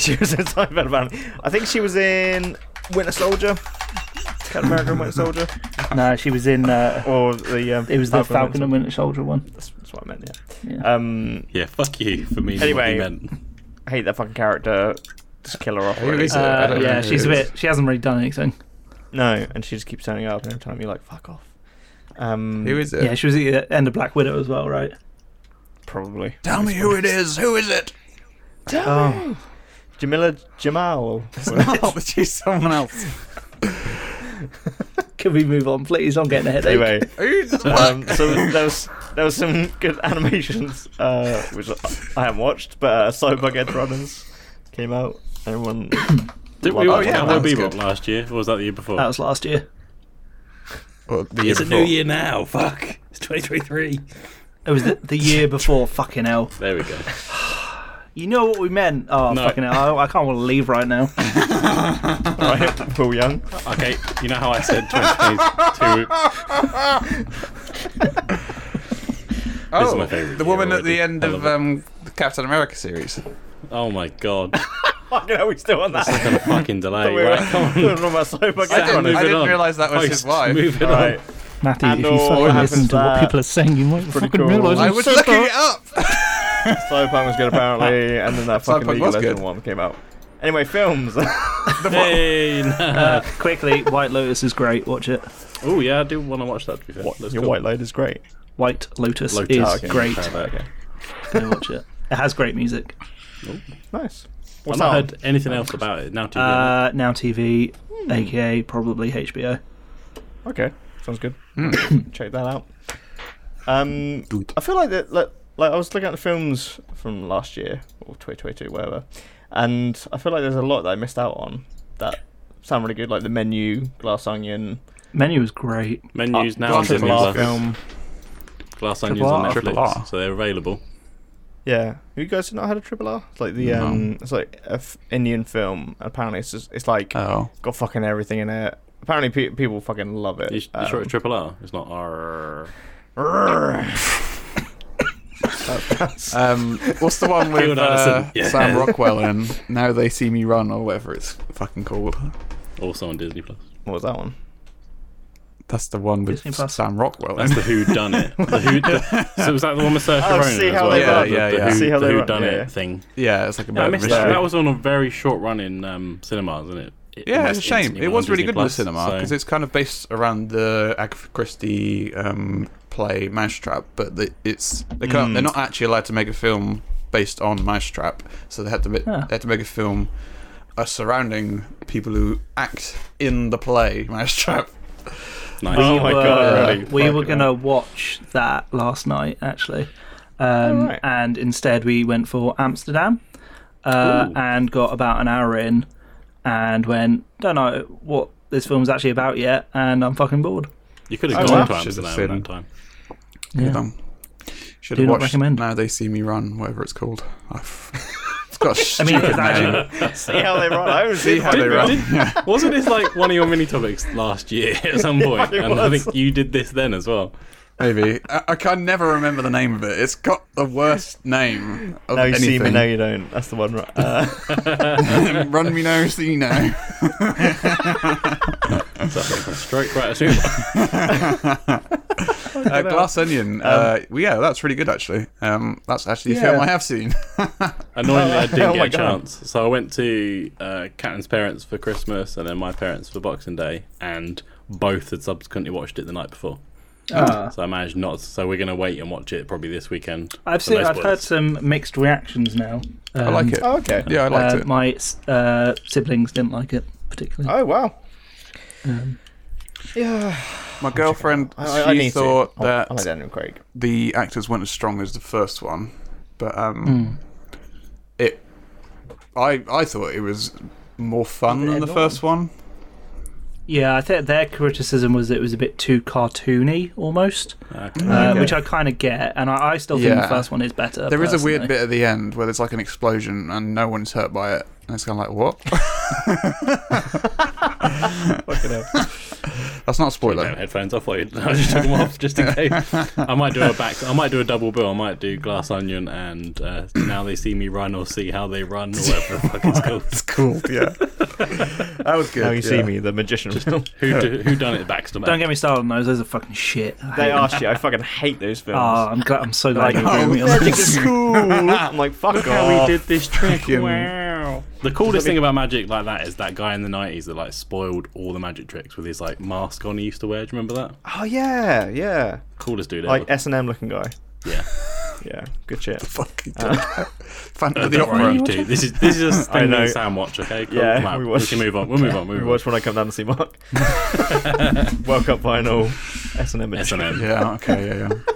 Speaker 1: she was in Seinfeld apparently. I think she was in Winter Soldier, Captain America and Winter Soldier,
Speaker 4: no, she was in. Uh,
Speaker 1: or the um,
Speaker 4: it was the Falcon
Speaker 1: Winter
Speaker 4: and
Speaker 1: Soldier.
Speaker 4: Winter Soldier one.
Speaker 1: That's, that's what I meant. Yeah.
Speaker 4: Yeah.
Speaker 1: Um,
Speaker 3: Yeah, fuck you for me.
Speaker 1: Anyway.
Speaker 3: Anyway, what you meant.
Speaker 1: I hate that fucking character. Just kill her off.
Speaker 2: Who
Speaker 1: already.
Speaker 2: is it? I
Speaker 4: Uh,
Speaker 2: don't know
Speaker 4: yeah,
Speaker 2: who
Speaker 4: she's a
Speaker 2: it is.
Speaker 4: bit. She hasn't really done anything.
Speaker 1: No, and she just keeps turning up every time. You're like, fuck off. Um,
Speaker 2: who is it?
Speaker 4: Yeah, she was at the end of Black Widow as well, right?
Speaker 1: probably
Speaker 2: Tell me who it is. Who is it?
Speaker 4: Oh,
Speaker 1: Jamila Jamal.
Speaker 2: No, she's someone else.
Speaker 4: can we move on, please? I'm getting a headache.
Speaker 1: anyway.
Speaker 2: Who the
Speaker 1: Um,
Speaker 2: fuck?
Speaker 1: so there was there was some good animations uh, which I haven't watched, but uh, Cyborg Edge Runners came out. Everyone,
Speaker 3: Did
Speaker 1: Well,
Speaker 3: we
Speaker 1: oh,
Speaker 3: watch
Speaker 1: yeah,
Speaker 3: Cowboy
Speaker 2: that was
Speaker 3: Bebop
Speaker 2: good.
Speaker 3: last year, or was that the year before?
Speaker 4: that was last year.
Speaker 2: Well, the year
Speaker 3: it's a
Speaker 2: before.
Speaker 3: new year now. Fuck. It's 2023.
Speaker 4: It was the, the year before. fucking hell.
Speaker 3: There we go.
Speaker 4: You know what we meant? Oh,
Speaker 3: No.
Speaker 4: fucking hell. I, I can't want to leave right now.
Speaker 1: right? Paul Young.
Speaker 3: Okay, you know how I said 2022?
Speaker 2: Oh,
Speaker 3: my favourite
Speaker 2: the
Speaker 3: year
Speaker 2: woman at
Speaker 3: already.
Speaker 2: the end
Speaker 3: I
Speaker 2: of
Speaker 3: love it.
Speaker 2: um, the Captain America series.
Speaker 3: oh my god.
Speaker 1: Fucking hell, we still on that.
Speaker 3: That's kind of fucking delay.
Speaker 1: we were
Speaker 3: Right, come on.
Speaker 1: we were talking about Cyborg
Speaker 2: I
Speaker 1: Edge
Speaker 2: didn't, I
Speaker 1: Runners.
Speaker 3: moving
Speaker 2: didn't
Speaker 3: on.
Speaker 2: realize that was his
Speaker 3: Post,
Speaker 2: wife.
Speaker 3: Move it on.
Speaker 1: Right.
Speaker 4: Matthew,
Speaker 1: And all what happens there-
Speaker 4: saying, you might
Speaker 1: pretty cool. I
Speaker 2: I was looking it up.
Speaker 1: Cyberpunk was good apparently, and then that fucking
Speaker 2: Cyberpunk
Speaker 1: League of
Speaker 2: was
Speaker 1: Legends
Speaker 2: good.
Speaker 1: one came out. Anyway, films.
Speaker 3: Hey, nah.
Speaker 4: Uh, quickly, White Lotus is great. Watch it.
Speaker 3: Oh yeah, I do want to watch that. To be fair, That's
Speaker 1: Your
Speaker 3: cool.
Speaker 1: white light is great.
Speaker 4: White Lotus,
Speaker 3: Lotus.
Speaker 4: is
Speaker 3: Oh,
Speaker 1: okay.
Speaker 4: great.
Speaker 3: Fair bit, okay.
Speaker 4: Go watch it. It has great music.
Speaker 1: Nice.
Speaker 3: I've
Speaker 1: What's
Speaker 3: not
Speaker 1: that?
Speaker 3: heard anything else about it. Now, TV.
Speaker 4: Uh, now TV, aka probably HBO.
Speaker 1: Okay, sounds good. Check that out. Um, I feel like that. Like, like I was looking at the films from last year or 2022, whatever, and I feel like there's a lot that I missed out on that sound really good, like the menu, Glass Onion,
Speaker 4: Menu is great.
Speaker 3: Menus now on
Speaker 2: Glass
Speaker 3: Disney
Speaker 1: Glass
Speaker 2: Onions.
Speaker 3: Plus.
Speaker 1: film.
Speaker 3: Glass Onions on
Speaker 4: R.
Speaker 2: Triple R.
Speaker 3: Netflix, so they're available.
Speaker 1: Yeah, you guys not had a triple R? It's like the um, it's like a f- Indian film. Apparently, it's just, it's like
Speaker 2: Oh,
Speaker 1: got fucking everything in it. Apparently, pe- people fucking love it.
Speaker 3: You, you
Speaker 1: Um,
Speaker 3: sure it's triple R? It's not R.
Speaker 2: um, what's the one with
Speaker 3: Fiona
Speaker 2: uh,
Speaker 3: Anderson. Yeah.
Speaker 2: Sam Rockwell in "Now They See Me Run" or whatever it's fucking called?
Speaker 3: Also on Disney Plus.
Speaker 1: What was that one?
Speaker 2: That's the one with
Speaker 4: Disney Plus.
Speaker 2: Sam Rockwell.
Speaker 3: That's the Who Done It. The Who. so was that the one with Saoirse
Speaker 1: Oh,
Speaker 3: Ronan
Speaker 1: see
Speaker 3: as
Speaker 1: how
Speaker 3: well?
Speaker 1: they
Speaker 2: run.
Speaker 3: The-
Speaker 2: Yeah,
Speaker 3: the
Speaker 2: yeah, yeah.
Speaker 3: Who,
Speaker 1: See how
Speaker 3: the
Speaker 1: they
Speaker 3: Who
Speaker 1: run,
Speaker 3: Done
Speaker 1: yeah,
Speaker 3: It
Speaker 1: yeah.
Speaker 3: thing.
Speaker 2: yeah, it's like a
Speaker 3: Yeah, I
Speaker 2: murder
Speaker 3: missed
Speaker 2: mystery.
Speaker 3: that.
Speaker 1: Yeah.
Speaker 3: That was on a very short run in um, cinemas, isn't it? it
Speaker 2: Yeah, it's a
Speaker 3: missed
Speaker 2: shame.
Speaker 3: instantly
Speaker 2: It
Speaker 3: on
Speaker 2: was really
Speaker 3: Disney
Speaker 2: good in the
Speaker 3: Plus,
Speaker 2: cinema
Speaker 3: so-
Speaker 2: because it's kind of based around the Agatha Christie um, play Mousetrap, but the, it's they can't,
Speaker 4: Mm.
Speaker 2: they're not actually allowed to make a film based on Mousetrap, so they had to ma-
Speaker 4: Huh.
Speaker 2: they had to make a film uh, surrounding people who act in the play Mousetrap.
Speaker 3: nice.
Speaker 4: We
Speaker 1: Oh my
Speaker 4: were,
Speaker 1: God,
Speaker 2: really?
Speaker 4: we were
Speaker 2: Fucking
Speaker 4: gonna watch that last night actually, um,
Speaker 1: Alright.
Speaker 4: and instead we went for Amsterdam, uh,
Speaker 3: Ooh.
Speaker 4: and got about an hour in, and went don't know what this film's actually about yet, and I'm fucking bored.
Speaker 3: You could
Speaker 1: Oh,
Speaker 3: have
Speaker 1: wow.
Speaker 3: gone to
Speaker 2: Should have
Speaker 3: Amsterdam
Speaker 2: seen.
Speaker 3: at that time.
Speaker 2: Should
Speaker 4: Do
Speaker 2: have
Speaker 4: not
Speaker 2: watched
Speaker 4: recommend.
Speaker 2: Now They See Me Run, whatever it's called. I've, it's got a
Speaker 4: I
Speaker 2: stupid
Speaker 4: mean, it's
Speaker 2: name.
Speaker 4: actually,
Speaker 1: See how they run. I haven't seen
Speaker 2: how they
Speaker 1: fucking-
Speaker 2: run.
Speaker 3: Did, wasn't this like one of your mini topics last year at some point?
Speaker 1: it
Speaker 3: and I
Speaker 1: was.
Speaker 3: think you did this then as well.
Speaker 2: Maybe I, I can never remember the name of it. It's got the worst name of
Speaker 1: Now you
Speaker 2: anything.
Speaker 1: see me, now you don't. That's the one. right. Uh,
Speaker 2: Run me now, see now.
Speaker 3: Stroke right assume.
Speaker 2: Uh, Glass
Speaker 1: Um,
Speaker 2: Onion. uh, well, yeah, that's really good actually. Um, that's actually a
Speaker 1: Yeah.
Speaker 2: film I have seen.
Speaker 3: Annoyingly, I didn't
Speaker 1: Oh
Speaker 3: get
Speaker 1: my
Speaker 3: a
Speaker 1: God.
Speaker 3: chance. So I went to uh, Caton's parents for Christmas and then my parents for Boxing Day, and both had subsequently watched it the night before. So I managed not. So we're going to wait and watch it probably this weekend.
Speaker 4: I've
Speaker 3: So
Speaker 4: seen.
Speaker 3: no
Speaker 4: I've heard
Speaker 3: spoilers.
Speaker 4: some mixed reactions now. Um,
Speaker 2: I like it.
Speaker 1: oh, okay.
Speaker 2: Yeah, I liked
Speaker 4: Uh,
Speaker 2: it.
Speaker 4: my uh, siblings didn't like it particularly.
Speaker 1: Oh wow. yeah,
Speaker 2: My girlfriend,
Speaker 1: I, I- I
Speaker 2: she
Speaker 1: need
Speaker 2: thought
Speaker 1: to. Oh, I-
Speaker 2: that
Speaker 1: I like Daniel Craig.
Speaker 2: the actors weren't as strong as the first one, but um,
Speaker 1: Hmm.
Speaker 2: it. I I thought it was more fun than the first one.
Speaker 4: Yeah, I think their criticism was it was a bit too cartoony almost,
Speaker 3: Okay.
Speaker 4: uh, which I kind of get, and I, I still think
Speaker 2: Mm. Yeah.
Speaker 4: the first one is better.
Speaker 2: There is a weird
Speaker 4: personally.
Speaker 2: bit at the end where there's like an explosion and no one's hurt by it, and it's kind of like what?
Speaker 1: Fucking hell.
Speaker 2: That's not a
Speaker 3: Put down
Speaker 2: spoiler.
Speaker 3: headphones. I thought you I just took them off just in case. I might do a back. I might do a double bill. I might do Glass Onion and uh, Now They See Me Run or See How They Run or whatever the
Speaker 4: Oh
Speaker 3: fuck it's called.
Speaker 2: It's cool. Yeah, that was good.
Speaker 1: Now you see
Speaker 2: yeah.
Speaker 1: me, the magician.
Speaker 3: Who do, Who done it? Baxter.
Speaker 4: Don't get me started on those; those are fucking shit. I
Speaker 1: they
Speaker 4: hate
Speaker 1: are
Speaker 4: them.
Speaker 1: shit. I fucking hate those films.
Speaker 4: Ah, I'm glad. I'm so glad you agree with me on that.
Speaker 1: Magic is cool. I'm like, fuck
Speaker 3: Look
Speaker 1: off.
Speaker 3: how we did this trick.
Speaker 2: Fucking-
Speaker 3: Wow. The coolest thing about magic like that is that guy in the 90s that like spoiled all the magic tricks with his like mask on he used to wear. Do you remember that?
Speaker 1: Oh yeah, yeah.
Speaker 3: Coolest dude ever.
Speaker 1: Like S and M looking guy.
Speaker 3: yeah.
Speaker 1: Yeah, good shit.
Speaker 2: Fucking Phantom of the
Speaker 3: Don't worry,
Speaker 2: Opera.
Speaker 3: you two. This is this is just thing
Speaker 1: know.
Speaker 3: that Sam watch, okay? Cool.
Speaker 1: Yeah,
Speaker 3: Come on.
Speaker 1: we
Speaker 3: we,
Speaker 1: watch-
Speaker 3: can move on. We'll move on. We'll
Speaker 1: We
Speaker 3: move
Speaker 1: watched when I come down to see Mark. World Cup final. S and M.
Speaker 3: on.
Speaker 1: edition.
Speaker 3: S&M.
Speaker 2: Yeah. Okay. Yeah. Yeah.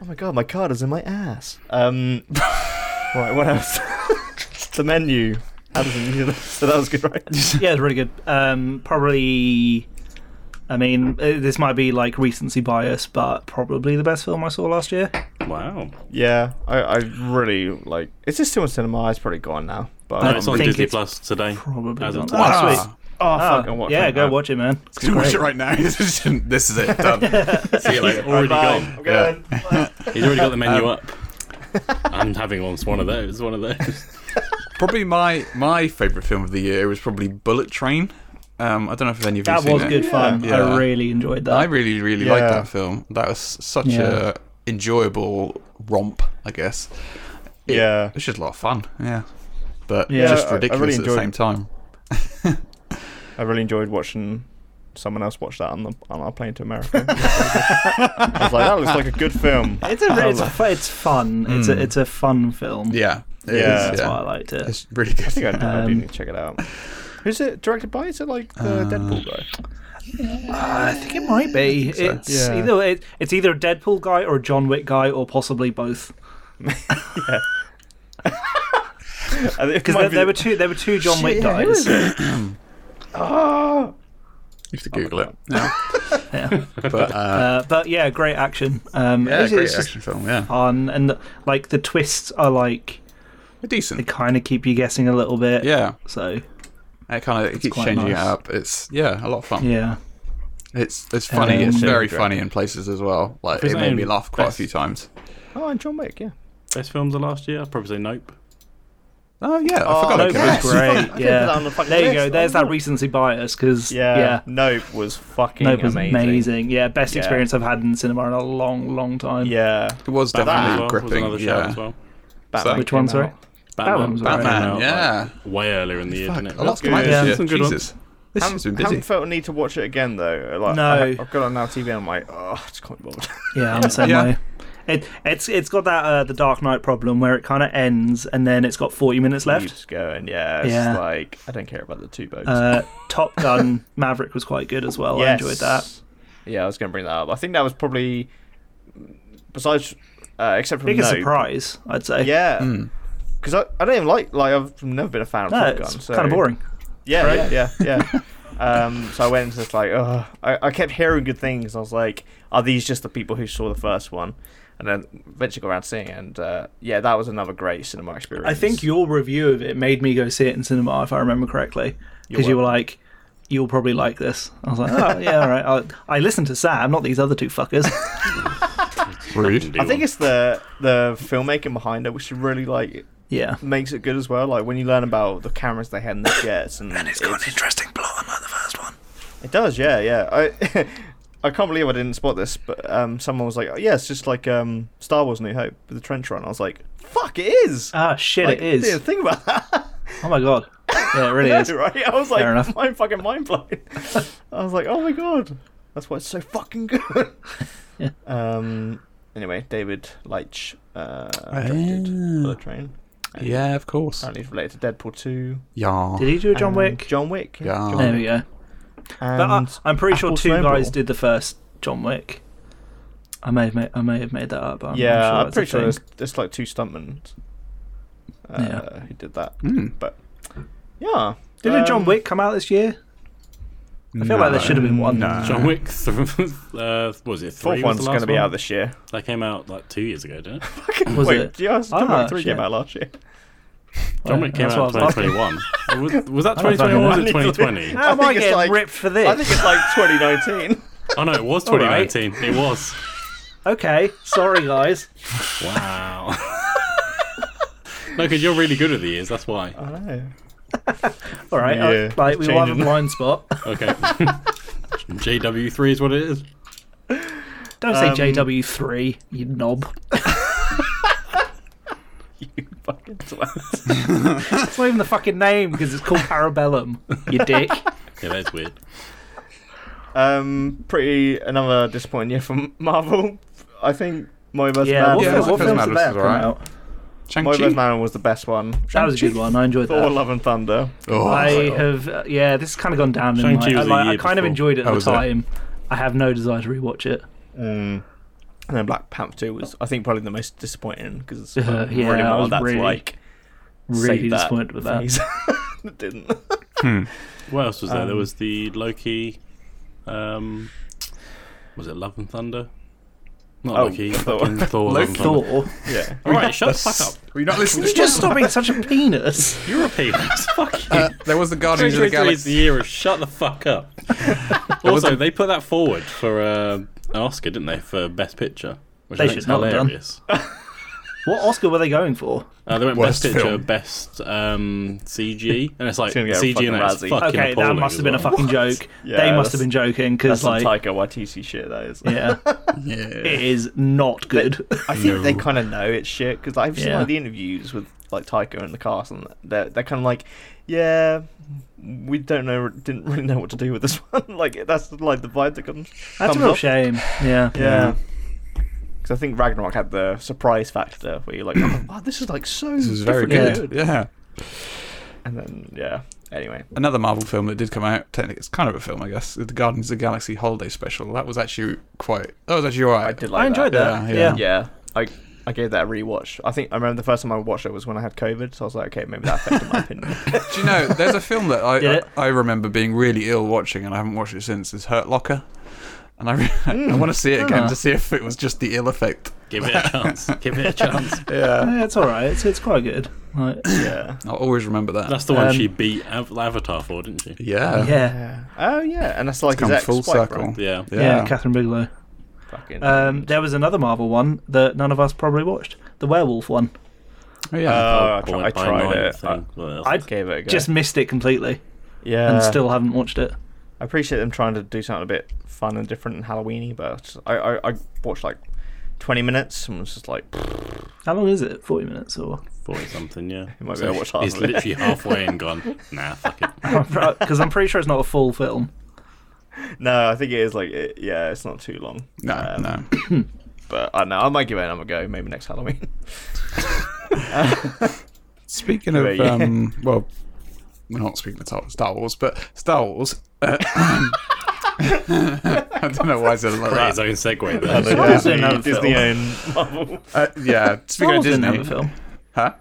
Speaker 1: Oh my god, my card is in my ass. Um, right, what else? the menu. How does it use it? So that was good, right?
Speaker 4: Yeah, it's really good. Um, probably. I mean, uh, this might be like recency bias, but probably the best film I saw last year.
Speaker 3: Wow.
Speaker 1: Yeah, I, I really like. Is this still in cinema? It's probably gone now. But
Speaker 3: No, it's on
Speaker 4: think
Speaker 3: Disney
Speaker 4: it's
Speaker 3: Plus today.
Speaker 4: Probably.
Speaker 3: As of
Speaker 4: not.
Speaker 3: today.
Speaker 4: Oh,
Speaker 2: Ah.
Speaker 4: sweet.
Speaker 1: oh
Speaker 4: Ah,
Speaker 1: fuck, I'm watching.
Speaker 4: yeah,
Speaker 1: it
Speaker 4: go
Speaker 1: now.
Speaker 4: watch it, man.
Speaker 2: Can watch it right now. this is this is it. Done.
Speaker 3: See you later. Already
Speaker 1: Bye.
Speaker 3: gone.
Speaker 1: I'm going.
Speaker 3: He's already got the menu up. I'm having on one of those. One of those.
Speaker 2: probably my my favorite film of the year was probably Bullet Train. Um, I don't know if any of you
Speaker 4: That
Speaker 2: seen
Speaker 4: was
Speaker 2: it.
Speaker 4: good fun.
Speaker 2: Yeah.
Speaker 4: I really enjoyed that.
Speaker 2: I really really liked
Speaker 1: Yeah.
Speaker 2: that film. That was such
Speaker 4: Yeah.
Speaker 2: a enjoyable romp, I guess. It-
Speaker 1: Yeah.
Speaker 2: It was just a lot of fun. Yeah. But
Speaker 4: Yeah.
Speaker 2: just
Speaker 1: I- I really
Speaker 2: ridiculous at the
Speaker 1: enjoyed-
Speaker 2: same time.
Speaker 1: I really enjoyed watching someone else watch that on the on our plane to America. I was like, that looks like a good film.
Speaker 4: It's a, it's, fu- it's fun. It's a it's a fun film.
Speaker 2: Um, hmm. Yeah. it
Speaker 1: Yeah.
Speaker 2: is,
Speaker 4: That's why I liked it.
Speaker 2: It's really good.
Speaker 1: I think I, do- I do
Speaker 4: Um, Uh,
Speaker 1: need to check it out. Who's it directed by? Is it like the Deadpool guy?
Speaker 4: I think it might be. It's
Speaker 1: Yeah.
Speaker 4: either it, it's either a Deadpool guy or a John Wick guy or possibly both. Because there, there were two there were two John Wick guys.
Speaker 1: Ah!
Speaker 2: You have to Google it. Yeah.
Speaker 4: Yeah.
Speaker 2: But uh,
Speaker 4: Uh, but yeah, great action. Um,
Speaker 2: yeah,
Speaker 4: it's,
Speaker 2: great
Speaker 4: it's just
Speaker 2: action film. Yeah.
Speaker 4: fun and like the twists are like
Speaker 2: Decent.
Speaker 4: they kind of keep you guessing a little bit.
Speaker 2: Yeah.
Speaker 4: So
Speaker 2: It kind of it keeps
Speaker 4: quite
Speaker 2: changing it
Speaker 4: nice.
Speaker 2: up. It's yeah, a lot of fun.
Speaker 4: yeah.
Speaker 2: It's it's funny.
Speaker 4: Um,
Speaker 2: it's very
Speaker 1: Great.
Speaker 2: funny in places as well. Like
Speaker 3: His
Speaker 2: it made
Speaker 3: name-
Speaker 2: me laugh quite a
Speaker 3: best-
Speaker 2: few times.
Speaker 1: Oh, and John Wick, yeah.
Speaker 3: Best films of last year? I'd probably say Nope.
Speaker 2: Oh yeah, I forgot.
Speaker 1: no,
Speaker 2: about
Speaker 1: that's
Speaker 2: that.
Speaker 1: great. I
Speaker 4: Great,
Speaker 1: put that
Speaker 4: yeah.
Speaker 1: on the fucking
Speaker 4: there you go.
Speaker 1: list.
Speaker 4: There's that recency bias because
Speaker 1: Yeah,
Speaker 4: yeah,
Speaker 1: Nope was fucking
Speaker 4: Nope was
Speaker 1: amazing.
Speaker 4: amazing. Yeah, best
Speaker 1: Yeah.
Speaker 4: experience I've had in cinema in a long, long time.
Speaker 1: Yeah,
Speaker 2: It was
Speaker 3: Batman
Speaker 2: definitely
Speaker 3: as well was
Speaker 2: gripping.
Speaker 3: another shout
Speaker 2: yeah,
Speaker 3: as well.
Speaker 1: Batman
Speaker 4: Which
Speaker 1: came
Speaker 4: one, sorry?
Speaker 1: out.
Speaker 4: That one was alright.
Speaker 3: came
Speaker 2: Batman,
Speaker 3: out, like,
Speaker 2: yeah.
Speaker 3: way earlier in the year.
Speaker 2: Fuck,
Speaker 3: didn't it?
Speaker 2: a lot's come out
Speaker 4: Yeah.
Speaker 2: this year.
Speaker 3: Some good ones.
Speaker 2: Jesus, this year's been
Speaker 1: haven't
Speaker 2: busy.
Speaker 1: felt a need to watch it again though. Like,
Speaker 4: No.
Speaker 1: I, have got it on now TV. and I'm like, oh, I just can't be bothered.
Speaker 4: Yeah, I'm the same
Speaker 2: Yeah.
Speaker 4: way. It, it's it's got that uh, the Dark Knight problem where it kind of ends and then it's got 40 minutes
Speaker 1: You
Speaker 4: left.
Speaker 1: just going, yeah. It's
Speaker 4: Yeah.
Speaker 1: just like I don't care about the two boats.
Speaker 4: Uh, Top Gun Maverick was quite good as well. I enjoyed that.
Speaker 1: Yes. Yeah, I was going to bring that up. I think that was probably besides, uh, except for
Speaker 4: Biggest
Speaker 1: Nope.
Speaker 4: surprise, I'd say.
Speaker 1: Yeah, because I, I don't even like like I've never been a fan of
Speaker 4: Hmm. No,
Speaker 1: Top
Speaker 4: it's
Speaker 1: Gun. So.
Speaker 4: kind of boring.
Speaker 1: Yeah, yeah, yeah, yeah. um, so I went into this like, oh, I, I kept hearing good things. I was like, are these just the people who saw the first one? And then eventually got around to seeing it. And uh, yeah, that was another great cinema experience.
Speaker 4: I think your review of it made me go see it in cinema, if I remember correctly, because you were like, "You'll probably like this." I was like, "Oh yeah, all right." I, I listened to Sam, not these other two fuckers.
Speaker 2: Rude.
Speaker 1: I think it's the the filmmaking behind it, which really like
Speaker 4: Yeah,
Speaker 1: makes it good as well. Like when you learn about the cameras they had in the jets, and, it's got an interesting plot, unlike the first one. It does, yeah, yeah. I I can't believe I didn't spot this, but um, someone was like, oh, "Yeah, it's just like um, Star Wars: New Hope with the trench run." I was like, "Fuck, it is."
Speaker 4: ah shit,
Speaker 1: Like,
Speaker 4: it is.
Speaker 1: didn't think about that,
Speaker 4: Oh my god, yeah, it really is.
Speaker 1: right? I was like,
Speaker 4: Fair enough.
Speaker 1: "My fucking mind blown." I was like, "Oh my god, that's why it's so fucking good."
Speaker 4: Yeah.
Speaker 1: Um. Anyway, David Leitch uh, directed
Speaker 2: Ah.
Speaker 1: Bullet Train.
Speaker 2: Yeah, of course.
Speaker 1: Apparently, it's related to Deadpool two.
Speaker 2: Yeah.
Speaker 4: Did he do a John
Speaker 1: and
Speaker 4: Wick?
Speaker 1: Um, John Wick. yeah.
Speaker 2: Yeah.
Speaker 1: John
Speaker 4: there
Speaker 1: Wick.
Speaker 4: we go.
Speaker 1: And
Speaker 4: But I, I'm pretty sure
Speaker 1: Apple
Speaker 4: two
Speaker 1: Snowball.
Speaker 4: guys did the first John Wick. I may have made, I may have made that up. but I'm,
Speaker 1: yeah, I'm,
Speaker 4: I'm sure that's a
Speaker 1: pretty sure
Speaker 4: thing.
Speaker 1: there's, there's like two stuntmen uh,
Speaker 4: Yeah.
Speaker 1: who did that.
Speaker 4: Hmm.
Speaker 2: Mm.
Speaker 1: But yeah,
Speaker 4: Didn't John
Speaker 1: um,
Speaker 4: Wick come out this year? I feel like there should have been one.
Speaker 2: No.
Speaker 3: John Wick. Th- uh, was
Speaker 1: Fourth
Speaker 3: it three?
Speaker 1: one's
Speaker 3: was the
Speaker 1: going
Speaker 3: last
Speaker 1: to be
Speaker 3: one?
Speaker 1: out this year.
Speaker 3: That came out like two years ago, didn't it?
Speaker 4: Was
Speaker 1: Wait,
Speaker 4: it?
Speaker 1: yeah, John
Speaker 4: Ah,
Speaker 1: Wick three
Speaker 4: shit.
Speaker 1: came out last year.
Speaker 3: John Wick came
Speaker 4: That's
Speaker 3: out in
Speaker 4: what I was asking.
Speaker 3: 2021. was, was that
Speaker 4: don't
Speaker 3: 2021 or was it
Speaker 1: fucking know.
Speaker 3: 2020?
Speaker 4: How am
Speaker 1: I
Speaker 4: I,
Speaker 1: think it's
Speaker 4: getting
Speaker 1: like-
Speaker 4: ripped for this?
Speaker 1: I think it's like 2019.
Speaker 3: Oh no, it was
Speaker 4: All right.
Speaker 3: 2019. It was.
Speaker 4: Okay, sorry guys.
Speaker 3: Wow. no, because you're really good at the years. That's why.
Speaker 1: I know.
Speaker 4: All right, I-
Speaker 1: Yeah,
Speaker 4: like we will have a
Speaker 1: changing.
Speaker 4: blind spot.
Speaker 3: Okay. JW3 is what it is.
Speaker 4: Don't say
Speaker 1: Um,
Speaker 4: JW three, you knob.
Speaker 1: You fucking twat.
Speaker 4: It's not even the fucking name because it's called Parabellum. You dick.
Speaker 3: Yeah, that's weird.
Speaker 1: um, pretty another disappointing year from Marvel. I think My Best
Speaker 4: yeah,
Speaker 1: Man.
Speaker 2: Yeah,
Speaker 4: what, film-
Speaker 2: that's
Speaker 4: what
Speaker 2: because
Speaker 4: films did
Speaker 2: Madness
Speaker 4: that
Speaker 2: is
Speaker 4: come
Speaker 2: alright.
Speaker 1: My
Speaker 4: out?
Speaker 1: Best
Speaker 2: Shang-Chi.
Speaker 1: Man was the best one.
Speaker 4: That was a good one. I enjoyed
Speaker 1: Thor:
Speaker 4: that.
Speaker 1: Love and Thunder.
Speaker 2: Oh,
Speaker 4: I
Speaker 2: I,
Speaker 4: have, uh, yeah, this has kind of gone down in my.
Speaker 3: Shang-Chi
Speaker 4: I,
Speaker 3: was a
Speaker 4: like, I
Speaker 3: year
Speaker 4: kind of
Speaker 3: before.
Speaker 4: enjoyed it
Speaker 2: How
Speaker 4: at the
Speaker 2: was it?
Speaker 4: time. I have no desire to rewatch it.
Speaker 1: Mm. And then Black Panther 2 was, I think, probably the most disappointing because it's
Speaker 4: Uh,
Speaker 1: um,
Speaker 4: yeah,
Speaker 1: really
Speaker 4: I
Speaker 1: well
Speaker 4: was
Speaker 1: that's
Speaker 4: really-
Speaker 1: like
Speaker 4: Really
Speaker 1: saved that
Speaker 4: disappointed with that.
Speaker 1: phase. it didn't.
Speaker 3: What else was there? there
Speaker 1: Um,
Speaker 3: was the Loki. Um, was it Love and Thunder? Not
Speaker 1: Oh,
Speaker 3: Loki.
Speaker 1: Thor.
Speaker 3: Fucking Thor. Love and Thunder.
Speaker 4: Thor,
Speaker 1: Yeah.
Speaker 3: All right, shut the fuck up.
Speaker 2: Were you not listening to
Speaker 4: just stop being such a penis.
Speaker 3: You're a penis. fuck you.
Speaker 2: Uh, there was the Guardians of the
Speaker 3: 2023 is the
Speaker 2: Galaxy.
Speaker 3: year of shut the fuck up. also, they put that forward for uh, an Oscar, didn't they, for Best Picture? Which
Speaker 4: They
Speaker 3: I think
Speaker 4: should
Speaker 3: is
Speaker 4: not have done.
Speaker 3: hilarious.
Speaker 4: What Oscar were they going for?
Speaker 3: Uh, they went
Speaker 2: Worst
Speaker 3: Best Picture,
Speaker 2: film.
Speaker 3: Best um, CG, and it's like
Speaker 1: gonna get a
Speaker 3: CG and
Speaker 1: fucking
Speaker 3: that's
Speaker 1: Razzie.
Speaker 3: fucking
Speaker 4: Okay, that
Speaker 3: appalling
Speaker 4: must have
Speaker 3: as
Speaker 4: been a
Speaker 3: well.
Speaker 4: fucking joke.
Speaker 1: Yeah,
Speaker 4: they must have
Speaker 1: that's-
Speaker 4: been joking
Speaker 1: That's
Speaker 4: because,
Speaker 1: some
Speaker 4: like,
Speaker 1: Taika Waititi shit, that is.
Speaker 4: yeah,
Speaker 2: Yeah.
Speaker 4: it is not good.
Speaker 1: I think they kind of know it's shit because I've seen
Speaker 4: Yeah.
Speaker 1: like the interviews with like Taika and the cast, and they're they're kind of like, yeah, we don't know, didn't really know what to do with this one. like that's like the vibe that comes.
Speaker 4: That's
Speaker 1: comes
Speaker 4: a real
Speaker 1: off.
Speaker 4: shame. Yeah.
Speaker 1: Yeah. Because I think Ragnarok had the surprise factor where you're like, oh, this is like so.
Speaker 2: This is very
Speaker 4: Yeah.
Speaker 2: good. Yeah.
Speaker 1: And then yeah. Anyway,
Speaker 2: Another Marvel film that did come out. Technically, it's kind of a film, I guess. The Guardians of the Galaxy Holiday Special. That was actually quite. That was actually alright.
Speaker 1: I did like
Speaker 4: I enjoyed that.
Speaker 2: Yeah,
Speaker 4: Yeah.
Speaker 2: yeah.
Speaker 1: Yeah, I I gave that a rewatch. I think I remember the first time I watched it was when I had COVID, so I was like, okay, maybe that affected my opinion.
Speaker 2: Do you know? There's a film that I,
Speaker 4: Yeah.
Speaker 2: I I remember being really ill watching, and I haven't watched it since. Is Hurt Locker, and I re- I
Speaker 1: Mm.
Speaker 2: want to see it again
Speaker 4: Ah.
Speaker 2: to see if it was just the ill effect.
Speaker 3: Give it a chance. Give it a chance.
Speaker 2: Yeah.
Speaker 4: Yeah, it's all right. It's, it's quite good. Like,
Speaker 1: yeah.
Speaker 2: I'll always remember that.
Speaker 3: That's the one
Speaker 4: Um,
Speaker 3: she beat Av- Avatar for, didn't she?
Speaker 2: yeah.
Speaker 4: yeah.
Speaker 1: Yeah. Oh yeah, and that's like
Speaker 2: Come
Speaker 1: his ex
Speaker 2: full circle.
Speaker 3: Yeah.
Speaker 4: yeah, Catherine Bigelow.
Speaker 1: Fucking.
Speaker 4: Um, there was another Marvel one that none of us probably watched, the werewolf one.
Speaker 2: Oh, yeah.
Speaker 1: Uh, I, tr-
Speaker 3: Point
Speaker 1: I
Speaker 3: by
Speaker 1: tried
Speaker 3: nine
Speaker 1: it. I
Speaker 3: thing. Well,
Speaker 1: I gave it a go.
Speaker 4: Just missed it completely
Speaker 1: yeah,
Speaker 2: Uh.
Speaker 4: and still haven't watched it.
Speaker 1: I appreciate them trying to do something a bit fun and different and Halloweeny, but I, I, I watched like 20 minutes and was just like, "Pfft,
Speaker 4: How long is it? Forty minutes or?
Speaker 3: forty something, yeah.
Speaker 1: might be able to watch half
Speaker 3: he's
Speaker 1: of it.
Speaker 3: literally halfway and gone. Nah, fuck it.
Speaker 4: Because I'm pretty sure it's not a full film.
Speaker 1: no, I think it is like, it, yeah, it's not too long.
Speaker 2: no,
Speaker 1: Um,
Speaker 2: no.
Speaker 1: But I don't know, I might give it another go, maybe next Halloween.
Speaker 2: Speaking
Speaker 1: But
Speaker 2: of,
Speaker 1: yeah.
Speaker 2: um, well, we're not speaking of Star Wars, but Star Wars. Uh, I don't know why I said it like
Speaker 3: Right,
Speaker 2: that.
Speaker 3: his own segue there.
Speaker 4: Star Wars didn't have a
Speaker 1: Disney Oh,
Speaker 4: film.
Speaker 1: owned Marvel.
Speaker 2: Uh, yeah,
Speaker 4: Star
Speaker 2: speaking of
Speaker 4: Wars didn't
Speaker 2: Disney,
Speaker 4: have a film.
Speaker 2: huh?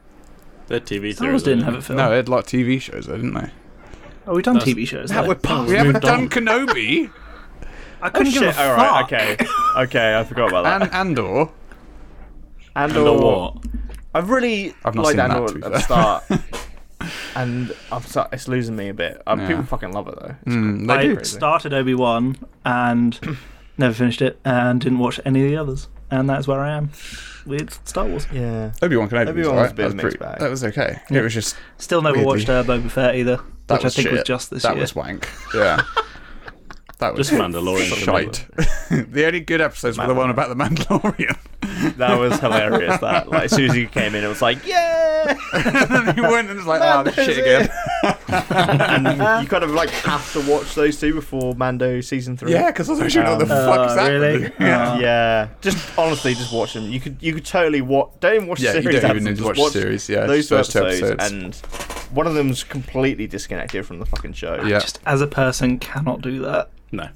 Speaker 3: Their TV
Speaker 4: Star Wars
Speaker 3: series
Speaker 4: didn't have a film.
Speaker 2: No, they had a lot of TV shows, though, didn't they?
Speaker 4: oh, we've done TV shows. though.
Speaker 2: We haven't done Kenobi
Speaker 4: I couldn't give a
Speaker 1: Shit,
Speaker 4: fuck.
Speaker 1: alright, okay. Okay, I forgot about that.
Speaker 2: and Andor.
Speaker 1: And,
Speaker 3: Or
Speaker 1: or
Speaker 3: what?
Speaker 1: I've really
Speaker 2: I've not
Speaker 1: liked
Speaker 2: seen that,
Speaker 1: Andor
Speaker 2: to be
Speaker 1: at the
Speaker 2: fair.
Speaker 1: start. and I'm so, it's losing me a bit. Um,
Speaker 2: Yeah.
Speaker 1: People fucking love it though. It's
Speaker 2: Mm,
Speaker 4: I
Speaker 2: they do.
Speaker 4: started Obi Wan and never finished it, and didn't watch any of the others, and that's where I am with Star Wars.
Speaker 1: Yeah.
Speaker 2: Obi Wan Kenobi.
Speaker 1: Obi-Wan
Speaker 2: was all
Speaker 1: was
Speaker 2: right.
Speaker 1: a bit of
Speaker 2: that, was
Speaker 1: a mixed
Speaker 2: pretty,
Speaker 1: bag.
Speaker 2: that was okay. It was just
Speaker 4: Still never
Speaker 2: Weirdly.
Speaker 4: watched uh, Boba Fett either,
Speaker 2: that
Speaker 4: which I
Speaker 2: was
Speaker 4: think was
Speaker 2: shit.
Speaker 4: just this
Speaker 2: That
Speaker 4: year.
Speaker 2: was wank. Yeah, that was
Speaker 3: Just Mandalorian.
Speaker 2: shite. the only good episodes were the one about the Mandalorian.
Speaker 1: That was hilarious. That like as soon as you came in, it was like yeah,
Speaker 2: and then he went and was like, "Ah, this shit again."
Speaker 1: and you kind of like have to watch those two before Mando season three.
Speaker 2: Yeah, because I was like, "What the
Speaker 1: Um,
Speaker 2: fuck
Speaker 4: uh,
Speaker 2: is that?"
Speaker 4: really?
Speaker 2: really? Yeah.
Speaker 1: Oh,
Speaker 4: Uh,
Speaker 1: yeah. Just honestly, just watch them. You could you could totally watch. Don't even watch
Speaker 2: Yeah, you
Speaker 1: series.
Speaker 2: don't
Speaker 1: episodes,
Speaker 2: even need to
Speaker 1: just
Speaker 2: watch series, yeah,
Speaker 1: those
Speaker 2: just those two
Speaker 1: episodes,
Speaker 2: episodes.
Speaker 1: and one of them's completely disconnected from the fucking show.
Speaker 2: yeah,
Speaker 4: Just as a person, cannot do that.
Speaker 3: No.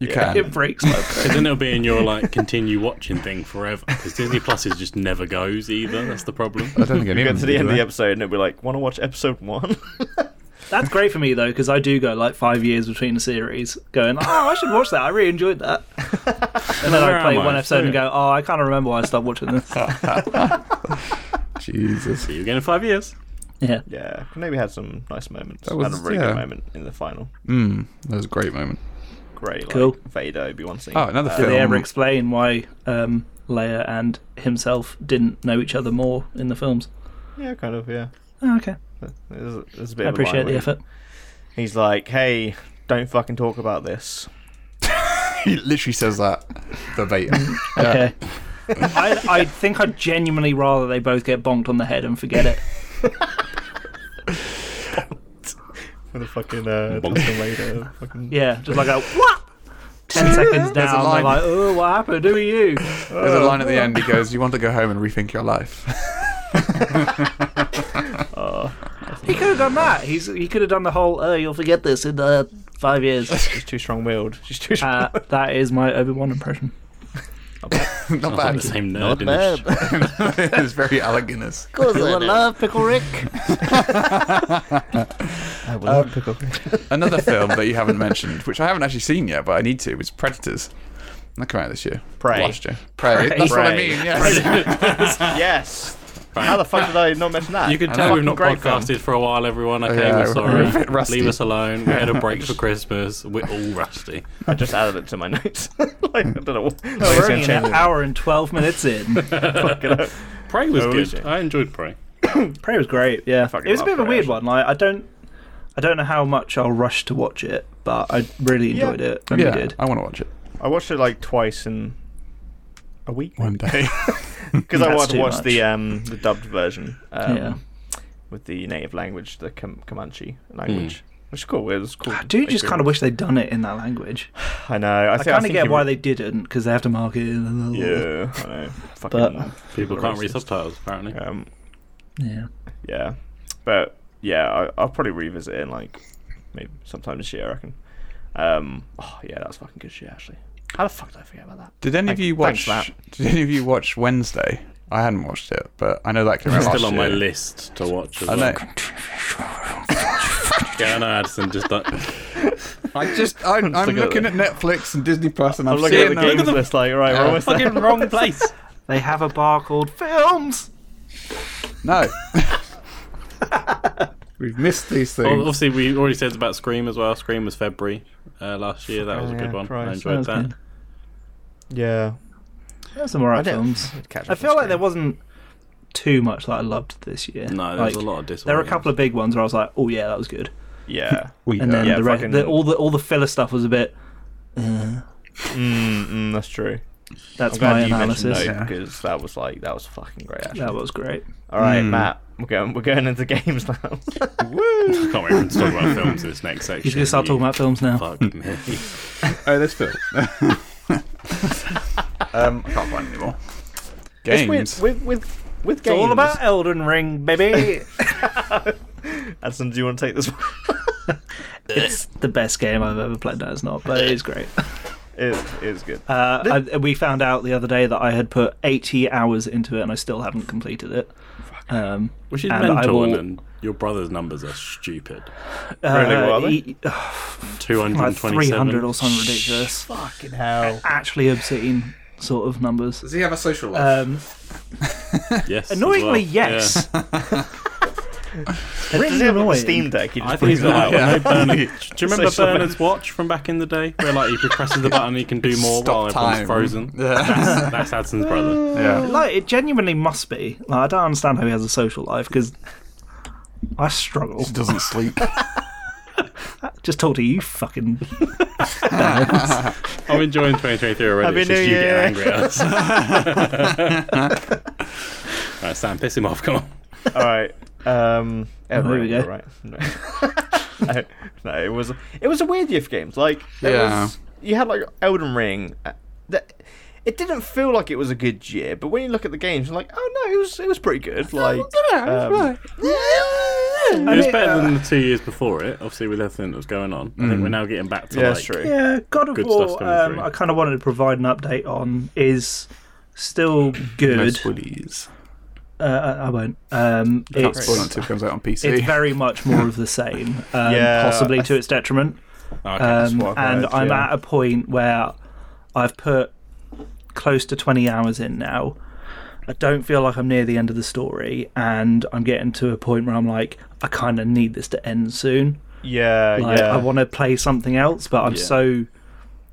Speaker 2: you
Speaker 1: yeah.
Speaker 2: can.
Speaker 4: It breaks my brain.
Speaker 3: Because then it'll be in your like continue watching thing forever. Because Disney Plus is just never goes either. That's the problem.
Speaker 2: I don't think
Speaker 1: You
Speaker 2: anyone
Speaker 1: get to the end of
Speaker 2: can do
Speaker 1: the
Speaker 2: that.
Speaker 1: episode and it'll be like, want to watch episode one?
Speaker 4: That's great for me though, because I do go like five years between a series, going, "Oh, I should watch that. I really enjoyed that." And then
Speaker 3: Where
Speaker 4: I play
Speaker 3: am I?
Speaker 4: one episode and
Speaker 3: Yeah.
Speaker 4: go, "Oh, I can't remember why I stopped watching this."
Speaker 2: Jesus.
Speaker 3: See you again in five years.
Speaker 4: Yeah,
Speaker 1: yeah, Kenobi had some nice moments.
Speaker 2: That was-
Speaker 1: had a really
Speaker 2: yeah.
Speaker 1: good moment in the final.
Speaker 2: Mm, that was a great moment.
Speaker 1: Great, like,
Speaker 4: Cool.
Speaker 1: Vader Obi Wan scene.
Speaker 2: Oh, another
Speaker 4: did
Speaker 2: film.
Speaker 4: they ever explain why um, Leia and himself didn't know each other more in the films?
Speaker 1: yeah, kind of. Yeah,
Speaker 4: Oh, okay,
Speaker 1: there's, there's a bit.
Speaker 4: I
Speaker 1: of a line
Speaker 4: appreciate the
Speaker 1: where
Speaker 4: effort.
Speaker 1: He's like, hey, don't fucking talk about this.
Speaker 2: he literally says that verbatim.
Speaker 4: Okay. I, I think I'd genuinely rather they both get bonked on the head and forget it.
Speaker 1: With a fucking uh,
Speaker 3: Bonk.
Speaker 1: Justin Later, fucking
Speaker 4: Yeah, just like a whap. Ten
Speaker 2: There's
Speaker 4: seconds
Speaker 2: a
Speaker 4: down, they're
Speaker 2: line.
Speaker 4: like, "Oh, what happened? Who are you?"
Speaker 2: There's a line at the end. He goes, "You want to go home and rethink your life."
Speaker 1: Oh. uh,
Speaker 4: He could have done that. He's he could have done the whole. Oh, you'll forget this in uh, five years.
Speaker 1: She's too strong-willed. She's too strong.
Speaker 4: Uh, that is my Obi Wan impression.
Speaker 2: Not
Speaker 3: I'm
Speaker 2: bad.
Speaker 3: the same nerd. in
Speaker 5: bad.
Speaker 3: this
Speaker 2: it's very Alec Guinness.
Speaker 5: Because I love Pickle Rick.
Speaker 1: I will not pick up.
Speaker 2: Another film that you haven't mentioned, which I haven't actually seen yet, but I need to, was Predators. That came out this year.
Speaker 1: Prey.
Speaker 2: Last year. Prey. That's what I
Speaker 1: Prey.
Speaker 2: mean. Yes.
Speaker 4: uh.
Speaker 1: yes. How the fuck did I not mention that?
Speaker 3: You can
Speaker 2: I
Speaker 3: tell
Speaker 2: know.
Speaker 3: we've not
Speaker 2: Great Oh,
Speaker 3: podcasted for a while, everyone. Okay,
Speaker 2: yeah,
Speaker 3: we're
Speaker 2: we're
Speaker 3: sorry.
Speaker 2: a bit rusty.
Speaker 3: Leave us alone. We had a break for Christmas. We're all rusty.
Speaker 1: I just added it to my notes. like, I don't know. What, no,
Speaker 4: We're only an hour and twelve minutes in.
Speaker 3: Prey was
Speaker 1: Oh, is
Speaker 3: good.
Speaker 1: it?
Speaker 3: I enjoyed Prey.
Speaker 4: Prey was great. Yeah,
Speaker 1: fucking
Speaker 4: it was a
Speaker 1: love
Speaker 4: bit of a
Speaker 1: Prey,
Speaker 4: weird
Speaker 1: actually.
Speaker 4: one. Like, I don't, I don't know how much I'll rush to watch it, but I really
Speaker 1: Yeah.
Speaker 4: enjoyed it when
Speaker 2: yeah,
Speaker 4: we did.
Speaker 2: I want to watch it
Speaker 1: I watched it like twice in a week
Speaker 2: one day.
Speaker 1: because I
Speaker 4: That's
Speaker 1: wanted to
Speaker 4: too
Speaker 1: watch
Speaker 4: much.
Speaker 1: the um the dubbed version. Um,
Speaker 4: Yeah.
Speaker 1: With the native language, the Com- Comanche language. Which is cool. It was cool.
Speaker 4: I do just kind
Speaker 1: experience.
Speaker 4: of wish they'd done it in that language.
Speaker 1: I know. I,
Speaker 4: I
Speaker 1: think- I
Speaker 4: kind of
Speaker 1: think
Speaker 4: get
Speaker 1: it
Speaker 4: why
Speaker 1: would-
Speaker 4: they didn't because they have to market it. and-
Speaker 1: Yeah, I know. Fucking
Speaker 3: People can't read
Speaker 1: racist.
Speaker 3: subtitles, apparently.
Speaker 1: Um,
Speaker 4: yeah.
Speaker 1: yeah, but yeah, I, I'll probably revisit it in like maybe sometime this year. I reckon. Um, oh yeah, that was fucking good shit actually. How the fuck did I forget about that?
Speaker 2: Did any of
Speaker 1: Thank-
Speaker 2: you
Speaker 1: thanks
Speaker 2: watch?
Speaker 1: for
Speaker 2: Did any of you watch Wednesday? I hadn't watched it, but I know that came out
Speaker 3: It's
Speaker 2: last
Speaker 3: still on my
Speaker 2: year.
Speaker 3: list to watch. As
Speaker 2: I
Speaker 3: well.
Speaker 2: know.
Speaker 3: Yeah, I know, Addison. Just like,
Speaker 2: I just I, I'm,
Speaker 1: looking at
Speaker 2: looking
Speaker 1: it.
Speaker 2: at Netflix and Disney Plus, and I'm,
Speaker 1: I'm looking at
Speaker 2: seeing
Speaker 1: the
Speaker 2: them.
Speaker 1: games list. Like, right, we're almost there.
Speaker 3: fucking wrong place.
Speaker 4: They have a bar called Films.
Speaker 2: No. We've missed these things.
Speaker 3: Well, Oh, obviously, we already said about Scream as well. Scream was February uh, last year. That was a
Speaker 1: Oh,
Speaker 3: good
Speaker 1: yeah,
Speaker 3: one. I
Speaker 1: Christ.
Speaker 3: enjoyed
Speaker 4: That was
Speaker 3: that.
Speaker 1: Yeah,
Speaker 4: There's some alright
Speaker 1: didn't
Speaker 4: films.
Speaker 1: catch up
Speaker 4: I
Speaker 1: on
Speaker 4: feel like
Speaker 1: Scream.
Speaker 4: there wasn't too much that I loved this year.
Speaker 3: No,
Speaker 4: like,
Speaker 3: there's a lot of disappointments.
Speaker 4: There are a couple of big ones where I was like, "Oh yeah, that was good,"
Speaker 1: Yeah. Mm,
Speaker 4: and then
Speaker 1: Yeah,
Speaker 4: the, rest,
Speaker 1: fucking-
Speaker 4: the all the all the filler stuff was a bit.
Speaker 1: mm, mm, that's true.
Speaker 4: That's
Speaker 1: I'm glad
Speaker 4: my
Speaker 1: you mentioned
Speaker 4: analysis.
Speaker 1: though,
Speaker 2: Yeah.
Speaker 1: because that was like that was fucking great. Actually.
Speaker 4: That was great.
Speaker 1: All right,
Speaker 2: Mm.
Speaker 1: Matt. We're going. We're going into games now.
Speaker 3: I can't wait for to talk about films in this next section.
Speaker 4: He's gonna start talking about films now.
Speaker 3: Fuck me.
Speaker 2: Oh, there's Phil. um, I can't find it anymore. Games.
Speaker 1: It's weird, with with with
Speaker 4: It's
Speaker 1: games.
Speaker 4: all about Elden Ring, baby.
Speaker 1: Adson, do you want to take this? one?
Speaker 4: it's the best game I've ever played. No, it's not, but it is great.
Speaker 1: it is good.
Speaker 4: Uh, I, we found out the other day that I had put 80 hours into it and I still haven't completed it. Um,
Speaker 3: Which is
Speaker 4: And I
Speaker 3: mental,
Speaker 4: will-
Speaker 3: and your brother's numbers are stupid.
Speaker 1: Really, what are they?
Speaker 4: e- like 300 or
Speaker 3: 227.
Speaker 4: something ridiculous.
Speaker 1: Fucking hell.
Speaker 4: Actually obscene sort of numbers.
Speaker 2: Does he have a social life?
Speaker 4: Um,
Speaker 3: Yes. as well.
Speaker 4: annoyingly,
Speaker 3: Yeah.
Speaker 4: yes.
Speaker 1: Does
Speaker 4: It's
Speaker 1: he have like, a
Speaker 4: annoying.
Speaker 1: Steam Deck? He
Speaker 3: I
Speaker 1: just
Speaker 3: think
Speaker 1: brings
Speaker 3: he's
Speaker 1: it out.
Speaker 3: got
Speaker 2: Yeah.
Speaker 3: that one. No, Bernard- do you remember
Speaker 1: Social
Speaker 3: Bernard's watch from back in the day, where like he presses the button and he can do more while everyone's frozen?
Speaker 2: Yeah.
Speaker 3: That's Adson's brother.
Speaker 2: yeah.
Speaker 4: Like, it genuinely must be. Like, I don't understand how he has a social life because I struggle.
Speaker 2: He doesn't sleep.
Speaker 4: Just talk to you fucking
Speaker 3: I'm enjoying 2023 already.
Speaker 1: Happy
Speaker 3: It's just
Speaker 1: New
Speaker 3: you
Speaker 1: Year.
Speaker 3: getting angry at us. Alright, Sam, piss him off. Come on.
Speaker 1: All right. Um,
Speaker 4: here
Speaker 1: everyone,
Speaker 4: we go.
Speaker 1: all Right. No. no, no, it was it was a weird year for games. Like, there
Speaker 2: Yeah.
Speaker 1: was- you had like Elden Ring. uh, That it didn't feel like it was a good year, but when you look at the games, you're like, oh no, it was it was pretty good. Like, um,
Speaker 3: It was
Speaker 4: mean, uh,
Speaker 3: better than the two years before it, obviously, with everything that was going on. I think we're now getting back to
Speaker 1: yeah,
Speaker 3: like,
Speaker 1: that's true.
Speaker 4: Mm. Yeah, God of
Speaker 3: Good stuff's
Speaker 4: War.
Speaker 3: coming
Speaker 4: Um,
Speaker 3: through.
Speaker 4: I kind of wanted to provide an update on is still good.
Speaker 2: Woodies.
Speaker 4: Uh, I- I won't. Um, it's
Speaker 2: Spoiler until it comes out on PC.
Speaker 4: it's very much more of the same. Um,
Speaker 1: Yeah,
Speaker 4: possibly
Speaker 1: I
Speaker 4: to its detriment.
Speaker 3: Oh, okay.
Speaker 4: Um,
Speaker 1: what I've
Speaker 4: and
Speaker 1: heard,
Speaker 4: I'm
Speaker 1: yeah.
Speaker 4: at a point where I've put close to 20 hours in now. I don't feel like I'm near the end of the story, and I'm getting to a point where I'm like, I kind of need this to end soon.
Speaker 1: Yeah,
Speaker 4: Like,
Speaker 1: yeah.
Speaker 4: I want to play something else, but I'm
Speaker 3: Yeah.
Speaker 4: so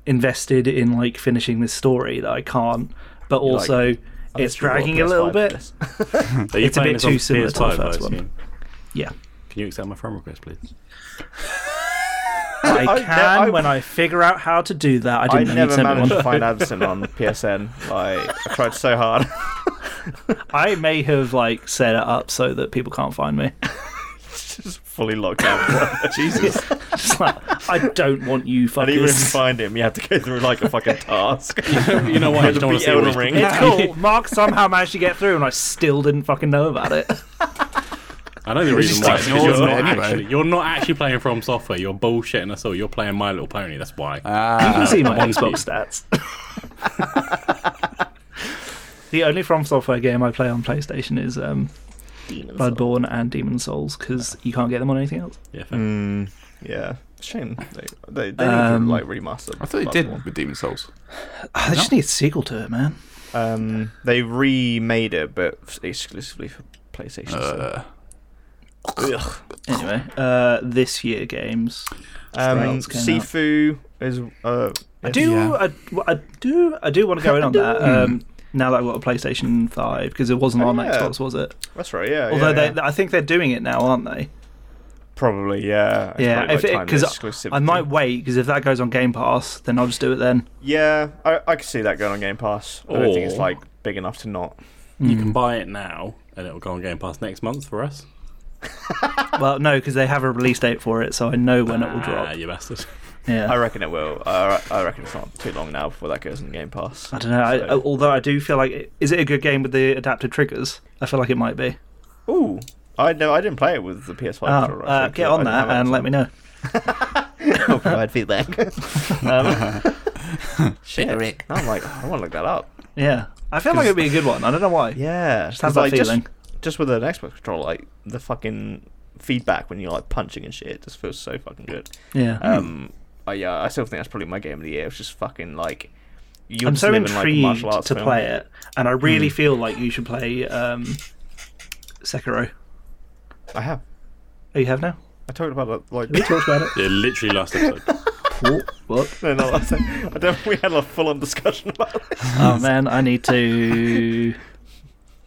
Speaker 4: invested in like finishing this story that I can't. But also, it's
Speaker 1: Just bought
Speaker 4: dragging a little
Speaker 1: PS5
Speaker 4: bit.
Speaker 1: for this.
Speaker 3: Are you
Speaker 4: it's a
Speaker 3: playing
Speaker 4: bit
Speaker 3: this on
Speaker 4: too similar to the
Speaker 3: PS5, I
Speaker 4: first one.
Speaker 3: assume?
Speaker 4: Yeah,
Speaker 3: Can you accept my friend request, please?
Speaker 4: I
Speaker 1: I-
Speaker 4: can
Speaker 1: I-
Speaker 4: when I figure out how to do that. I
Speaker 1: I
Speaker 4: didn't need
Speaker 1: never managed
Speaker 4: someone.
Speaker 1: to find Adson on PSN. Like, I tried so hard.
Speaker 4: I may have like set it up so that people can't find me.
Speaker 1: just fully locked out.
Speaker 2: Jesus.
Speaker 4: Just like, I don't want you
Speaker 1: And even if you
Speaker 4: fuckers.
Speaker 1: find him, you have to go through like a fucking task.
Speaker 3: you know what? You
Speaker 1: Beat
Speaker 3: don't want to see
Speaker 1: Elden
Speaker 3: what
Speaker 1: Ring.
Speaker 3: Ring.
Speaker 4: It's cool. Mark somehow managed to get through, and I still didn't fucking know about it.
Speaker 3: I know the reason
Speaker 2: just
Speaker 3: why. is 'cause
Speaker 2: ignores
Speaker 3: You're
Speaker 2: it
Speaker 3: not,
Speaker 2: anyway.
Speaker 3: actually, you're not actually playing From Software. You're bullshitting us all. You're playing My Little Pony. That's why.
Speaker 4: You can
Speaker 2: Ah,
Speaker 4: see my
Speaker 3: One
Speaker 4: Xbox stats. the only From Software game I play on PlayStation is um, Bloodborne and Demon Souls because you can't get them on anything else.
Speaker 3: yeah, fair.
Speaker 1: yeah, shame they they, they
Speaker 4: Hmm, Um,
Speaker 1: need to like remaster.
Speaker 2: I thought he did with Demon Souls.
Speaker 4: I Uh, just need a sequel to it, man.
Speaker 1: Um, they remade it, but exclusively for PlayStation. so-
Speaker 2: Uh,
Speaker 1: Ugh.
Speaker 4: Anyway, uh, this year games. what
Speaker 1: Um,
Speaker 4: else came out?
Speaker 1: Sifu is uh,
Speaker 4: I do,
Speaker 2: Yeah.
Speaker 4: I, I do, I do want to go in on that. Um, now that I've got a PlayStation Five, because it wasn't
Speaker 1: Oh,
Speaker 4: on
Speaker 1: yeah.
Speaker 4: Xbox, was it?
Speaker 1: That's right. Yeah.
Speaker 4: Although
Speaker 1: yeah,
Speaker 4: they,
Speaker 1: yeah.
Speaker 4: I think they're doing it now, aren't they?
Speaker 1: probably yeah. It's
Speaker 4: yeah,
Speaker 1: probably
Speaker 4: if
Speaker 1: like
Speaker 4: it-
Speaker 1: time
Speaker 4: 'cause
Speaker 1: exclusivity.
Speaker 4: I might wait because if that goes on Game Pass, then I'll just do it then.
Speaker 1: Yeah, I, I could see that going on Game Pass. I don't think it's
Speaker 3: Or-
Speaker 1: like big enough to not.
Speaker 3: You can buy it now, and it'll go on Game Pass next month for us.
Speaker 4: Well, no, because they have a release date for it, so I know when it will
Speaker 3: Ah,
Speaker 4: drop.
Speaker 3: you bastard.
Speaker 4: Yeah,
Speaker 1: I
Speaker 4: I,
Speaker 1: reckon it will. I, re- I reckon it's not too long now before that goes on Game Pass.
Speaker 4: don't know. I,
Speaker 1: So-
Speaker 4: although I do feel like, it, is it a good game with the adaptive triggers? I feel like it might be.
Speaker 1: Ooh, I no, I didn't play it with the PS5.
Speaker 4: Oh,
Speaker 1: controller,
Speaker 4: uh,
Speaker 1: actually,
Speaker 4: get
Speaker 1: 'cause I
Speaker 4: on
Speaker 1: didn't have
Speaker 4: that
Speaker 1: it, so-
Speaker 4: and let me know.
Speaker 1: I'll provide feedback. um, shit.
Speaker 6: Rick.
Speaker 1: I'm like, I want to look that up.
Speaker 4: Yeah, I feel like it'd be a good one. I don't know why.
Speaker 1: Yeah,
Speaker 4: have
Speaker 1: 'cause,
Speaker 4: that
Speaker 1: like,
Speaker 4: feeling.
Speaker 1: Just, just with an Xbox controller, like the fucking feedback when you're like punching and shit, just feels so fucking good.
Speaker 4: Yeah.
Speaker 1: Um, I, yeah, I still think that's probably my game of the year. It's just fucking like you're
Speaker 4: I'm
Speaker 1: just
Speaker 4: so
Speaker 1: living, like, a
Speaker 4: intrigued
Speaker 1: martial arts
Speaker 4: to
Speaker 1: film. Hmm.
Speaker 4: play it, and I really feel like you should play um, Sekiro.
Speaker 1: I have.
Speaker 4: Oh, you have now?
Speaker 1: I talked about it like.
Speaker 4: We talked about
Speaker 3: Yeah, literally last episode.
Speaker 4: it. what?
Speaker 1: no, no, I think- I don't. We had a full-on discussion about it.
Speaker 4: Oh man, I need to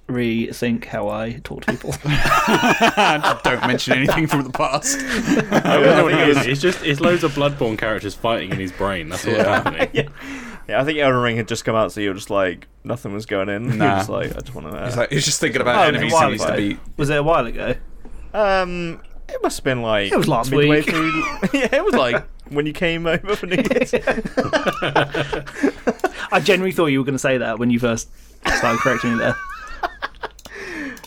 Speaker 4: rethink how I talk to people.
Speaker 2: Don't mention anything from the past.
Speaker 3: I don't know what it is. It's just it's loads of Bloodborne characters fighting in his brain. That's what's happening.
Speaker 1: Yeah, I think Elden Ring had just come out, so you're just like nothing was going in.
Speaker 2: Nah.
Speaker 1: You're just like I just want to.
Speaker 2: He's
Speaker 1: Uh,
Speaker 2: like, he's just thinking about
Speaker 1: Oh,
Speaker 2: enemies he
Speaker 1: why
Speaker 2: needs
Speaker 1: would
Speaker 2: to
Speaker 1: I?
Speaker 2: beat.
Speaker 4: was it a while ago?
Speaker 1: um, it must have been like
Speaker 4: It was last
Speaker 1: midway
Speaker 4: week.
Speaker 1: Through, yeah, it was like when you came over for New Year's.
Speaker 4: I genuinely thought you were going to say that when you first started correcting me there.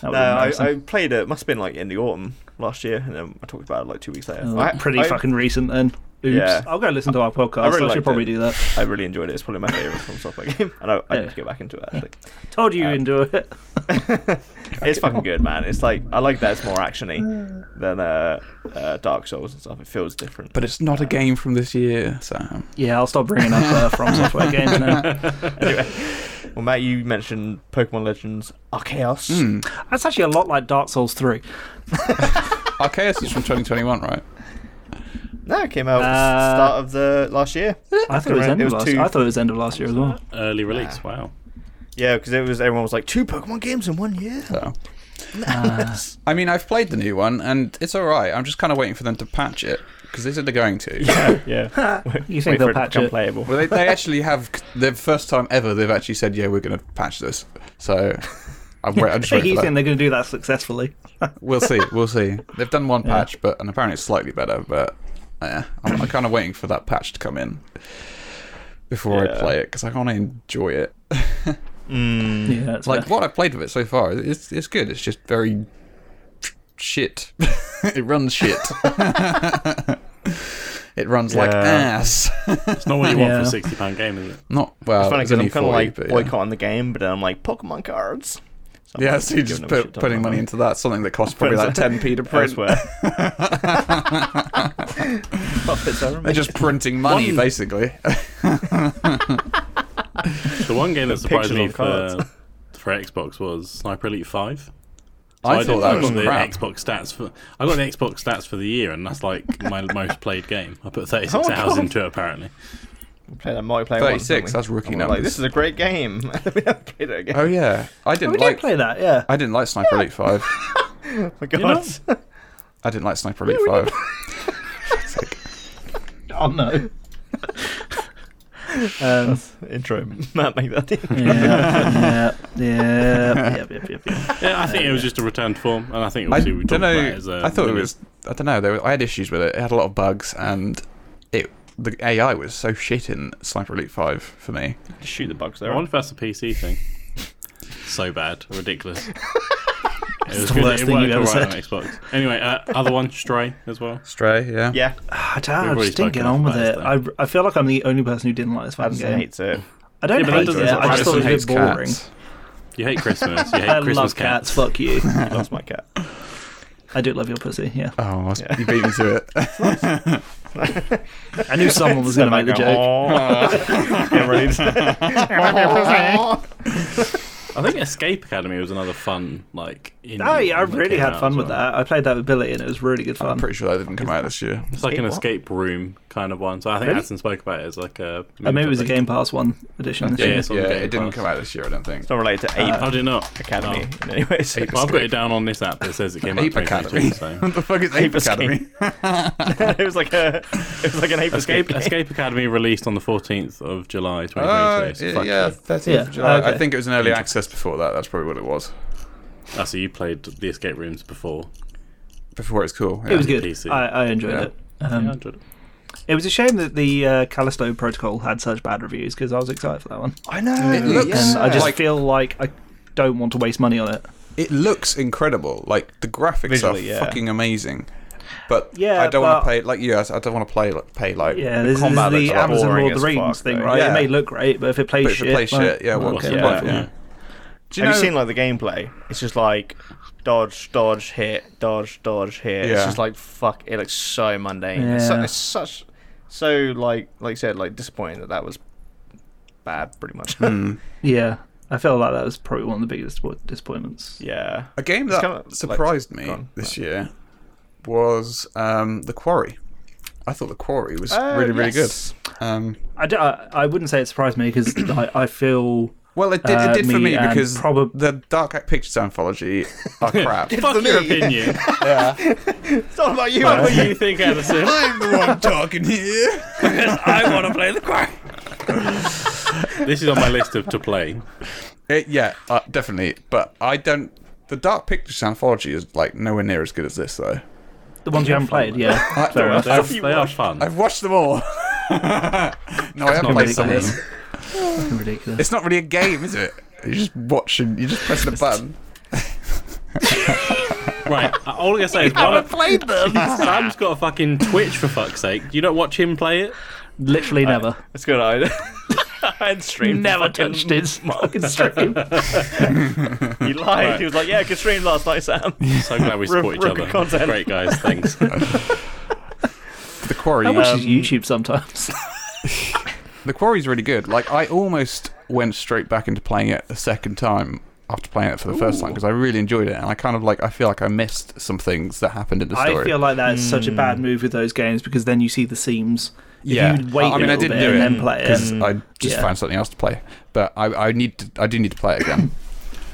Speaker 4: That
Speaker 1: No, I, I played it. Must have been like in the autumn last year, and then I talked about it like two weeks later. I,
Speaker 4: Oh, pretty
Speaker 1: I-
Speaker 4: fucking recent then. Oops.
Speaker 1: Yeah.
Speaker 4: I'll go listen to our podcast. I,
Speaker 1: really liked
Speaker 4: should probably
Speaker 1: it.
Speaker 4: do that.
Speaker 1: I really enjoyed it. It's probably my favorite from software game, and I, I need
Speaker 4: Yeah.
Speaker 1: to get back into it. Actually,
Speaker 4: Told you you enjoy it.
Speaker 1: it's fucking good, man. It's like I like that it's more actiony than uh, uh, Dark Souls and stuff. It feels different.
Speaker 2: But it's not a game from this year, Sam.
Speaker 4: Yeah, I'll stop bringing up uh, From Software games now.
Speaker 1: Well, Matt, you mentioned Pokemon Legends Arceus.
Speaker 2: Hmm.
Speaker 4: That's actually a lot like Dark Souls 3.
Speaker 2: Arceus is from 2021, right?
Speaker 1: No, it came out
Speaker 4: Uh,
Speaker 1: start of the last year.
Speaker 4: I thought it was
Speaker 1: Right,
Speaker 4: end
Speaker 1: it
Speaker 4: of
Speaker 1: was
Speaker 4: last
Speaker 1: two-
Speaker 4: year. I thought it was end of last year as well.
Speaker 3: Early release. Wow.
Speaker 1: Yeah, because it was everyone was like two Pokemon games in one year.
Speaker 2: So. I mean, I've played the new one and it's all right. I'm just kind of waiting for them to patch it because they said they're going to.
Speaker 1: yeah,
Speaker 4: You think they'll patch it?
Speaker 1: playable?
Speaker 2: Well, they, they actually have the first time ever they've actually said, "Yeah, we're going to patch this." So I'm, wait, I'm just
Speaker 4: You
Speaker 2: waiting
Speaker 4: think
Speaker 2: for that.
Speaker 4: they're going to do that successfully?
Speaker 2: We'll see. We'll see. They've done one patch, but and apparently it's slightly better. But yeah, I'm, I'm kind of waiting for that patch to come in before I
Speaker 1: Yeah.
Speaker 2: play it because I want to enjoy it.
Speaker 1: Hmm.
Speaker 4: Yeah, it's
Speaker 2: Like
Speaker 4: fair.
Speaker 2: what I've played with it so far, it's it's good. It's just very shit. it runs shit. it runs like
Speaker 1: Yeah.
Speaker 2: ass.
Speaker 3: It's not what you want for a
Speaker 4: Yeah.
Speaker 3: sixty pound game, is it?
Speaker 2: Not well.
Speaker 1: It's funny
Speaker 2: it's
Speaker 1: because I'm
Speaker 2: only
Speaker 1: kind of like
Speaker 2: 40, but yeah.
Speaker 1: boycotting the game, but then I'm like Pokemon cards. So I'm
Speaker 2: Yeah,
Speaker 1: like,
Speaker 2: so you
Speaker 1: giving
Speaker 2: just
Speaker 1: them
Speaker 2: put,
Speaker 1: shit ton of
Speaker 2: putting money into that, something that costs probably like 10p to print.
Speaker 1: elsewhere. Profits are
Speaker 2: They're
Speaker 1: amazing.
Speaker 2: just printing money,
Speaker 1: One-
Speaker 2: basically.
Speaker 3: The one game that surprised me
Speaker 1: Pictional
Speaker 3: for, for Xbox was Sniper Elite Five.
Speaker 2: I
Speaker 3: did-
Speaker 2: thought that was
Speaker 3: got the
Speaker 2: crap.
Speaker 3: Xbox stats for. I got the Xbox stats for the year, and that's like my most played game. I put thirty six
Speaker 1: Oh my
Speaker 3: hours
Speaker 1: God.
Speaker 3: into it apparently.
Speaker 1: play that multiplayer.
Speaker 2: 36,
Speaker 1: once,
Speaker 2: that's rookie
Speaker 1: I'm Like
Speaker 2: numbers.
Speaker 1: this is a great game. we haven't played it again.
Speaker 2: Oh yeah, I
Speaker 4: we
Speaker 2: didn't
Speaker 4: did
Speaker 2: like.
Speaker 4: play that, yeah.
Speaker 2: I didn't like Sniper Elite Five.
Speaker 1: Oh my god.
Speaker 2: I didn't like Sniper Elite Five. It's like-
Speaker 4: Oh no. um,
Speaker 1: Intro. Matt, make that.
Speaker 4: yeah, yeah, yeah, yep, yep, yep, yep.
Speaker 3: Yeah, I think it was just a return to form, and I think
Speaker 2: I
Speaker 3: obviously we
Speaker 2: don't
Speaker 3: talked about it as um,
Speaker 2: know.
Speaker 3: a
Speaker 2: I thought it
Speaker 3: mini-
Speaker 2: was. I don't know. There were, I had issues with it. It had a lot of bugs, and it the AI was so shit in Sniper Elite Five for me.
Speaker 1: Shoot the bugs
Speaker 3: I
Speaker 1: there.
Speaker 3: wonder if that's a PC thing. so bad, ridiculous. It was
Speaker 4: the worst
Speaker 3: It
Speaker 4: thing
Speaker 3: worked
Speaker 4: you've ever
Speaker 3: alright on Xbox. Anyway, uh, other one, Stray as well.
Speaker 2: Stray, yeah.
Speaker 1: Yeah,
Speaker 4: I, don't, I
Speaker 3: We've already
Speaker 4: just didn't
Speaker 3: spoken
Speaker 4: get on
Speaker 3: about
Speaker 4: with
Speaker 3: this,
Speaker 4: it. I, I feel like I'm the only person who didn't like this fucking
Speaker 1: Madison
Speaker 4: game.
Speaker 1: hates it.
Speaker 4: I don't
Speaker 3: Yeah, but that
Speaker 4: hate
Speaker 3: doesn't
Speaker 4: it.
Speaker 3: surprise
Speaker 4: I just thought it was a
Speaker 2: hates
Speaker 4: bit boring.
Speaker 2: cats.
Speaker 3: You hate Christmas. You hate
Speaker 4: I
Speaker 3: Christmas
Speaker 4: love
Speaker 3: cats.
Speaker 4: cats. Fuck you.
Speaker 1: He loves my cat.
Speaker 4: I do love your pussy. Yeah.
Speaker 2: Oh, I was- you beat me to it.
Speaker 4: I knew someone was going to make the joke.
Speaker 1: yeah, really.
Speaker 3: I think Escape Academy was another fun like. Indie
Speaker 4: Oh, yeah, I
Speaker 3: one that
Speaker 4: really
Speaker 3: came
Speaker 4: had
Speaker 3: out
Speaker 4: fun
Speaker 3: as
Speaker 4: with
Speaker 3: well.
Speaker 4: that. I played that with Billy, and it was really good
Speaker 2: I'm
Speaker 4: fun.
Speaker 2: pretty sure that didn't come out this year.
Speaker 3: It's like an escape room kind of one. So I think
Speaker 4: Really?
Speaker 3: Adson spoke about it as like a.
Speaker 4: Uh, maybe it was a
Speaker 3: mini-topic.
Speaker 4: Game Pass One edition. this
Speaker 3: Yeah,
Speaker 4: year.
Speaker 3: it's on
Speaker 2: yeah,
Speaker 3: Game
Speaker 2: it didn't
Speaker 3: Pass.
Speaker 2: come out this year. I don't think.
Speaker 1: It's not related to Ape
Speaker 4: Uh,
Speaker 3: How did it not?
Speaker 1: Academy
Speaker 3: Oh.
Speaker 1: in any way. so-
Speaker 3: Well, I've got it down on this app that says it came out.
Speaker 2: Ape
Speaker 3: 2022,
Speaker 2: Academy.
Speaker 3: So.
Speaker 2: what the fuck is Ape Academy?
Speaker 1: it was like a, it was like an Ape
Speaker 3: Escape,
Speaker 1: Escape.
Speaker 3: Escape Academy released on the 14th of July 2022.
Speaker 2: Uh,
Speaker 3: so fuck
Speaker 2: yeah,
Speaker 3: you.
Speaker 2: thirteenth
Speaker 4: Yeah,
Speaker 2: of July. I
Speaker 4: okay.
Speaker 2: think it was an early access before that. That's probably what it was.
Speaker 3: Ah, so you played the escape rooms before.
Speaker 2: Before it's cool. Yeah.
Speaker 4: It was good.
Speaker 3: PC.
Speaker 4: I, I enjoyed
Speaker 2: Yeah.
Speaker 4: it. Um,
Speaker 3: Yeah, I enjoyed it.
Speaker 4: It was a shame that the uh, Callisto Protocol had such bad reviews because I was excited for that one.
Speaker 1: I know.
Speaker 2: It looks-
Speaker 4: And I just
Speaker 2: Like-
Speaker 4: feel like I don't want to waste money on it.
Speaker 2: It looks incredible. Like the graphics
Speaker 1: Visually,
Speaker 2: are
Speaker 1: yeah.
Speaker 2: fucking amazing. But
Speaker 4: Yeah,
Speaker 2: I don't want
Speaker 4: but-
Speaker 2: to pay like you. I I don't want to play like pay like.
Speaker 4: Yeah, this, this is
Speaker 1: combat
Speaker 4: the
Speaker 1: looks a lot
Speaker 4: Amazon
Speaker 1: boring
Speaker 4: Lord of the
Speaker 1: as fuck,
Speaker 4: Rings thing,
Speaker 1: though.
Speaker 4: right?
Speaker 2: Yeah.
Speaker 4: It may look great, but if it plays
Speaker 2: But if
Speaker 4: shit,
Speaker 2: it plays
Speaker 4: like-
Speaker 2: shit, yeah, well,
Speaker 3: What's
Speaker 4: okay.
Speaker 3: the
Speaker 1: Yeah.
Speaker 3: point? Yeah.
Speaker 2: Do you
Speaker 1: Have
Speaker 2: know-
Speaker 1: you seen like the gameplay? It's just like dodge, dodge, hit, dodge, dodge, hit. It's
Speaker 2: Yeah.
Speaker 1: just like fuck. It looks so mundane. It's, su-
Speaker 4: Yeah.
Speaker 1: it's such so like like you said like disappointing that that was bad pretty much.
Speaker 4: Hmm. Yeah, I felt like that was probably one of the biggest disappoint- disappointments.
Speaker 1: yeah.
Speaker 2: a game
Speaker 1: It's
Speaker 2: that
Speaker 1: kinda, like,
Speaker 2: surprised me
Speaker 1: gone.
Speaker 2: this year was um, the Quarry. I thought the Quarry was
Speaker 4: Uh,
Speaker 1: Oh,
Speaker 2: really really
Speaker 1: yes.
Speaker 2: good. Um,
Speaker 4: I, d- I, I wouldn't say it surprised me because I, I feel
Speaker 2: Well, it did,
Speaker 4: Uh,
Speaker 2: it did for
Speaker 4: me
Speaker 2: me
Speaker 4: and
Speaker 2: because
Speaker 4: probab-
Speaker 2: the Dark Act Pictures anthology are crap.
Speaker 3: Fuck your opinion.
Speaker 1: It's not about you.
Speaker 3: Fuck what you think, Edison.
Speaker 2: I'm the one talking here.
Speaker 3: I want to play the quarry. this is on my list of to play.
Speaker 2: It, yeah, uh, definitely. But I don't. The Dark Pictures anthology is like nowhere near as good as this, though.
Speaker 4: The ones you haven't played, yeah. Fair enough.
Speaker 3: They're, they are fun.
Speaker 2: I've watched them all. no, I haven't
Speaker 3: not
Speaker 2: played some of
Speaker 4: ridiculous.
Speaker 2: them.
Speaker 4: Fucking ridiculous.
Speaker 2: It's not really a game, is it? You're just watching. You're just pressing a button.
Speaker 3: Right, all I'm gonna say is one of,
Speaker 5: Played them.
Speaker 3: Sam's got a fucking Twitch for fuck's sake. You don't watch him play it?
Speaker 4: Literally never.
Speaker 1: It's good. I I streamed.
Speaker 4: Never
Speaker 1: fucking-
Speaker 4: touched his fucking stream.
Speaker 1: He lied. He was like, "Yeah, I could stream last night, Sam."
Speaker 3: So glad we support each
Speaker 1: Rook-
Speaker 3: other.
Speaker 1: content.
Speaker 3: Great guys, thanks.
Speaker 2: The quarry.
Speaker 4: I watch
Speaker 2: um,
Speaker 4: his YouTube sometimes.
Speaker 2: The quarry's really good. Like I almost went straight back into playing it a second time after playing it for the first time because I really enjoyed it, and I kind of like I feel like I missed some things that happened in the story.
Speaker 4: I feel like that is such a bad move with those games because then you see the seams. If
Speaker 2: Yeah.
Speaker 4: you wait
Speaker 2: I mean,
Speaker 4: a
Speaker 2: I
Speaker 4: little
Speaker 2: didn't
Speaker 4: bit
Speaker 2: do
Speaker 4: and
Speaker 2: it
Speaker 4: then play
Speaker 2: because
Speaker 4: it.
Speaker 2: I just
Speaker 4: Yeah.
Speaker 2: found something else to play. But I, I need to, I do need to play it again.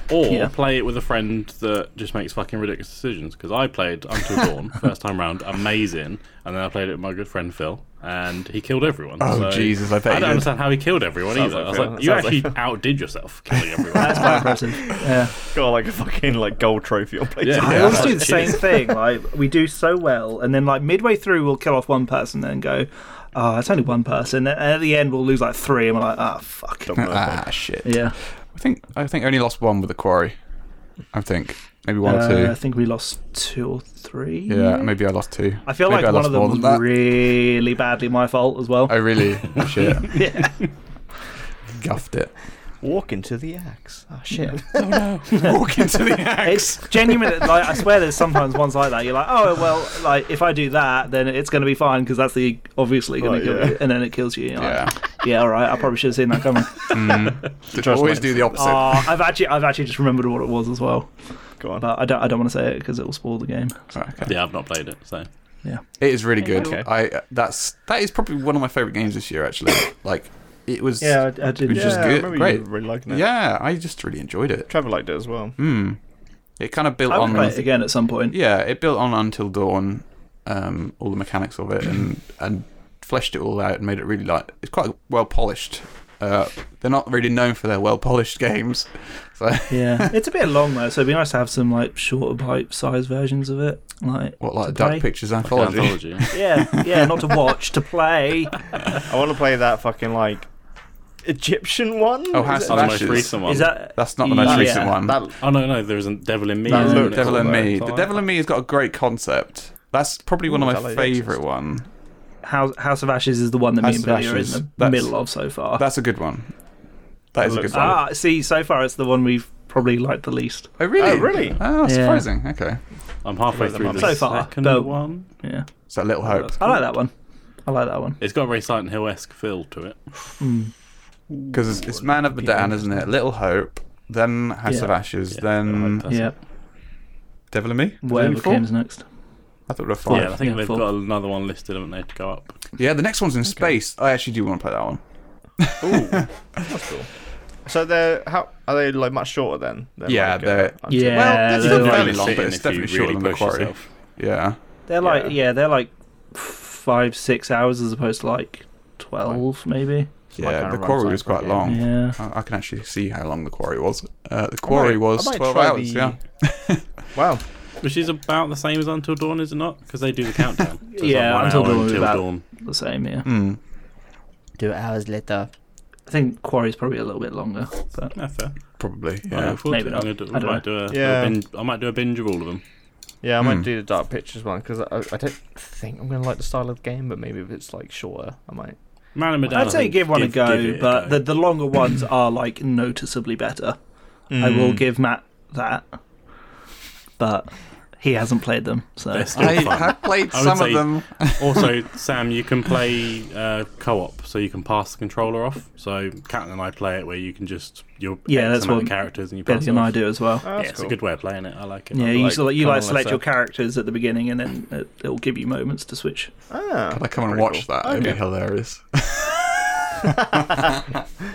Speaker 3: Or
Speaker 4: Yeah.
Speaker 3: play it with a friend that just makes fucking ridiculous decisions. Because I played Until Dawn first time round, amazing, and then I played it with my good friend Phil, and he killed everyone.
Speaker 2: Oh,
Speaker 3: so
Speaker 2: Jesus, I bet he
Speaker 3: I
Speaker 2: did.
Speaker 3: don't understand how he killed everyone
Speaker 1: Sounds
Speaker 3: either.
Speaker 1: like
Speaker 3: I was
Speaker 1: Phil.
Speaker 3: like, you
Speaker 1: Sounds like
Speaker 3: actually outdid yourself killing everyone.
Speaker 4: That's quite impressive. Yeah.
Speaker 1: Got like a fucking like gold trophy on PlayStation.
Speaker 3: Yeah.
Speaker 4: I
Speaker 3: Yeah.
Speaker 4: always do the same thing. Like we do so well, and then like midway through, we'll kill off one person, and go, "Oh, it's only one person." And at the end, we'll lose like three, and we're like, "Ah, fuck."
Speaker 2: ah shit.
Speaker 4: Yeah,
Speaker 2: I think I think I only lost one with the quarry. I think maybe one
Speaker 4: Uh,
Speaker 2: or
Speaker 4: I
Speaker 2: two.
Speaker 4: think we lost two or three.
Speaker 2: Yeah, maybe I lost two.
Speaker 4: I feel
Speaker 2: Maybe
Speaker 4: like one
Speaker 2: lost
Speaker 4: of them
Speaker 2: more
Speaker 4: was
Speaker 2: than that. Oh.
Speaker 4: really badly my fault as well.
Speaker 2: I really shit
Speaker 4: Yeah.
Speaker 2: guffed it.
Speaker 1: Walk into the axe. Oh shit.
Speaker 2: Walk into the axe.
Speaker 4: It's genuine. Like I swear, there's sometimes ones like that. You're like, oh well, like if I do that, then it's going to be fine because that's the obviously going
Speaker 1: Right,
Speaker 4: to kill
Speaker 1: yeah.
Speaker 4: you, and then it kills you. You're
Speaker 2: Yeah.
Speaker 4: Like, yeah, all right. I probably should have seen that coming.
Speaker 2: Always do the opposite.
Speaker 4: Oh, I've actually, I've actually just remembered what it was as well,
Speaker 1: Go on.
Speaker 4: but I don't, I don't want to say it because it will spoil the game.
Speaker 2: Okay.
Speaker 3: Yeah, I've not played it, so
Speaker 4: Yeah,
Speaker 2: It is really good.
Speaker 1: Okay.
Speaker 2: I that's that is probably one of my favorite games this year. Actually, like it was.
Speaker 4: yeah, I, I
Speaker 2: It
Speaker 4: did.
Speaker 2: was just
Speaker 1: Yeah, I
Speaker 2: good.
Speaker 1: remember you
Speaker 2: Great.
Speaker 1: really liking it.
Speaker 2: yeah, I just really enjoyed it.
Speaker 1: Trevor liked it as well.
Speaker 2: Hmm. It kind of built
Speaker 4: I
Speaker 2: on.
Speaker 4: would play it again at some point.
Speaker 2: Yeah, it built on Until Dawn, um, all the mechanics of it, and and fleshed it all out and made it really like it's quite well polished. Uh, they're not really known for their well polished games, so
Speaker 4: Yeah, it's a bit long though, so it'd be nice to have some like shorter bite size versions of it. Like
Speaker 2: what like
Speaker 4: to
Speaker 2: Dark
Speaker 4: play.
Speaker 2: Pictures
Speaker 3: like an
Speaker 2: anthology.
Speaker 3: anthology.
Speaker 4: Yeah, yeah, not to watch, to play.
Speaker 1: I want to play that fucking like Egyptian one.
Speaker 2: Oh,
Speaker 1: Is
Speaker 2: House
Speaker 1: it-
Speaker 2: of
Speaker 3: That's the most
Speaker 2: Ashes.
Speaker 3: recent one.
Speaker 4: Is that
Speaker 2: That's not the most
Speaker 4: Yeah.
Speaker 2: recent one.
Speaker 1: That
Speaker 3: Oh no, no, there isn't Devil in Me.
Speaker 4: No,
Speaker 3: isn't it?
Speaker 2: Devil and
Speaker 3: Although
Speaker 2: Me.
Speaker 3: it's
Speaker 2: The
Speaker 3: alright.
Speaker 2: Devil and Me has got a great concept. That's probably one
Speaker 1: Ooh,
Speaker 2: of
Speaker 1: that
Speaker 2: my
Speaker 1: like
Speaker 2: favourite one.
Speaker 4: House, House of Ashes is the one that
Speaker 2: House
Speaker 4: me and
Speaker 2: of
Speaker 4: Billy are in
Speaker 2: Ashes,
Speaker 4: the
Speaker 2: that's-
Speaker 4: middle of so far.
Speaker 2: That's a good one. That is a good
Speaker 1: looks
Speaker 2: one.
Speaker 4: Ah, see, so far it's the one we've probably liked the least.
Speaker 2: oh really?
Speaker 1: Oh, really?
Speaker 2: Oh,
Speaker 4: Yeah.
Speaker 2: surprising. Okay,
Speaker 3: I'm halfway
Speaker 1: So
Speaker 3: through the
Speaker 4: So far,
Speaker 3: second
Speaker 4: no.
Speaker 3: one.
Speaker 4: Yeah,
Speaker 2: it's that Little Hope
Speaker 4: I like that one. I like that one.
Speaker 3: It's got a very Silent Hill esque feel to it.
Speaker 2: because it's, it's Man of Medan, isn't it? Little Hope, then House
Speaker 4: Yeah.
Speaker 2: of Ashes,
Speaker 3: Yeah,
Speaker 2: then
Speaker 3: That's
Speaker 4: Yeah,
Speaker 3: it.
Speaker 2: Devil and Me. Is
Speaker 4: whatever
Speaker 2: it four?
Speaker 4: comes next.
Speaker 2: I thought it was
Speaker 3: Yeah,
Speaker 2: five.
Speaker 3: I think
Speaker 4: Yeah,
Speaker 3: they've
Speaker 4: four.
Speaker 3: got another one listed, haven't they, to go up?
Speaker 2: Yeah. the next one's in space. I actually do want to play that one.
Speaker 1: That's cool. So they're how are they like much shorter then? They're
Speaker 2: Yeah,
Speaker 1: like, uh,
Speaker 2: they're-
Speaker 1: until-
Speaker 4: Yeah.
Speaker 2: well, it's
Speaker 4: they're
Speaker 2: not
Speaker 4: like-
Speaker 2: fairly
Speaker 3: Sit
Speaker 2: long,
Speaker 3: in
Speaker 2: but it's
Speaker 3: if you
Speaker 2: definitely
Speaker 3: really
Speaker 2: shorter than the
Speaker 3: push
Speaker 2: quarry.
Speaker 3: yourself.
Speaker 2: Yeah,
Speaker 4: They're like
Speaker 1: Yeah.
Speaker 4: yeah. they're like five six hours as opposed to like twelve
Speaker 1: my
Speaker 4: maybe.
Speaker 2: yeah,
Speaker 1: kind
Speaker 2: the
Speaker 1: of run
Speaker 2: quarry
Speaker 1: cycle
Speaker 2: was quite
Speaker 1: game.
Speaker 2: long.
Speaker 4: Yeah,
Speaker 2: I I can actually see how long the quarry was. Uh, the
Speaker 1: I might-
Speaker 2: quarry was
Speaker 1: I might
Speaker 2: 12
Speaker 1: try
Speaker 2: hours,
Speaker 1: the-
Speaker 2: yeah.
Speaker 1: Wow.
Speaker 3: Which is about the same as Until Dawn, is it not? Because they do the countdown. So it's
Speaker 4: Yeah,
Speaker 3: one
Speaker 4: Until
Speaker 3: hour
Speaker 4: Dawn would be about-
Speaker 3: Dawn.
Speaker 4: the same. Yeah,
Speaker 2: Mm.
Speaker 1: Two hours later.
Speaker 4: I think Quarry's probably a little bit longer, but
Speaker 3: Yeah, fair.
Speaker 2: Probably,
Speaker 3: I
Speaker 2: yeah.
Speaker 3: look forward to
Speaker 4: Maybe
Speaker 3: it. I'm
Speaker 4: not.
Speaker 3: gonna do-
Speaker 4: I don't
Speaker 3: might do a,
Speaker 1: Yeah.
Speaker 3: a binge, I might do a binge of all of them.
Speaker 1: Yeah, I
Speaker 2: Hmm.
Speaker 1: might do the dark pictures one because I, I don't think I'm gonna like the style of the game, but maybe if it's like shorter, I might.
Speaker 3: Man and Medan, I
Speaker 4: I'd say
Speaker 3: think,
Speaker 4: give one a go.
Speaker 3: give it
Speaker 4: but
Speaker 3: go.
Speaker 4: the the longer ones are like noticeably better. I
Speaker 3: Mm.
Speaker 4: will give Matt that, but he hasn't played them, so
Speaker 3: They're still
Speaker 2: I
Speaker 3: fun.
Speaker 2: have played
Speaker 3: I
Speaker 2: some of
Speaker 3: would say-
Speaker 2: them.
Speaker 3: also, Sam, you can play uh, co-op, so you can pass the controller off. So Catelyn and I play it where you can just you're
Speaker 4: Yeah,
Speaker 3: X
Speaker 4: that's
Speaker 3: amount
Speaker 4: what
Speaker 3: of characters and you pass
Speaker 4: Billy
Speaker 3: it
Speaker 4: and I
Speaker 3: off.
Speaker 4: do as well.
Speaker 1: Oh,
Speaker 3: Yeah,
Speaker 1: that's
Speaker 3: it's
Speaker 1: cool.
Speaker 3: a good way of playing it. I like it.
Speaker 4: Yeah, you
Speaker 1: like,
Speaker 4: sort of- you
Speaker 1: come
Speaker 4: like
Speaker 1: on,
Speaker 4: select
Speaker 1: let's,
Speaker 4: your
Speaker 1: uh,
Speaker 4: characters at the beginning, and then it, it'll give you moments to switch.
Speaker 1: Ah,
Speaker 2: Can I come and
Speaker 1: pretty
Speaker 2: watch
Speaker 1: cool.
Speaker 2: that? It'd be hilarious.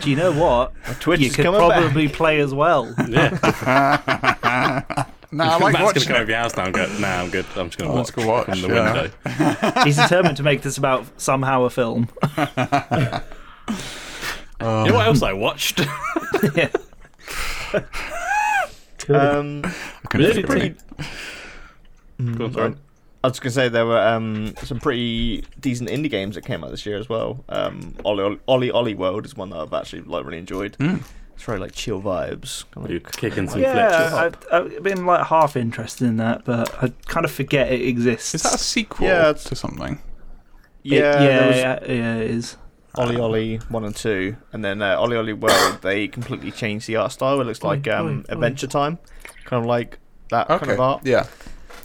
Speaker 4: Do you know what?
Speaker 1: Twitch
Speaker 4: you
Speaker 1: is
Speaker 4: could
Speaker 1: coming
Speaker 4: probably play as well.
Speaker 3: Yeah,
Speaker 2: No, I like
Speaker 3: Matt's gonna
Speaker 2: watching.
Speaker 3: come over your house now and go. Nah, I'm good. I'm just gonna
Speaker 2: Oh,
Speaker 3: watch,
Speaker 2: let's go watch,
Speaker 3: from the
Speaker 2: yeah.
Speaker 3: window.
Speaker 4: He's determined to make this about somehow a film.
Speaker 3: You know what else I watched?
Speaker 4: yeah.
Speaker 1: Um,
Speaker 2: I couldn't
Speaker 3: Really
Speaker 2: think of any.
Speaker 3: pretty- Go on, sorry.
Speaker 1: I was going to say there were um, some pretty decent indie games that came out this year as well. Um, Ollie, Ollie Ollie World is one that I've actually like really enjoyed.
Speaker 4: Hmm.
Speaker 1: It's very like chill vibes. Kinda
Speaker 3: You
Speaker 1: like-
Speaker 3: kicking some
Speaker 4: Yeah,
Speaker 3: fletches.
Speaker 4: I've, I've been like half interested in that, but I kind of forget it exists.
Speaker 2: Is that a sequel
Speaker 1: Yeah, it's-
Speaker 2: to something?
Speaker 4: It-
Speaker 1: yeah, there
Speaker 4: yeah,
Speaker 1: was
Speaker 4: yeah, yeah, it is.
Speaker 1: Ollie Ollie one and two, and then uh, Ollie Ollie World. they completely changed the art style. It looks like um,
Speaker 4: oi, oi.
Speaker 1: Adventure Time, kind of like that
Speaker 2: Okay.
Speaker 1: kind of art.
Speaker 2: Yeah.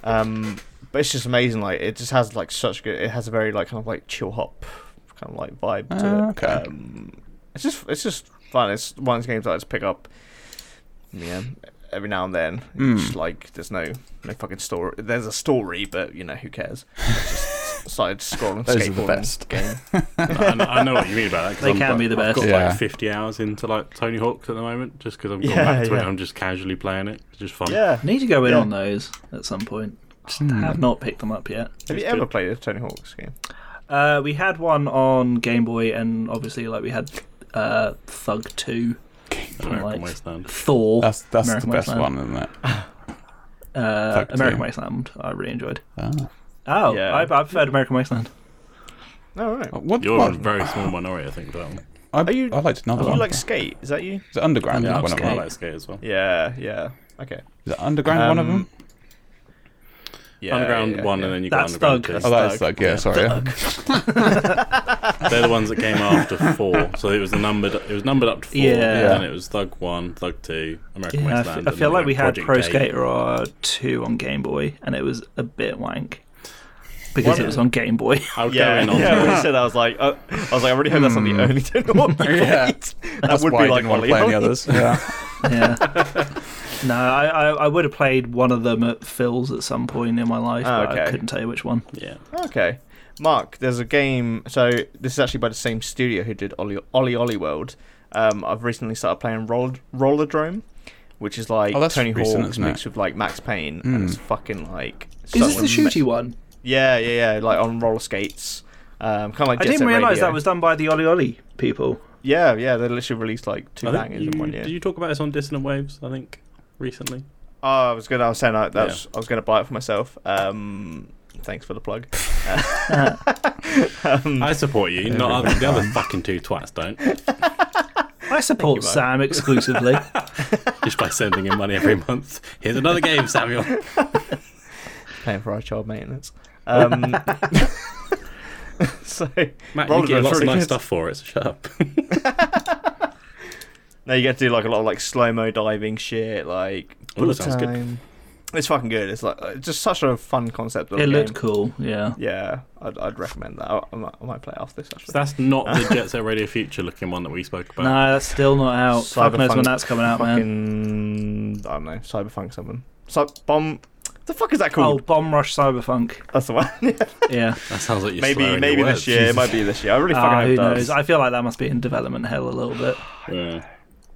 Speaker 1: Um, but it's just amazing. Like it just has like such good. It has a very like kind of like chill hop kind of like vibe to
Speaker 2: Ah,
Speaker 1: it.
Speaker 2: okay.
Speaker 1: Um, it's just it's just fun. It's one of those games that I just pick up. Yeah, every now and then. It's
Speaker 2: Mm.
Speaker 1: just like there's no no fucking story. There's a story, but you know who cares? It's just side scrolling
Speaker 2: Those are the
Speaker 1: skateboarding
Speaker 2: best.
Speaker 1: game.
Speaker 3: I, know- I know what you mean about that. 'cause
Speaker 4: They
Speaker 3: I'm
Speaker 4: can
Speaker 3: like-
Speaker 4: be the
Speaker 3: I've
Speaker 4: best.
Speaker 3: got
Speaker 2: Yeah.
Speaker 3: like 50 hours into like Tony Hawk's at the moment, just because I'm
Speaker 1: Yeah,
Speaker 3: going back to it.
Speaker 1: yeah.
Speaker 3: I'm just casually playing it. It's just fun.
Speaker 1: Yeah.
Speaker 4: I need to go in
Speaker 1: Yeah. Hmm.
Speaker 4: on those at some point. Just have not picked them up yet.
Speaker 1: Have you
Speaker 3: It's
Speaker 1: ever
Speaker 3: good.
Speaker 1: played a Tony Hawk's game?
Speaker 4: Uh, we had one on Game Boy, and obviously, like we had uh, Thug Two,
Speaker 3: American
Speaker 4: Right.
Speaker 3: Wasteland.
Speaker 4: Thor,
Speaker 2: That's that's
Speaker 4: American
Speaker 2: the best
Speaker 4: Wasteland.
Speaker 2: one, isn't it?
Speaker 4: uh,
Speaker 2: Thug 2.
Speaker 4: American Wasteland. I really enjoyed.
Speaker 2: Ah.
Speaker 4: Oh,
Speaker 1: Yeah.
Speaker 4: I, I preferred American Wasteland.
Speaker 2: Oh,
Speaker 1: No, right.
Speaker 2: What,
Speaker 3: You're
Speaker 2: what-
Speaker 3: in a very small minority, I think, for that one.
Speaker 2: I,
Speaker 1: Are you-
Speaker 2: I liked another
Speaker 1: Do
Speaker 2: one.
Speaker 1: you like skate? Is that you?
Speaker 2: Is it Underground?
Speaker 3: Yeah,
Speaker 2: one
Speaker 3: I'm
Speaker 2: of them?
Speaker 3: I like skate as well.
Speaker 1: Yeah, yeah. Okay.
Speaker 2: Is it Underground one of
Speaker 1: Um,
Speaker 2: them?
Speaker 1: Yeah,
Speaker 3: underground
Speaker 1: yeah,
Speaker 3: one,
Speaker 1: yeah.
Speaker 3: and then you
Speaker 4: That's
Speaker 3: got Underground
Speaker 4: Thug.
Speaker 3: two.
Speaker 2: Oh, that is like yeah. Sorry. yeah.
Speaker 3: They're the ones that came after four, so it was the numbered. It was numbered up to four,
Speaker 4: Yeah.
Speaker 3: and then it was Thug One, Thug Two, American
Speaker 4: Yeah, I,
Speaker 3: Wasteland.
Speaker 4: f- I
Speaker 3: and
Speaker 4: feel
Speaker 3: then
Speaker 4: like we had
Speaker 3: Project
Speaker 4: Pro
Speaker 3: Eight.
Speaker 4: Skater or Two on Game Boy, and it was a bit wank because it was on Game Boy.
Speaker 3: I would go
Speaker 1: Yeah,
Speaker 3: in on
Speaker 1: yeah.
Speaker 3: Thug.
Speaker 1: When you said, that, I was like, uh, I was like, I really hope that's not the only Tony Hawk. you
Speaker 2: Hmm. Yeah.
Speaker 1: played. that
Speaker 2: That's
Speaker 1: would
Speaker 2: why
Speaker 1: be
Speaker 2: I
Speaker 1: like
Speaker 2: didn't want to
Speaker 1: Ollie
Speaker 2: play any
Speaker 1: Ollie.
Speaker 2: others. Yeah.
Speaker 4: yeah. No, I, I, I would have played one of them at Phil's at some point in my life,
Speaker 1: Ah,
Speaker 4: but I
Speaker 1: okay.
Speaker 4: couldn't tell you which one.
Speaker 3: Yeah,
Speaker 1: Okay, Mark. There's a game. So this is actually by the same studio who did Ollie Ollie, Ollie World. Um, I've recently started playing Roll Rollerdrome, which is like
Speaker 2: Oh, that's
Speaker 1: Tony
Speaker 2: recent,
Speaker 1: Hawk's
Speaker 2: isn't it? Hmm.
Speaker 1: mixed with like Max Payne, and it's fucking like.
Speaker 4: Is this
Speaker 1: so
Speaker 4: the
Speaker 1: ama-
Speaker 4: shooty one?
Speaker 1: Yeah, yeah, yeah. Like on roller skates. Um, kind of like.
Speaker 4: I
Speaker 1: Jet
Speaker 4: didn't
Speaker 1: Set
Speaker 4: realise
Speaker 1: Radio.
Speaker 4: that was done by the Oli Oli people.
Speaker 1: Yeah, yeah. They literally released like two
Speaker 3: I think
Speaker 1: bangers
Speaker 3: you,
Speaker 1: in one year.
Speaker 3: did you talk about this on Dissonant Waves? I think recently.
Speaker 1: Oh, I was gonna. I was saying I,
Speaker 3: Yeah.
Speaker 1: that was, I was gonna buy it for myself. Um, thanks for the plug.
Speaker 3: Mm. I support you. Not other, the other fucking two twats don't.
Speaker 4: I support Sam exclusively.
Speaker 3: Just by sending him money every month. Here's another game, Samuel.
Speaker 1: Paying for our child maintenance. Um, so
Speaker 3: Matt,
Speaker 1: Roller
Speaker 3: you get
Speaker 1: Derby's
Speaker 3: lots of
Speaker 1: really
Speaker 3: nice
Speaker 1: good.
Speaker 3: stuff for it. So shut up.
Speaker 1: Now you get to do like a lot of like slow mo diving shit, like
Speaker 3: Ooh,
Speaker 1: bullet
Speaker 3: sounds good.
Speaker 1: time. It's fucking good. It's like it's just such a fun concept. Of
Speaker 4: it
Speaker 1: a
Speaker 4: looked
Speaker 1: game.
Speaker 4: cool, yeah.
Speaker 1: Yeah, I'd, I'd recommend that. I, I, might, I might play it after this actually.
Speaker 3: So that's not the Jet Set Radio Future looking one that we spoke about.
Speaker 4: No, that's still not out. Fuck knows when
Speaker 1: Cyberpunk
Speaker 4: that's coming out, man.
Speaker 1: fucking I don't know. Cyberpunk someone. Cy- bomb. The fuck is that
Speaker 4: Oh,
Speaker 1: called?
Speaker 4: Bomb Rush Cyberpunk.
Speaker 1: That's the one.
Speaker 4: Yeah.
Speaker 3: That sounds like you're
Speaker 1: maybe
Speaker 3: slurring
Speaker 1: maybe
Speaker 3: your
Speaker 1: this
Speaker 3: words.
Speaker 1: year. It might be this year. I really fucking
Speaker 4: Ah,
Speaker 1: hope
Speaker 4: who
Speaker 1: it does.
Speaker 4: knows? I feel like that must be in development hell a little bit.
Speaker 3: Yeah.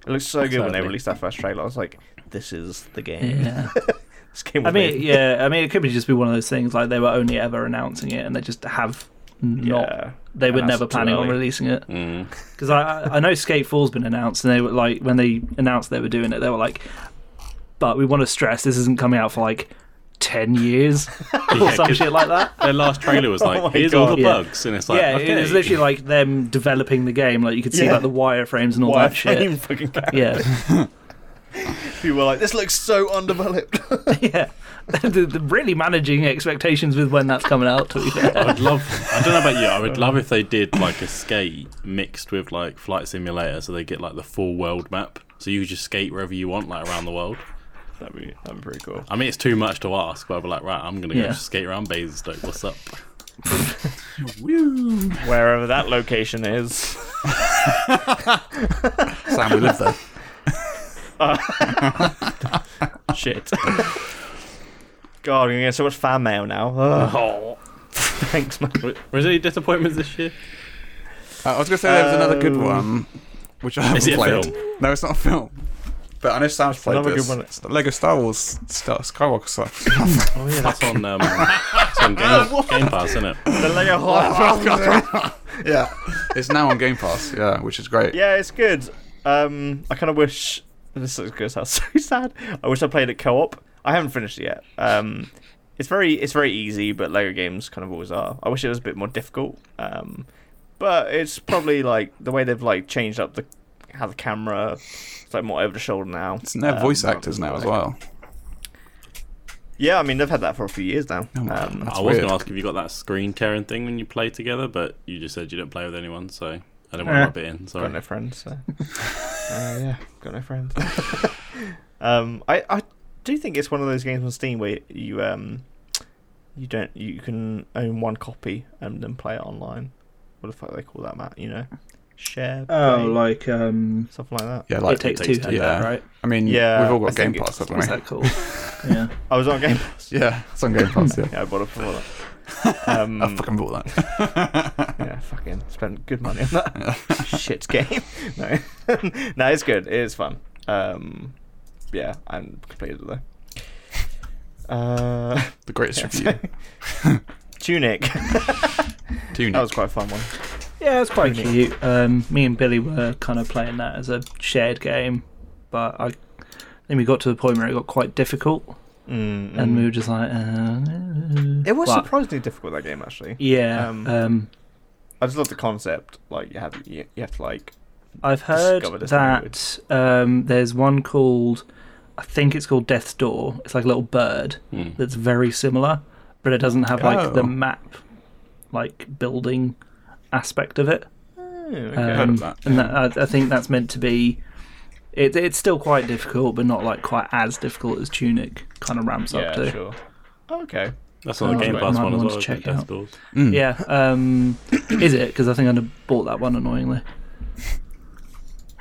Speaker 1: It looks so good when they
Speaker 3: Sadly.
Speaker 1: released that first trailer. I was like, this is the game.
Speaker 4: Yeah.
Speaker 1: This game
Speaker 4: I
Speaker 1: was
Speaker 4: mean,
Speaker 1: made-
Speaker 4: yeah. I mean, it could be just be one of those things like they were only ever announcing it, and they just have not.
Speaker 1: Yeah.
Speaker 4: They were
Speaker 1: And that's
Speaker 4: never
Speaker 1: too
Speaker 4: planning on
Speaker 1: early.
Speaker 4: releasing it
Speaker 3: Mm.
Speaker 4: because I I- I know Skate Four's been announced, and they were like when they announced they were doing it, they were like, but we want to stress this isn't coming out for like ten years or
Speaker 3: Yeah,
Speaker 4: some
Speaker 3: 'cause
Speaker 4: shit like that.
Speaker 3: Their last trailer was like,
Speaker 1: my
Speaker 3: here's all
Speaker 1: God.
Speaker 3: the
Speaker 4: Oh Yeah.
Speaker 3: bugs. And it's like,
Speaker 4: yeah,
Speaker 3: okay.
Speaker 4: it was literally like them developing the game. Like you could see
Speaker 1: Yeah.
Speaker 4: like the wireframes and all that
Speaker 1: Wireframe
Speaker 4: shit.
Speaker 1: fucking character.
Speaker 4: Yeah,
Speaker 1: People were like, this looks so undeveloped.
Speaker 4: yeah. They're they're really managing expectations with when that's coming out. To be fair.
Speaker 3: I'd love. I don't know about you. I would love if they did like a skate mixed with like flight simulator, so they get like the full world map. So you just skate wherever you want, like around the world.
Speaker 1: that'd, be, that'd be pretty cool.
Speaker 3: I mean, it's too much to ask, but I'd be like, right, I'm gonna
Speaker 4: Yeah.
Speaker 3: go skate around Basingstoke. What's up?
Speaker 1: Wherever that location is.
Speaker 2: Sam, we live there.
Speaker 1: Shit. God, I'm going to get so much fan
Speaker 4: Oh.
Speaker 1: mail now. Ugh. Thanks, man.
Speaker 3: Was there any disappointments this year?
Speaker 2: Uh, I was going to say there was another good one, which I haven't
Speaker 3: Is it a
Speaker 2: played.
Speaker 3: film?
Speaker 2: No, it's not a film. But I know Sam's played
Speaker 1: another
Speaker 2: this.
Speaker 1: good one.
Speaker 2: It's the Lego Star Wars Star Skywalker stuff.
Speaker 3: Oh yeah, that's on um, it's on Game, Game Pass, isn't it?
Speaker 1: The Lego
Speaker 4: Oh,
Speaker 1: Horror.
Speaker 2: yeah, it's now on Game Pass. Yeah, which is great.
Speaker 1: yeah, it's good. Um, I kind of wish this is going to sound so sad. I wish I played it co-op. I haven't finished it yet. Um, it's very it's very easy, but Lego games kind of always are. I wish it was a bit more difficult. Um, but it's probably like the way they've like changed up the how the camera. It's like more over the shoulder now.
Speaker 2: It's now
Speaker 1: Um,
Speaker 2: voice actors now as well.
Speaker 1: Yeah, I mean they've had that for a few years now.
Speaker 2: Oh my
Speaker 1: Um,
Speaker 2: God. That's
Speaker 3: I was
Speaker 2: weird.
Speaker 3: going to ask if you got that screen tearing thing when you play together, but you just said you don't play with anyone, so I didn't want to
Speaker 4: Eh.
Speaker 3: rub it in. Sorry.
Speaker 1: got no friends. So. uh, yeah, got no friends. um, I, I do think it's one of those games on Steam where you um you don't you can own one copy and then play it online. What the fuck they call that, Matt? You know, share.
Speaker 4: Oh,
Speaker 1: play,
Speaker 4: like um,
Speaker 1: stuff like that.
Speaker 2: Yeah, like
Speaker 4: it takes,
Speaker 3: Takes
Speaker 4: two,
Speaker 3: Two,
Speaker 2: yeah.
Speaker 4: yeah, right?
Speaker 2: I mean,
Speaker 1: Yeah,
Speaker 2: we've all
Speaker 1: I
Speaker 2: got Game
Speaker 1: think
Speaker 2: Pass, haven't
Speaker 4: What's
Speaker 2: we?
Speaker 4: that called? yeah.
Speaker 1: I was on Game Pass.
Speaker 2: Yeah, it's on Game Pass. Yeah,
Speaker 1: Yeah, I bought it before that. Um,
Speaker 2: I fucking bought that.
Speaker 1: yeah, fucking spent good money on that shit game. No, no, it's good. It is fun. Um, yeah, I'm completed it though. Uh,
Speaker 2: The greatest
Speaker 1: Yeah,
Speaker 2: review.
Speaker 1: Tunic. that
Speaker 2: Tunic.
Speaker 1: was quite a fun one.
Speaker 4: Yeah, it's quite
Speaker 1: Pretty
Speaker 4: cute. Um, me and Billy were kind of playing that as a shared game, but I think we got to the point where it got quite difficult,
Speaker 1: Mm,
Speaker 4: and
Speaker 1: mm.
Speaker 4: we were just like, uh,
Speaker 1: It was
Speaker 4: but-
Speaker 1: surprisingly difficult that game actually.
Speaker 2: E-
Speaker 4: Yeah,
Speaker 1: um,
Speaker 4: um,
Speaker 1: I just love the concept. Like you have you, you have to like
Speaker 4: I've heard
Speaker 1: discovered this
Speaker 4: that um, there's one called, I think it's called Death's Door. It's like a little bird
Speaker 3: Hmm.
Speaker 4: that's very similar, but it doesn't have like
Speaker 2: Oh.
Speaker 4: the map, like building aspect of it.
Speaker 1: oh, okay.
Speaker 4: Um,
Speaker 2: of that,
Speaker 4: And that, I, I think that's meant to be. It, it's still quite difficult, but not like quite as difficult as Tunic kind of ramps
Speaker 1: yeah,
Speaker 4: up to.
Speaker 1: sure. Okay.
Speaker 3: That's on
Speaker 4: Oh,
Speaker 3: the Game
Speaker 4: I
Speaker 3: Pass
Speaker 4: might
Speaker 3: one as
Speaker 4: want
Speaker 3: well. isn't
Speaker 4: to
Speaker 3: it?
Speaker 4: check
Speaker 3: Death
Speaker 4: out.
Speaker 3: Doors.
Speaker 2: Mm.
Speaker 4: Yeah, um, is it? Because I think I'd have bought that one annoyingly.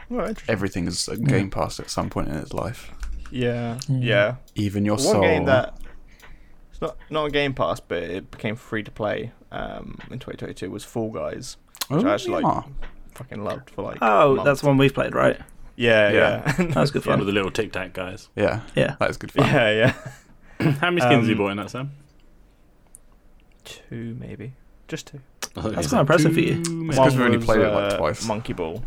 Speaker 1: Well, interesting.
Speaker 2: Everything is a Game Pass at some point in its life.
Speaker 1: Yeah. Yeah.
Speaker 2: Even your
Speaker 1: One
Speaker 2: soul.
Speaker 1: game that it's not not on Game Pass, but it became free to play um, in 2022 was Fall Guys, which
Speaker 2: Oh,
Speaker 1: I actually
Speaker 2: yeah.
Speaker 1: like fucking loved for like.
Speaker 4: Oh,
Speaker 1: months.
Speaker 4: that's one we've played, right?
Speaker 1: Yeah, yeah.
Speaker 2: Yeah.
Speaker 1: Yeah,
Speaker 4: That was good
Speaker 3: One of
Speaker 4: fun.
Speaker 3: the little Tic Tac guys.
Speaker 2: Yeah,
Speaker 4: Yeah.
Speaker 2: that is good fun.
Speaker 1: yeah.
Speaker 3: How many skins have you
Speaker 1: Um,
Speaker 3: bought in that, Sam?
Speaker 1: Two maybe, just two.
Speaker 4: That's quite impressive for you.
Speaker 2: It's 'cause we
Speaker 1: One
Speaker 2: only
Speaker 1: was,
Speaker 2: played it, like,
Speaker 1: uh,
Speaker 2: twice.
Speaker 1: Monkey Ball.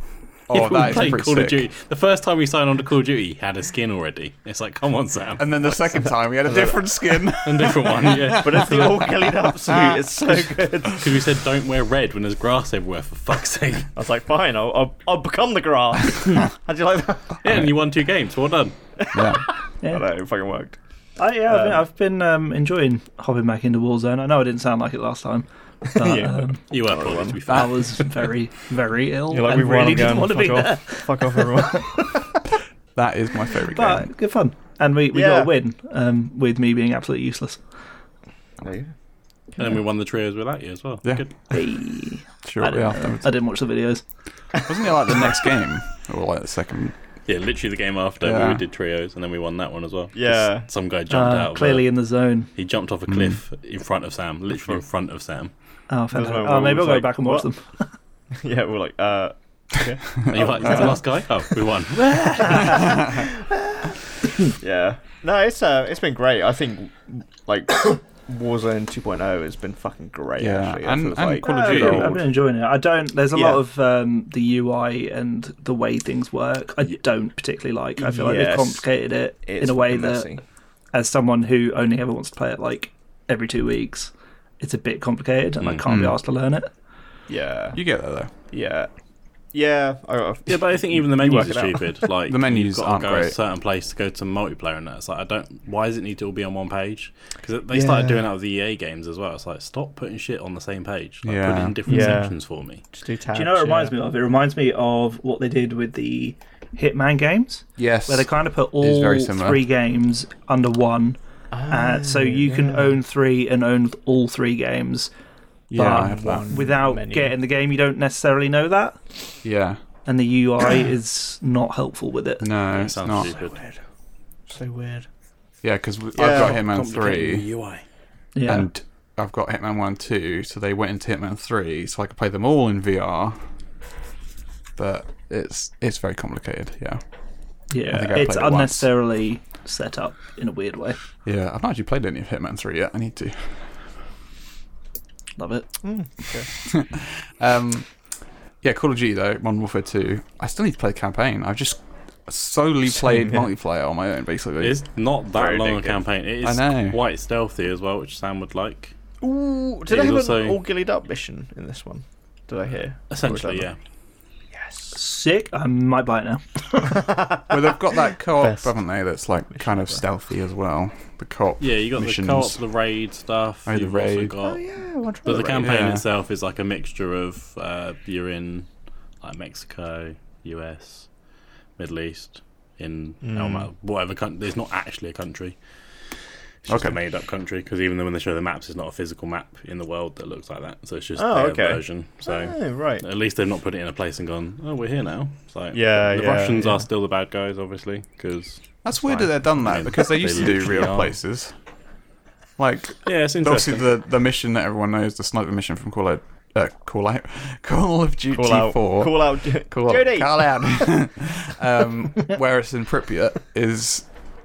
Speaker 2: Oh, that is
Speaker 3: played
Speaker 2: pretty
Speaker 3: Call
Speaker 2: sick.
Speaker 3: of Duty. The first time we signed on to Call of Duty, he had a skin already. It's like, come on, Sam.
Speaker 2: And then the second time, we had a different skin.
Speaker 3: a different one, yeah.
Speaker 1: But it's the all cleaned up suit. It's so good. I
Speaker 3: Because we said don't wear red when there's grass everywhere, for fuck's sake. Yeah,
Speaker 1: was like, fine, I'll, I'll, I'll become the grass. How do you like that?
Speaker 3: and you won two games. Well done.
Speaker 2: yeah.
Speaker 1: I know, it fucking worked.
Speaker 4: I, yeah, I've been, I've been um, enjoying hopping back into Warzone. I know I didn't sound like it last time, but
Speaker 1: Yeah.
Speaker 4: um,
Speaker 3: You were poorly, to be fair.
Speaker 4: I was very, very ill.
Speaker 1: You're like,
Speaker 4: Oh, and
Speaker 1: we've
Speaker 4: really
Speaker 1: won, I'm
Speaker 4: didn't
Speaker 1: going,
Speaker 4: want to be
Speaker 1: fuck
Speaker 4: there.
Speaker 1: off. Fuck off, everyone.
Speaker 2: That is my favourite game.
Speaker 4: But good fun, and we, we
Speaker 1: Yeah.
Speaker 4: got a win um, with me being absolutely useless.
Speaker 3: And then we won the trios without you as well.
Speaker 2: Yeah.
Speaker 3: Good.
Speaker 4: Hey. I
Speaker 2: Shortly
Speaker 4: didn't,
Speaker 2: afterwards.
Speaker 4: I didn't watch the videos.
Speaker 2: Wasn't it like the next game? Or like the second?
Speaker 3: Yeah, literally the game after
Speaker 2: Yeah.
Speaker 3: we did trios, and then we won that one as well. 'Cause
Speaker 1: Yeah.
Speaker 3: Some guy jumped out.
Speaker 4: Uh,
Speaker 3: of
Speaker 4: clearly
Speaker 3: a-
Speaker 4: in the zone.
Speaker 3: he jumped off a cliff
Speaker 2: Mm.
Speaker 3: in front of Sam, literally in front of Sam.
Speaker 4: Oh,
Speaker 1: my
Speaker 4: fantastic.
Speaker 1: wall
Speaker 4: Oh, maybe
Speaker 1: was
Speaker 4: I'll go
Speaker 1: like,
Speaker 4: back and watch
Speaker 1: what?
Speaker 4: them.
Speaker 1: yeah, we're like, uh, okay.
Speaker 3: And you're like, is that the last guy? Oh, we won.
Speaker 1: yeah. No, it's uh, it's been great. I think like Warzone 2.0 has been fucking great.
Speaker 2: Yeah,
Speaker 1: actually. It
Speaker 2: and-
Speaker 1: feels
Speaker 2: and
Speaker 1: like
Speaker 2: Call of
Speaker 4: I've
Speaker 2: Duty.
Speaker 1: good
Speaker 4: been,
Speaker 1: old-
Speaker 4: I've been enjoying it. I don't. There's a
Speaker 1: Yeah.
Speaker 4: lot of um, the UI and the way things work. I don't particularly like. I feel like
Speaker 1: Yes.
Speaker 4: they've complicated it
Speaker 1: it's
Speaker 4: in a way
Speaker 1: fucking
Speaker 4: that,
Speaker 1: messy.
Speaker 4: as someone who only ever wants to play it like every two weeks, it's a bit complicated, and I can't be asked to learn it.
Speaker 1: Yeah,
Speaker 2: You get there though.
Speaker 1: yeah, yeah. I, I,
Speaker 3: Yeah, but I think even the
Speaker 1: work
Speaker 3: menus
Speaker 1: it
Speaker 3: are
Speaker 1: out.
Speaker 3: stupid. Like
Speaker 2: The menus
Speaker 3: you've got
Speaker 2: aren't
Speaker 3: to go to a
Speaker 2: great.
Speaker 3: certain place to go to multiplayer, and that's like I don't. Why does it need to all be on one page? Because they started
Speaker 1: Yeah.
Speaker 3: doing that with the EA games as well. It's like stop putting shit on the same page. Like, Put
Speaker 2: Yeah.
Speaker 3: it in different
Speaker 1: Yeah.
Speaker 3: sections for me.
Speaker 1: just do, tabs,
Speaker 4: Do you know what it reminds
Speaker 1: yeah.
Speaker 4: me of? It reminds me of what they did with the Hitman games.
Speaker 2: Yes.
Speaker 4: where they kind of put all
Speaker 2: is very similar. Ah,
Speaker 4: three games under one. uh, so you can own three and own all three games
Speaker 2: yeah, I
Speaker 4: but
Speaker 2: have that.
Speaker 4: without
Speaker 1: menu.
Speaker 4: getting the game. You don't necessarily know that,
Speaker 2: Yeah.
Speaker 4: and the UI is not helpful with it.
Speaker 2: No,
Speaker 3: It
Speaker 2: it's
Speaker 3: sounds
Speaker 2: not.
Speaker 3: stupid.
Speaker 1: So weird.
Speaker 2: Yeah, because I've
Speaker 1: Yeah.
Speaker 2: got Hitman
Speaker 3: Complicating
Speaker 2: 3
Speaker 3: the UI.
Speaker 4: Yeah,
Speaker 2: and I've got Hitman 1 2, so they went into Hitman 3 so I could play them all in VR. but it's it's very complicated. Yeah, I think
Speaker 4: Yeah,
Speaker 2: I
Speaker 4: it's
Speaker 2: played it once.
Speaker 4: unnecessarily set up in a weird way.
Speaker 2: yeah. I've not actually played any of Hitman Three yet. I need to.
Speaker 4: Love it.
Speaker 2: Um, yeah, Call of Duty though, Modern Warfare Two. I still need to play the campaign. I've just solely played multiplayer on my own, basically.
Speaker 3: It's not that
Speaker 7: Very
Speaker 3: long a
Speaker 7: big game.
Speaker 3: campaign. It
Speaker 2: I
Speaker 3: is
Speaker 2: know.
Speaker 3: quite stealthy as well, which Sam would like.
Speaker 1: Ooh, did I
Speaker 3: It
Speaker 1: have
Speaker 3: also-
Speaker 1: an all gillied up mission in this one? Did I hear?
Speaker 3: Essentially, yeah.
Speaker 4: Sick. I might buy it now.
Speaker 2: well, they've got that co-op,
Speaker 1: Best
Speaker 2: haven't they? That's like kind of stealthy as well. The co-op.
Speaker 3: Yeah, you got
Speaker 2: missions.
Speaker 3: the co-op, the raid stuff.
Speaker 2: Oh, the
Speaker 3: you've also
Speaker 2: raid.
Speaker 3: got-
Speaker 1: Yeah, I wonder
Speaker 3: but the
Speaker 1: about
Speaker 3: campaign
Speaker 2: Yeah.
Speaker 3: itself is like a mixture of uh, you're in like Mexico, US, Middle East, in no matter- whatever country. It's not actually a country. It's just
Speaker 2: Okay.
Speaker 3: a made-up country because even when they show the maps, it's not a physical map in the world that looks like that. So it's just
Speaker 1: Oh,
Speaker 3: their
Speaker 1: okay.
Speaker 3: version. So
Speaker 1: Oh, right.
Speaker 3: at least they've not put it in a place and gone, "Oh, we're here now." So
Speaker 1: Yeah,
Speaker 3: the
Speaker 1: yeah,
Speaker 3: Russians
Speaker 1: yeah.
Speaker 3: are still the bad guys, obviously, because
Speaker 2: That's weird that they've done that
Speaker 3: Yeah,
Speaker 2: because they
Speaker 3: they
Speaker 2: used to do
Speaker 3: literally
Speaker 2: real
Speaker 3: are.
Speaker 2: places. Like
Speaker 3: yeah, it's
Speaker 2: obviously
Speaker 3: interesting.
Speaker 2: the, the mission that everyone knows, the sniper mission from Call Out, uh, Call Out, Call of Duty
Speaker 1: Call out,
Speaker 2: Four,
Speaker 1: call out, Ju-
Speaker 2: Call Out,
Speaker 1: Judy.
Speaker 2: Call Out, um, where it's in Pripyat is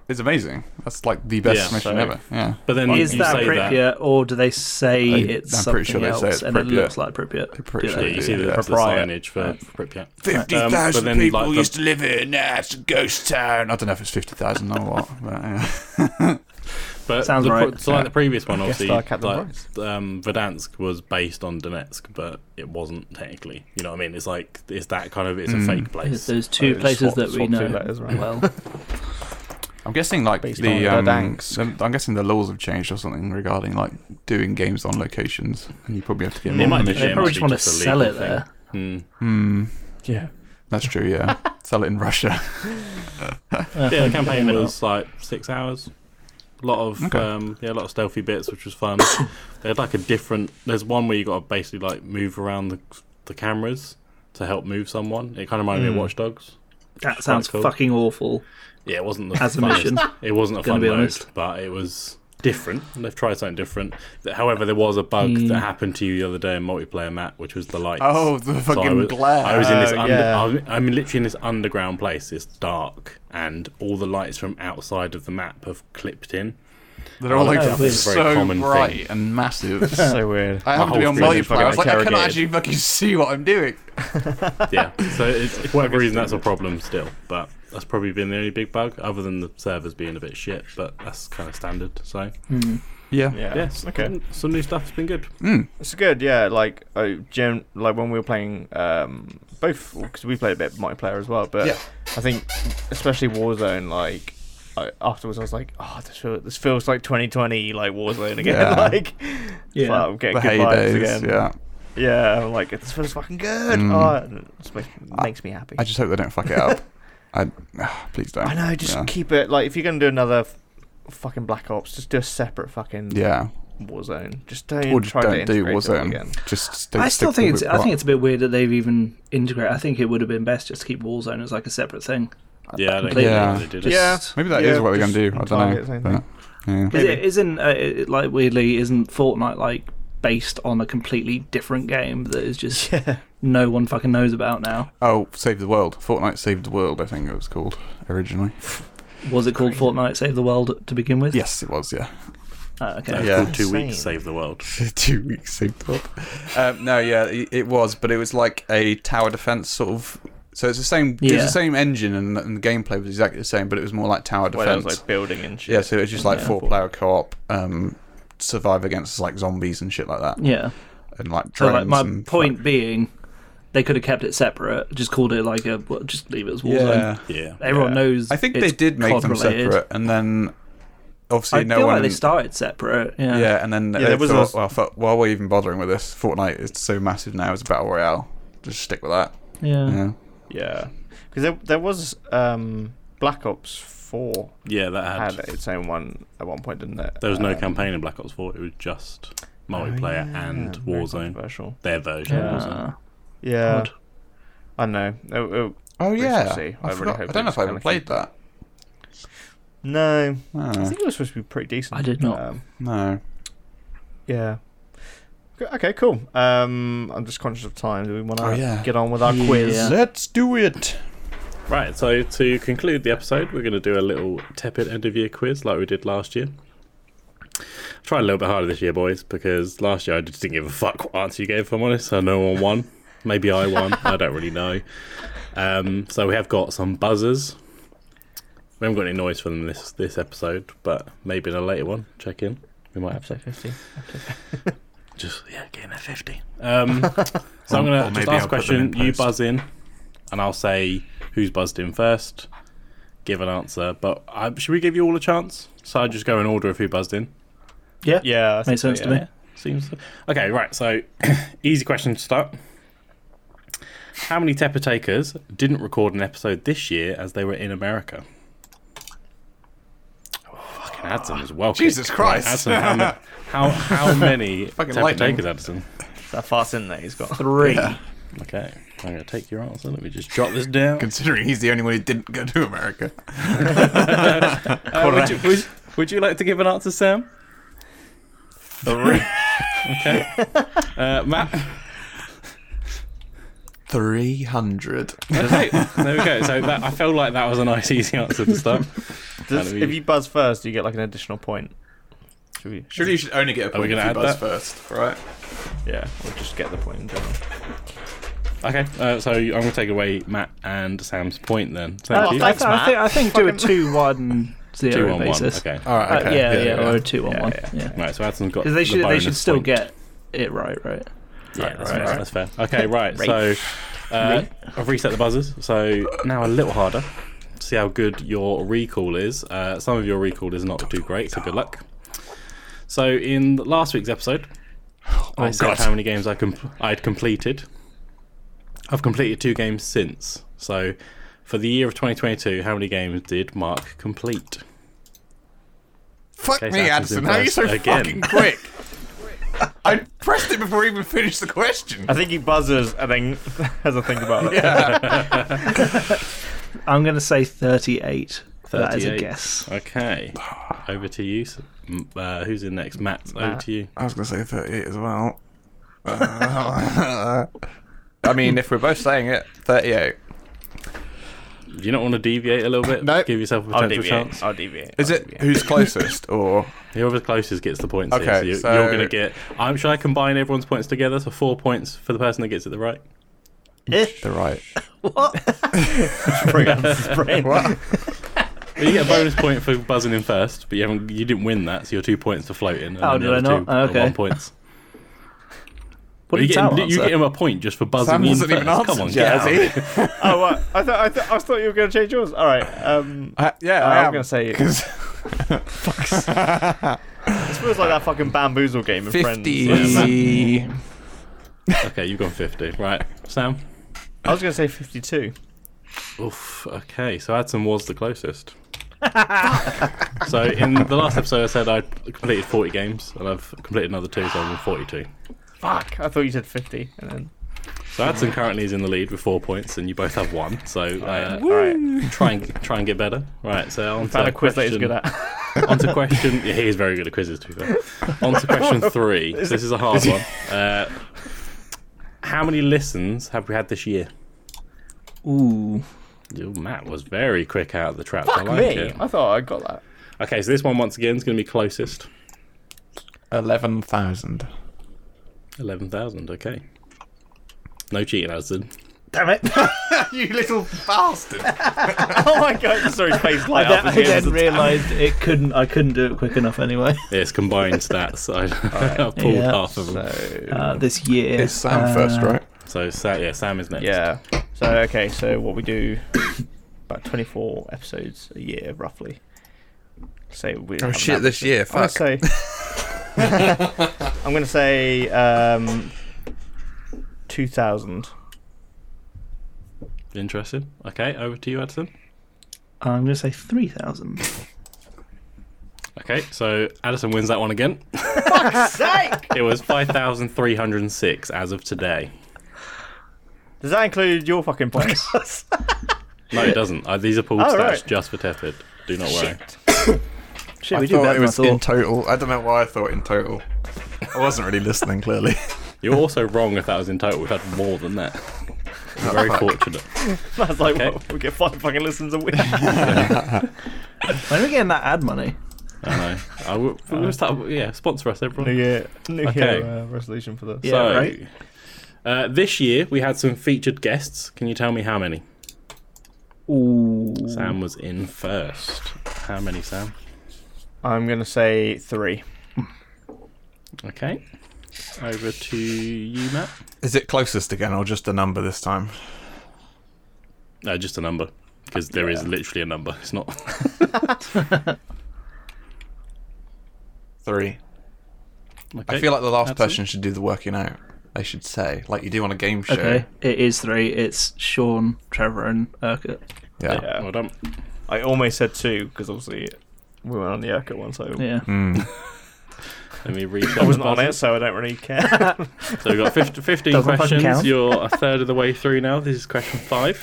Speaker 2: is amazing. That's like the best
Speaker 3: Yeah, um,
Speaker 2: mission
Speaker 3: so-
Speaker 2: ever. Yeah,
Speaker 3: but then
Speaker 4: Is
Speaker 3: you
Speaker 4: that
Speaker 3: say that.
Speaker 4: Pripyat, or do they say
Speaker 2: I-
Speaker 4: it's
Speaker 2: I'm pretty sure
Speaker 4: something
Speaker 2: they say
Speaker 4: else
Speaker 2: it's
Speaker 4: and it
Speaker 2: Pripyat.
Speaker 4: looks like Pripyat?
Speaker 2: I'm pretty
Speaker 4: Do
Speaker 2: sure
Speaker 3: Yeah,
Speaker 4: they?
Speaker 2: they
Speaker 3: you see the,
Speaker 2: Yeah.
Speaker 3: the
Speaker 1: Propriet-
Speaker 3: signage for Pripyat.
Speaker 2: fifty
Speaker 3: but
Speaker 2: thousand
Speaker 3: then,
Speaker 2: people
Speaker 3: like, the-
Speaker 2: used to live here. Now it's a ghost town. I don't know if it's fifty thousand or what. But, yeah.
Speaker 3: But
Speaker 4: Sounds
Speaker 3: the, pro-
Speaker 4: right.
Speaker 3: So like the previous one, obviously,
Speaker 1: star Captain
Speaker 3: like, um, Verdansk was based on Donetsk, but it wasn't technically. You know what I mean? It's like it's that kind of it's a fake
Speaker 4: There's
Speaker 3: place.
Speaker 4: those two
Speaker 1: Oh,
Speaker 4: places
Speaker 1: swap-
Speaker 4: that we
Speaker 1: swap two
Speaker 4: know
Speaker 1: letters around.
Speaker 4: well.
Speaker 2: I'm guessing like
Speaker 1: Based
Speaker 2: the
Speaker 1: on
Speaker 2: um,
Speaker 1: the banks.
Speaker 2: the- I'm guessing the laws have changed or something regarding like doing games on locations, and you probably have to get
Speaker 3: It
Speaker 2: more
Speaker 3: might be-
Speaker 2: permission.
Speaker 4: They probably
Speaker 3: be
Speaker 4: just want to
Speaker 3: just a
Speaker 4: sell it
Speaker 3: legal thing.
Speaker 4: there.
Speaker 3: Hmm.
Speaker 1: Yeah.
Speaker 2: That's true, yeah. Sell it in Russia.
Speaker 3: Yeah, the campaign was like six hours. A lot of
Speaker 2: Okay.
Speaker 3: um, yeah, a lot of stealthy bits, which was fun. they had like a different. There's one where you got to basically like move around the the cameras to help move someone. It kind of reminded me of Watch Dogs.
Speaker 4: Hmm. That sounds
Speaker 3: cool.
Speaker 4: fucking awful.
Speaker 3: Yeah, it wasn't the
Speaker 4: As a
Speaker 3: funnest-
Speaker 4: mission.
Speaker 3: It wasn't a
Speaker 4: Gonna
Speaker 3: fun
Speaker 4: be
Speaker 3: mode,
Speaker 4: honest.
Speaker 3: but it was different. and They've tried something different. Th- However, there was a bug
Speaker 4: Mm.
Speaker 3: that happened to you the other day in multiplayer, Matt, which was the lights.
Speaker 2: Oh, the
Speaker 3: I
Speaker 2: fucking
Speaker 3: was,
Speaker 2: glare.
Speaker 3: I was in this.
Speaker 1: Oh,
Speaker 3: under,
Speaker 1: yeah.
Speaker 3: I'm, I'm literally in this underground place. It's dark, and all the lights from outside of the map have clipped in.
Speaker 2: They're all
Speaker 3: Oh,
Speaker 2: like
Speaker 3: that's a very
Speaker 2: so
Speaker 3: common
Speaker 2: bright
Speaker 3: thing.
Speaker 2: and massive.
Speaker 1: So weird.
Speaker 2: I happened to be
Speaker 3: whole
Speaker 2: on
Speaker 3: screen is
Speaker 2: multiplayer. I was like,
Speaker 3: fucking
Speaker 2: I can't actually
Speaker 3: interrogated.
Speaker 2: fucking see what I'm doing.
Speaker 3: Yeah. So it's, for whatever reason, that's a problem still. But that's probably been the only big bug, other than the servers being a bit shit. But that's kind of standard. So
Speaker 2: Yeah.
Speaker 1: Yeah.
Speaker 3: yes,
Speaker 1: Okay.
Speaker 3: Some new stuff's been good.
Speaker 2: Hmm,
Speaker 1: It's good, yeah. Like, oh, Jim, like when we were playing um, both, because we played a bit of multiplayer as well. But
Speaker 2: Yeah.
Speaker 1: I think, especially Warzone, like I, afterwards, I was like, oh, this feels, this feels like 2020, like Warzone again.
Speaker 2: Yeah.
Speaker 1: like,
Speaker 4: Yeah.
Speaker 1: fuck, I'm getting
Speaker 2: The
Speaker 1: good vibes
Speaker 2: heydays.
Speaker 1: again.
Speaker 2: Yeah.
Speaker 1: Yeah, I'm like this feels fucking good.
Speaker 2: Mm.
Speaker 1: Oh, it just makes, makes me happy.
Speaker 2: I just hope they don't fuck it up. I ah, please don't.
Speaker 1: I know, just
Speaker 2: yeah.
Speaker 1: keep it like if you're gonna do another f- fucking Black Ops, just do a separate fucking
Speaker 2: Yeah.
Speaker 1: Warzone. Just don't
Speaker 2: Or just
Speaker 1: try to
Speaker 2: don't
Speaker 1: integrate
Speaker 2: do
Speaker 1: it all
Speaker 2: Warzone.
Speaker 1: again.
Speaker 2: Just stick,
Speaker 4: I still
Speaker 2: stick to
Speaker 4: think it's.
Speaker 2: the
Speaker 4: I think
Speaker 2: plot.
Speaker 4: it's a bit weird that they've even integrated. I think it would have been best just to keep Warzone as like a separate thing.
Speaker 3: Yeah, I don't
Speaker 4: Completely.
Speaker 3: know how they did it.
Speaker 1: Yeah.
Speaker 2: maybe that is
Speaker 1: yeah,
Speaker 2: what they're
Speaker 1: just
Speaker 2: gonna do. I
Speaker 1: target the
Speaker 2: don't
Speaker 1: same
Speaker 2: know.
Speaker 1: thing.
Speaker 2: but- yeah.
Speaker 4: Is it, isn't uh, it, like weirdly isn't Fortnite like based on a completely different game that is just no one fucking knows about now?
Speaker 2: Oh, Save the World. Fortnite Saved the World, I think it was called originally.
Speaker 4: Was it called Fortnite Save the World to begin with?
Speaker 2: Yes, it was, yeah.
Speaker 4: Ah, okay.
Speaker 3: It's
Speaker 2: Yeah.
Speaker 3: called two weeks
Speaker 1: Insane.
Speaker 3: save the world.
Speaker 2: Two weeks saved up. Um, no, yeah, it, it was, but it was like a tower defense sort of. So it's the same. It's
Speaker 4: Yeah.
Speaker 2: the same engine, and, and the gameplay was exactly the same, but it was more like tower
Speaker 1: Well, that
Speaker 2: defense.
Speaker 1: was like building and shit.
Speaker 2: yeah, so it was just like
Speaker 1: Yeah.
Speaker 2: four-player co-op, um, survive against like zombies and shit like that,
Speaker 4: Yeah.
Speaker 2: and like
Speaker 4: So
Speaker 2: drones.
Speaker 4: like my
Speaker 2: and
Speaker 4: point being, they could have kept it separate, just called it like a well, just leave it as
Speaker 2: fuck-
Speaker 4: Warzone.
Speaker 2: Yeah.
Speaker 3: Yeah.
Speaker 4: Everyone knows.
Speaker 2: I think
Speaker 4: it's
Speaker 2: they did make
Speaker 4: COD
Speaker 2: them
Speaker 4: related.
Speaker 2: separate, and then obviously
Speaker 4: I
Speaker 2: no
Speaker 4: feel
Speaker 2: one.
Speaker 4: like they started separate. Yeah.
Speaker 2: Yeah, and then
Speaker 1: Yeah,
Speaker 2: they
Speaker 1: there was
Speaker 2: thought,
Speaker 1: a-
Speaker 2: well, fuck, why are we even bothering with this? Fortnite is so massive now; it's a battle royale. Just stick with that.
Speaker 4: Yeah.
Speaker 2: Yeah,
Speaker 1: Yeah, because there, there was um, Black Ops Four
Speaker 3: Yeah, that had.
Speaker 1: had its own one at one point, didn't it?
Speaker 3: There was no
Speaker 1: Um,
Speaker 3: campaign in Black Ops 4. It was just multiplayer
Speaker 1: Oh, yeah,
Speaker 3: and
Speaker 1: very
Speaker 3: Warzone.
Speaker 1: Controversial.
Speaker 3: Their version. of Warzone.
Speaker 4: Uh,
Speaker 1: Yeah,
Speaker 4: Odd.
Speaker 1: I know. It- it-
Speaker 2: Oh yeah,
Speaker 1: see. I
Speaker 2: I,
Speaker 1: really
Speaker 2: forgot.
Speaker 1: hope
Speaker 2: I don't know
Speaker 1: it's
Speaker 2: if I ever
Speaker 1: kinda
Speaker 2: played that. Uh,
Speaker 1: no, I
Speaker 2: No,
Speaker 1: Um, think it was supposed to be pretty decent.
Speaker 4: I did not.
Speaker 1: Um,
Speaker 2: no.
Speaker 1: yeah, Okay, cool. Um, I'm just conscious of time. Do we want to
Speaker 2: Oh, yeah.
Speaker 1: get on with our quiz?
Speaker 4: Yeah.
Speaker 2: Let's do it.
Speaker 3: Right, so to conclude the episode, we're going to do a little tepid end of year quiz like we did last year. Try a little bit harder this year, boys, because last year I just didn't give a fuck what answer you gave, if I'm honest, so no one won. Maybe I won, I don't really know. Um, so we have got some buzzers. We haven't got any noise for them this, this episode, but maybe in a later one, check in. We might have
Speaker 1: Episode 50.
Speaker 3: just yeah, getting that fifty. Um, so I'm
Speaker 7: Or-
Speaker 3: gonna
Speaker 7: or
Speaker 3: just
Speaker 7: maybe
Speaker 3: ask a
Speaker 7: I'll put them in
Speaker 3: question. You
Speaker 7: post.
Speaker 3: buzz in, and I'll say who's buzzed in first. Give an answer, but I, should we give you all a chance? So I just go in order of who buzzed in.
Speaker 4: Yeah.
Speaker 1: Yeah, I think
Speaker 4: Makes
Speaker 1: so,
Speaker 4: sense to
Speaker 1: yeah.
Speaker 4: me.
Speaker 3: Seems okay. Right. So easy question to start. How many Tepper Takers didn't record an episode this year as they were in America? Oh, fucking Addison was well.
Speaker 2: Jesus
Speaker 3: kicked.
Speaker 2: Christ.
Speaker 3: Addison, how, ma- how, how many
Speaker 2: Fucking
Speaker 3: Tepper
Speaker 2: lightning.
Speaker 3: Takers, Addison?
Speaker 1: That fast in there. He's got
Speaker 4: Three.
Speaker 3: Okay, I'm gonna take your answer. Let me just jot this down.
Speaker 2: Considering he's the only one who didn't go to America.
Speaker 3: Uh, would, you, would, would you like to give an answer, Sam? okay. Uh, Matt.
Speaker 2: 300.
Speaker 3: Okay, there we go. So that, I felt like that was a nice, easy answer to start.
Speaker 1: Does,
Speaker 3: How do we-
Speaker 1: if you buzz first, you get like an additional point. Should we?
Speaker 2: Surely you should only get a
Speaker 3: we
Speaker 2: point
Speaker 3: gonna
Speaker 2: if you buzz
Speaker 3: add that?
Speaker 2: first, right?
Speaker 1: Yeah, we'll just get the point in general.
Speaker 3: Okay, uh, so I'm gonna take away Matt and Sam's point then.
Speaker 4: I,
Speaker 3: Thank you.
Speaker 4: I- I think, I think do a two-one zero
Speaker 3: Two on one.
Speaker 4: basis.
Speaker 3: Okay.
Speaker 2: All
Speaker 4: Uh,
Speaker 2: right. Okay.
Speaker 4: yeah, yeah, or a two on
Speaker 1: Yeah,
Speaker 4: one.
Speaker 1: yeah.
Speaker 4: Yeah.
Speaker 3: Right. So Addison's got.
Speaker 4: Because they
Speaker 3: the
Speaker 4: should they should
Speaker 3: bonus
Speaker 4: still
Speaker 3: point.
Speaker 4: get it right, right?
Speaker 3: Yeah, that's,
Speaker 2: right,
Speaker 3: fair,
Speaker 2: right.
Speaker 3: that's fair. Okay, right. So uh, I've reset the buzzers. So now a little harder. See how good your recall is. Uh, some of your recall is not too great, so good luck. So in the last week's episode, I said
Speaker 2: Oh, God.
Speaker 3: how many games I com- I'd completed. I've completed two games since. So for the year of 2022, how many games did Mark complete?
Speaker 2: Fuck
Speaker 3: Okay, so
Speaker 2: me,
Speaker 3: Addison's
Speaker 2: Addison.
Speaker 3: in
Speaker 2: How are you so
Speaker 3: first again.
Speaker 2: fucking quick? I pressed it before he even finished the question.
Speaker 1: I think he buzzes and then has a think about it.
Speaker 4: I'm going to say thirty-eight. That is a
Speaker 3: 38.
Speaker 4: guess.
Speaker 3: Okay, over to you. S- m- Uh, who's in next? Matt, over to you.
Speaker 2: I was going to say 38 as well. I mean, if we're both saying it, 38.
Speaker 3: Do you not want to deviate a little bit?
Speaker 2: No.
Speaker 3: Give yourself a
Speaker 1: I'll
Speaker 3: potential
Speaker 1: deviate.
Speaker 3: chance.
Speaker 1: I'll deviate.
Speaker 2: Is it who's closest or
Speaker 3: Whoever's closest gets the points.
Speaker 2: Okay,
Speaker 3: here, so you,
Speaker 2: so-
Speaker 3: you're going to get. I'm. Should I combine everyone's points together? So four points for the person that gets it the right.
Speaker 2: the right?
Speaker 1: Bring up his brain.
Speaker 2: What?
Speaker 3: Well, you get a bonus point for buzzing in first, but you haven't. You didn't win that, so you're two points for floating. And
Speaker 4: Oh,
Speaker 3: then the
Speaker 4: did I
Speaker 3: other
Speaker 4: not?
Speaker 3: Two
Speaker 4: Oh,
Speaker 3: are
Speaker 4: okay.
Speaker 3: One points.
Speaker 4: What
Speaker 3: But you
Speaker 4: did
Speaker 3: get,
Speaker 4: Tal
Speaker 3: him, you
Speaker 4: answer?
Speaker 3: get him a point just for buzzing
Speaker 2: Sam
Speaker 3: in
Speaker 2: hasn't
Speaker 3: first.
Speaker 2: even answered
Speaker 3: Come on,
Speaker 2: yet,
Speaker 3: get out.
Speaker 2: has he?
Speaker 1: Oh, what? I thought I, th- I thought you were going to change yours. All right. Um,
Speaker 2: I, yeah,
Speaker 1: Uh,
Speaker 2: I
Speaker 1: I was
Speaker 2: am
Speaker 1: gonna say-
Speaker 2: because
Speaker 1: this feels like that fucking bamboozle game in Friends.
Speaker 2: fifty.
Speaker 3: Okay, you've gone fifty. Right, Sam.
Speaker 1: I was going to say 52.
Speaker 3: Oof. Okay, so Adson was the closest. so in the last episode, I said I completed 40 games, and I've completed another two, so I'm on 42.
Speaker 1: Fuck. I thought you said 50. And then.
Speaker 3: So Adson currently is in the lead with four points, and you both have one. So uh,
Speaker 1: All right.
Speaker 3: try and try and get better. Right. So on
Speaker 1: Found
Speaker 3: to
Speaker 1: a quiz that
Speaker 3: question.
Speaker 1: he's good at.
Speaker 3: on to question. Yeah, he is very good at quizzes. To be fair. On to question three. this is a hard one. Uh, how many listens have we had this year?
Speaker 4: Ooh,
Speaker 3: Ooh, Matt was very quick out of the trap. I
Speaker 1: Fuck
Speaker 3: like
Speaker 1: me.
Speaker 3: it.
Speaker 1: I thought I got that.
Speaker 3: Okay, so this one once again is going to be closest.
Speaker 2: Eleven thousand.
Speaker 3: Eleven thousand. Okay. No cheating, Asden.
Speaker 4: damn it!
Speaker 2: you little bastard!
Speaker 1: Oh my god. I saw his face light up. as
Speaker 4: I
Speaker 1: he
Speaker 4: then
Speaker 1: answered.
Speaker 4: realised it couldn't. I couldn't do it quick enough anyway.
Speaker 3: It's combined stats. I I pulled
Speaker 4: Yeah.
Speaker 3: half of them.
Speaker 4: Uh, this year
Speaker 2: It's Sam first,
Speaker 4: uh,
Speaker 2: right?
Speaker 3: So, Sa- yeah, Sam is next.
Speaker 1: Yeah. So okay, so what we do about twenty four episodes a year roughly. Say we
Speaker 2: Oh
Speaker 1: have an
Speaker 2: shit!
Speaker 1: average-
Speaker 2: This year,
Speaker 1: I'm gonna
Speaker 2: fuck.
Speaker 1: say I'm gonna say um two thousand.
Speaker 3: Interesting. Okay, over to you, Addison.
Speaker 4: I'm going to say three thousand.
Speaker 3: Okay, so Addison wins that one again. It was five thousand three hundred and six as of today.
Speaker 1: Does that include your fucking points?
Speaker 3: No, it doesn't. Uh, these are pulled
Speaker 1: Oh,
Speaker 3: stats
Speaker 1: right.
Speaker 3: just for Tepid. Do not worry.
Speaker 4: Shit,
Speaker 2: I
Speaker 4: we do
Speaker 2: thought it
Speaker 4: better than I
Speaker 2: was in
Speaker 4: thought.
Speaker 2: total. I don't know why I thought in total. I wasn't really listening, clearly.
Speaker 3: You're also wrong if that was in total. We've had more than that. You're very fortunate.
Speaker 1: That's like
Speaker 3: Okay.
Speaker 1: what, we get five fucking listens a week.
Speaker 4: When are we getting that ad money?
Speaker 3: I know. I will, we'll start, Uh. yeah, sponsor us, everyone.
Speaker 1: year, new
Speaker 3: Okay.
Speaker 1: uh, resolution for this.
Speaker 4: Yeah.
Speaker 3: so,
Speaker 4: right.
Speaker 3: uh, this year we had some featured guests. Can you tell me how many?
Speaker 4: Ooh.
Speaker 3: Sam was in first. How many, Sam?
Speaker 1: I'm gonna say three.
Speaker 3: Okay. Over to you, Matt.
Speaker 2: Is it closest again, or just a number this time?
Speaker 3: No, just a number. Because there is literally a number. It's not.
Speaker 2: Three.
Speaker 3: Okay.
Speaker 2: I feel like the last
Speaker 3: That's it.
Speaker 2: person should do the working out. They should say, like you do on a game show.
Speaker 4: Okay, it is three. It's Sean, Trevor, and Urquhart.
Speaker 2: Yeah.
Speaker 1: Yeah.
Speaker 3: Well done.
Speaker 1: I almost said two because obviously we went on the Urquhart one, so
Speaker 4: Yeah.
Speaker 2: Mm.
Speaker 3: Let me read.
Speaker 1: I wasn't on it, so I don't really care.
Speaker 3: So we've got 50, 15
Speaker 4: Doesn't fucking
Speaker 3: questions.
Speaker 4: count.
Speaker 3: You're a third of the way through now. This is question five.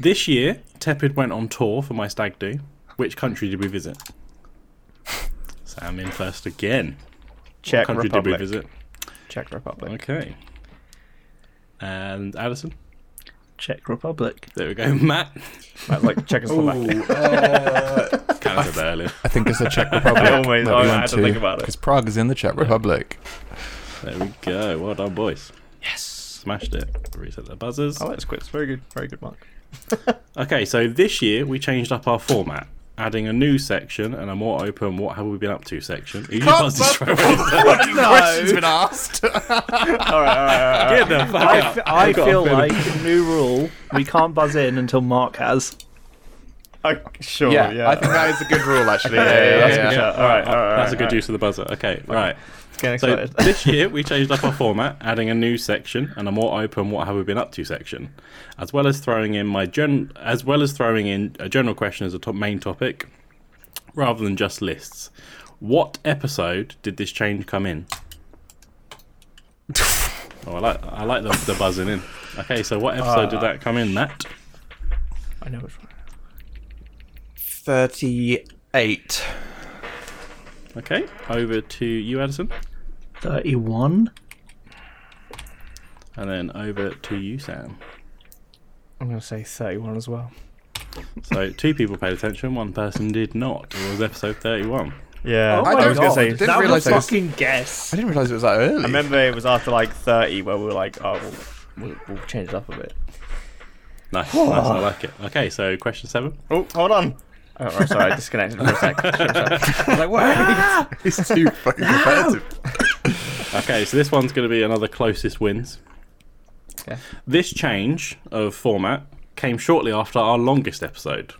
Speaker 3: This year, Tepid went on tour for my stag do. Which country did we visit? Sam in first again.
Speaker 1: Czech
Speaker 3: Country did we
Speaker 1: Republic.
Speaker 3: visit?
Speaker 1: Czech Republic.
Speaker 3: Okay. And Addison,
Speaker 4: Czech Republic.
Speaker 3: there we go. Matt,
Speaker 1: Like, like Czechoslovac.
Speaker 3: kind of said that earlier.
Speaker 2: I think it's the Czech Republic.
Speaker 1: I always- Oh,
Speaker 2: that
Speaker 1: I
Speaker 2: we
Speaker 1: had
Speaker 2: went
Speaker 1: to think about it.
Speaker 2: Because Prague is in the Czech Republic.
Speaker 3: There we go. Well done, boys.
Speaker 1: yes.
Speaker 3: Smashed it. Reset the buzzers.
Speaker 1: Oh, that's quick. It's very good. Very good, Mark.
Speaker 3: Okay, so this year we changed up our format, adding a new section and a more open "What have we been up to?" section. You buzzed it straight away.
Speaker 2: Question's been asked.
Speaker 1: All right, all right, all right.
Speaker 3: Get the fuck
Speaker 4: I,
Speaker 3: out.
Speaker 4: I
Speaker 3: I've got a
Speaker 4: feel
Speaker 3: bit of-
Speaker 4: like new rule. We can't buzz in until Mark has.
Speaker 1: Oh, sure, yeah.
Speaker 2: yeah, I think that is a good rule, actually. yeah,
Speaker 1: yeah,
Speaker 2: yeah,
Speaker 1: that's a
Speaker 2: yeah,
Speaker 1: good
Speaker 2: yeah.
Speaker 1: shout. All right, all right.
Speaker 3: That's a
Speaker 1: all
Speaker 3: good
Speaker 1: right.
Speaker 3: use of the buzzer. Okay, right.
Speaker 1: Getting
Speaker 3: So
Speaker 1: excited.
Speaker 3: this year we changed up our format, adding a new section and a more open "What have we been up to?" section, as well as throwing in my gen, as well as throwing in a general question as a top main topic, rather than just lists. What episode did this change come in? Oh, I like I like the, the buzzing in. Okay, so what episode did that come in, Matt?
Speaker 1: I know which one.
Speaker 2: 38.
Speaker 3: Okay, over to you, Addison,
Speaker 4: 31?
Speaker 3: and then over to you, Sam.
Speaker 1: I'm going to say 31 as well.
Speaker 3: So two people paid attention, one person did not. It was episode thirty-one.
Speaker 1: Yeah.
Speaker 4: my
Speaker 1: I was going to
Speaker 4: God.
Speaker 1: say
Speaker 2: Didn't
Speaker 4: that was
Speaker 2: realise
Speaker 4: a
Speaker 2: it was-
Speaker 4: fucking guess.
Speaker 2: I didn't realise it was that early.
Speaker 1: I remember it was after like 30 where we were like, oh, we'll, we'll, we'll change it up a bit.
Speaker 3: Nice, nice, I like it. Okay, so question seven.
Speaker 1: Oh, hold on. Oh, I'm sorry, I disconnected for a sec. I was like, what?
Speaker 2: it's too fucking competitive.
Speaker 3: Okay, so this one's going to be another closest wins.
Speaker 1: Okay.
Speaker 3: This change of format came shortly after our longest episode.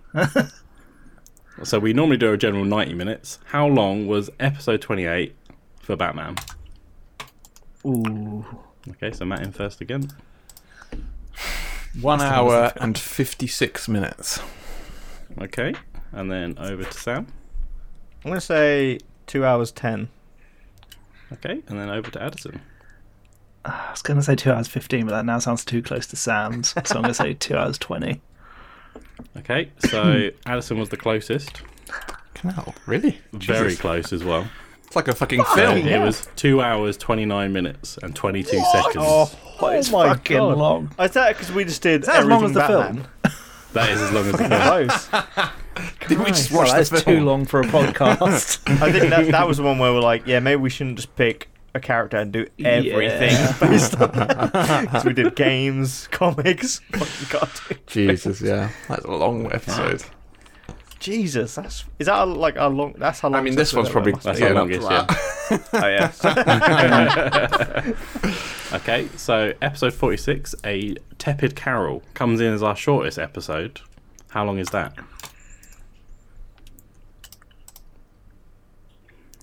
Speaker 3: so we normally do a general 90 minutes. How long was episode 28 for Batman?
Speaker 4: Ooh.
Speaker 3: Okay, so Matt in first again.
Speaker 2: One hour and 56 minutes.
Speaker 3: Okay, and then over to Sam.
Speaker 1: I'm going to say 2 hours 10.
Speaker 3: Okay, and then over to Addison.
Speaker 4: I was going to say 2 hours 15, but that now sounds too close to Sam's. So I'm going to say 2 hours 20.
Speaker 3: Okay, so Addison was the closest.
Speaker 2: Canal, really?
Speaker 3: Very close as well.
Speaker 2: It's like a fucking film.
Speaker 3: It was 2 hours, 29 minutes, and 22 seconds.
Speaker 1: oh
Speaker 4: it's fucking long.
Speaker 1: Is that because we just did
Speaker 4: that as long
Speaker 1: everything
Speaker 4: as the film?
Speaker 1: Batman?
Speaker 3: That is as long as the film.
Speaker 1: Close.
Speaker 2: Did we just
Speaker 1: Christ.
Speaker 2: watch
Speaker 4: Well,
Speaker 2: this
Speaker 4: that's
Speaker 2: the
Speaker 4: too
Speaker 2: film?
Speaker 4: long for a podcast.
Speaker 1: I think that, that was the one where we're like, yeah, maybe we shouldn't just pick a character and do everything
Speaker 4: Yeah.
Speaker 1: based on that. Because we did games, comics, fucking cartoons.
Speaker 2: Jesus, yeah. That's a long episode.
Speaker 1: Jesus, that's is that our, like our long? That's how long.
Speaker 2: I mean, this
Speaker 1: episode
Speaker 2: one's
Speaker 1: that
Speaker 2: probably
Speaker 1: must
Speaker 3: That's
Speaker 1: be.
Speaker 3: how
Speaker 2: getting up
Speaker 3: long
Speaker 2: to
Speaker 3: it is,
Speaker 2: that.
Speaker 1: Oh yeah.
Speaker 3: Okay, so episode 46, a tepid carol, comes in as our shortest episode. How long is that?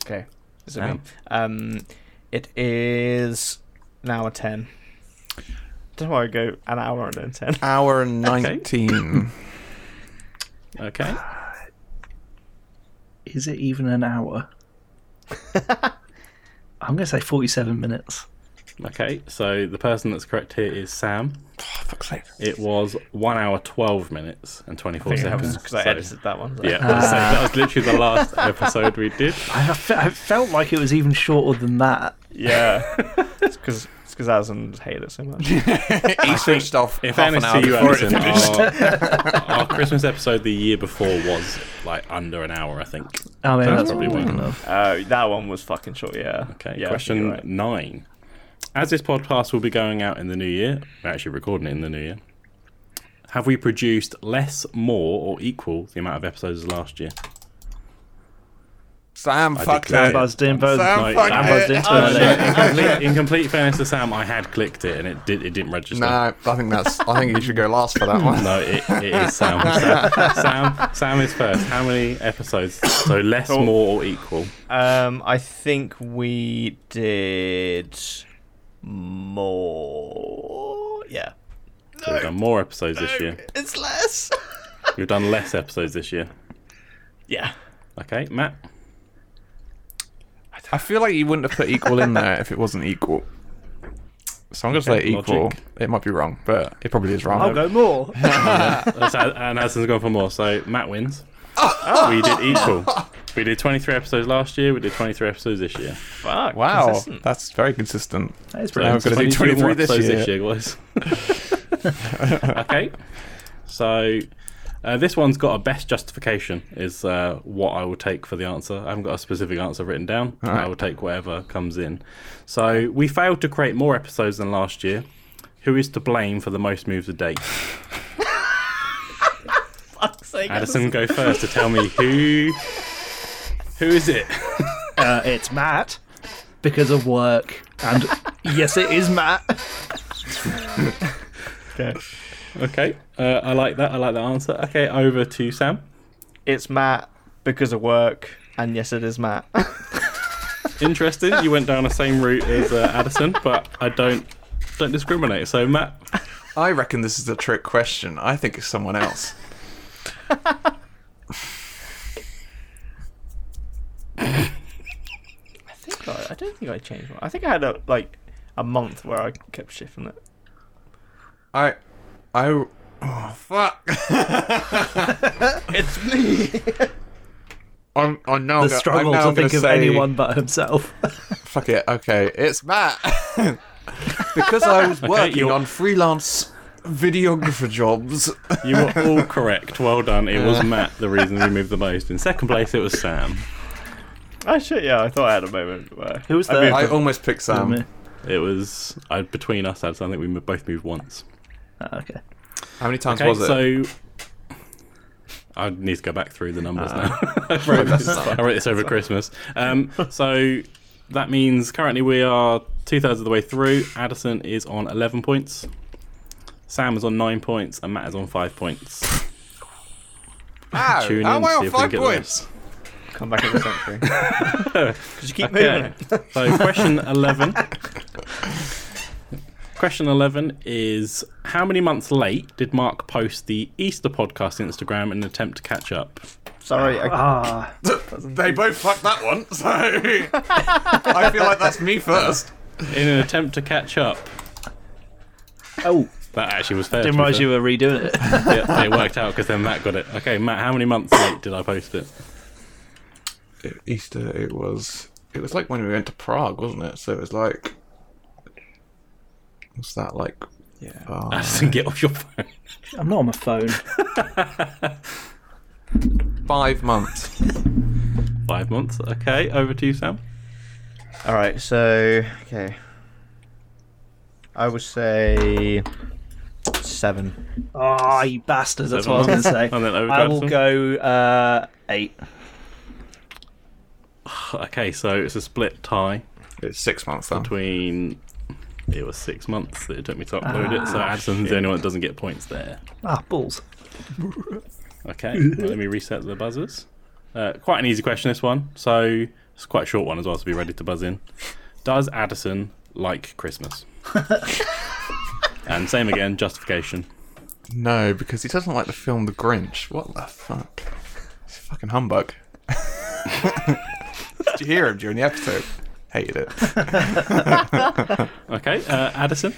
Speaker 1: okay. Is it
Speaker 3: Damn.
Speaker 1: me? Um, it is an hour ten. Don't worry, go an hour and then ten.
Speaker 2: Hour and 19.
Speaker 3: Okay.
Speaker 4: is it even an hour? I'm going to say 47 minutes.
Speaker 3: Okay, so the person that's correct here is Sam.
Speaker 2: fuck's sake.
Speaker 3: It was one hour twelve minutes and twenty four seconds.
Speaker 1: because I
Speaker 3: so-
Speaker 1: edited that one.
Speaker 3: Yeah, I was saying, that was literally the last episode we did.
Speaker 4: I, I, fe- I felt like it was even shorter than that.
Speaker 1: yeah. it's because because Alison hated it so much.
Speaker 2: he switched off
Speaker 3: In
Speaker 2: half an
Speaker 3: fairness
Speaker 2: hour
Speaker 3: to you,
Speaker 2: before it
Speaker 3: Anderson,
Speaker 2: finished.
Speaker 3: our, our Christmas episode the year before was like under an hour, I think.
Speaker 4: I mean,
Speaker 3: So
Speaker 4: that's
Speaker 3: that's probably
Speaker 4: probably
Speaker 3: why.
Speaker 4: enough.
Speaker 1: Uh, that one was fucking short. Yeah.
Speaker 3: Okay,
Speaker 1: Yeah,
Speaker 3: question
Speaker 1: you're right.
Speaker 3: nine. As this podcast will be going out in the new year, we're actually recording it in the new year. Have we produced less, more, or equal the amount of episodes as last year?
Speaker 2: Sam,
Speaker 3: I
Speaker 2: fuck
Speaker 3: declare
Speaker 2: that.
Speaker 3: it.
Speaker 4: Buzzed in, buzzed,
Speaker 2: Sam,
Speaker 3: Like,
Speaker 2: Oh, fuck
Speaker 3: I'm
Speaker 2: it. Oh,
Speaker 4: buzzed into it.
Speaker 3: in, complete, in complete fairness to Sam, I had clicked it and it did it didn't register.
Speaker 2: No, I think that's. I think you should go last for that one.
Speaker 3: No, it, it is Sam. Sam. Sam. Sam is first. How many episodes? So less, more, or equal?
Speaker 1: Um, I think we did more. Yeah.
Speaker 3: So we've done more episodes this year.
Speaker 1: It's less.
Speaker 3: We've done less episodes this year.
Speaker 1: yeah.
Speaker 3: Okay, Matt.
Speaker 2: I feel like you wouldn't have put equal in there if it wasn't equal. So I'm going to say
Speaker 3: Okay,
Speaker 2: equal.
Speaker 3: logic.
Speaker 2: It might be wrong, but it probably is wrong.
Speaker 4: I'll go more.
Speaker 3: So- and Allison's gone for more. So Matt wins. We did equal. We did 23 episodes last year. We did 23 episodes this year.
Speaker 1: Fuck.
Speaker 2: Wow,
Speaker 1: consistent.
Speaker 2: that's very consistent.
Speaker 4: That is
Speaker 3: So
Speaker 4: pretty
Speaker 2: I'm gonna do
Speaker 3: 22
Speaker 2: 23
Speaker 3: more
Speaker 2: this
Speaker 3: episodes
Speaker 2: year.
Speaker 3: this year, guys. okay. So uh, this one's got a best justification is uh, what I will take for the answer. I haven't got a specific answer written down. I will take whatever comes in. So we failed to create more episodes than last year. Who is to blame for the most moves a day? Addison, go first to tell me who. Who is it?
Speaker 4: Uh, it's Matt because of work, and yes, it is Matt.
Speaker 3: Okay, uh, I like that. I like that answer. Okay, over to Sam.
Speaker 1: It's Matt because of work, and yes, it is Matt.
Speaker 3: Interested? You went down the same route as uh, Addison, but I don't don't discriminate. So Matt,
Speaker 2: I reckon this is a trick question. I think it's someone else.
Speaker 1: I think I, I don't think I changed one. I think I had a like a month where I kept shifting it.
Speaker 2: I, I, oh, fuck.
Speaker 1: It's me.
Speaker 2: I'm, I'm now
Speaker 4: The
Speaker 2: go- I'm
Speaker 4: struggle
Speaker 2: now
Speaker 4: to
Speaker 2: gonna
Speaker 4: think of
Speaker 2: say-
Speaker 4: anyone but himself.
Speaker 2: Fuck it. Okay, it's Matt. because I was working
Speaker 3: you're-
Speaker 2: on freelance videographer jobs.
Speaker 3: you were all correct. Well done. It was Matt the reason we moved the most. In second place, it was Sam.
Speaker 1: Oh shit! Yeah, I thought I had a moment where
Speaker 4: Who was
Speaker 1: I
Speaker 4: there?
Speaker 1: moved-
Speaker 2: I almost picked Sam.
Speaker 3: It was I, between us, Addison. I think we mo- both moved once.
Speaker 4: Ah, okay.
Speaker 2: How many times
Speaker 3: Okay,
Speaker 2: was it?
Speaker 3: so I need to go back through the numbers
Speaker 2: Ah.
Speaker 3: now. I, wrote this, I wrote this over Christmas. Um, so that means currently we are two thirds of the way through. Addison is on eleven points. Sam is on nine points, and Matt is on five points.
Speaker 2: Ow,
Speaker 3: Tune in,
Speaker 2: oh, wow,
Speaker 3: see if we
Speaker 2: five
Speaker 3: get
Speaker 2: points.
Speaker 1: come back in the century. Because you keep moving.
Speaker 3: Okay.
Speaker 1: it.
Speaker 3: so question eleven. Question 11 is How many months late did Mark post the Easter podcast Instagram in an attempt to catch up?
Speaker 1: Sorry, I,
Speaker 4: Ah,
Speaker 2: They both fucked that one, so I feel like that's me first.
Speaker 3: In an attempt to catch up,
Speaker 4: oh,
Speaker 3: That actually was fair. to
Speaker 4: didn't
Speaker 3: be
Speaker 4: realize you were redoing it.
Speaker 3: fair. Yeah, it worked out because then Matt got it. Okay, Matt, how many months late did I post it?
Speaker 2: Easter, it was. It was like when we went to Prague, wasn't it? So it was like. What's that like? Yeah.
Speaker 3: Addison, get off your phone.
Speaker 4: I'm not on my phone.
Speaker 2: five months.
Speaker 3: Five months. Okay, over to you, Sam.
Speaker 1: All right, so okay, I would say seven.
Speaker 4: Ah, you bastards! That's what I was going to say.
Speaker 3: And then over to
Speaker 4: I will
Speaker 3: Addison.
Speaker 4: go uh, eight.
Speaker 3: Okay, so it's a split tie
Speaker 2: It's six months then.
Speaker 3: between. It was six months that it took me to upload it, so Addison's the only one that doesn't get points there.
Speaker 4: Ah, balls.
Speaker 3: Okay, well, let me reset the buzzers. Uh, quite an easy question, this one. So it's quite a short one as well, so be ready to buzz in. Does Addison like Christmas? and same again, justification.
Speaker 2: No, because he doesn't like the film The Grinch. What the fuck? He's a fucking humbug. Did you hear him during the episode? Hated it.
Speaker 3: Okay, uh, Addison.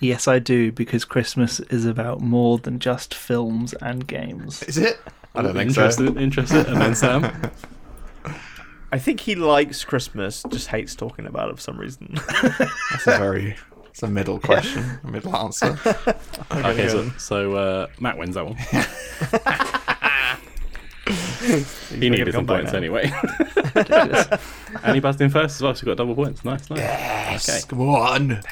Speaker 4: Yes, I do, because Christmas is about more than just films and games.
Speaker 2: Is it? I don't think so.
Speaker 3: interested, interested, and then Sam.
Speaker 1: I think he likes Christmas, just hates talking about it for some reason. Uh,
Speaker 2: That's a very. It's a middle question, a middle answer.
Speaker 3: okay, so, so uh, Matt wins that one. he needed some points anyway, and he buzzed in first as well, so he got double points. Nice, nice.
Speaker 2: Yes, come on.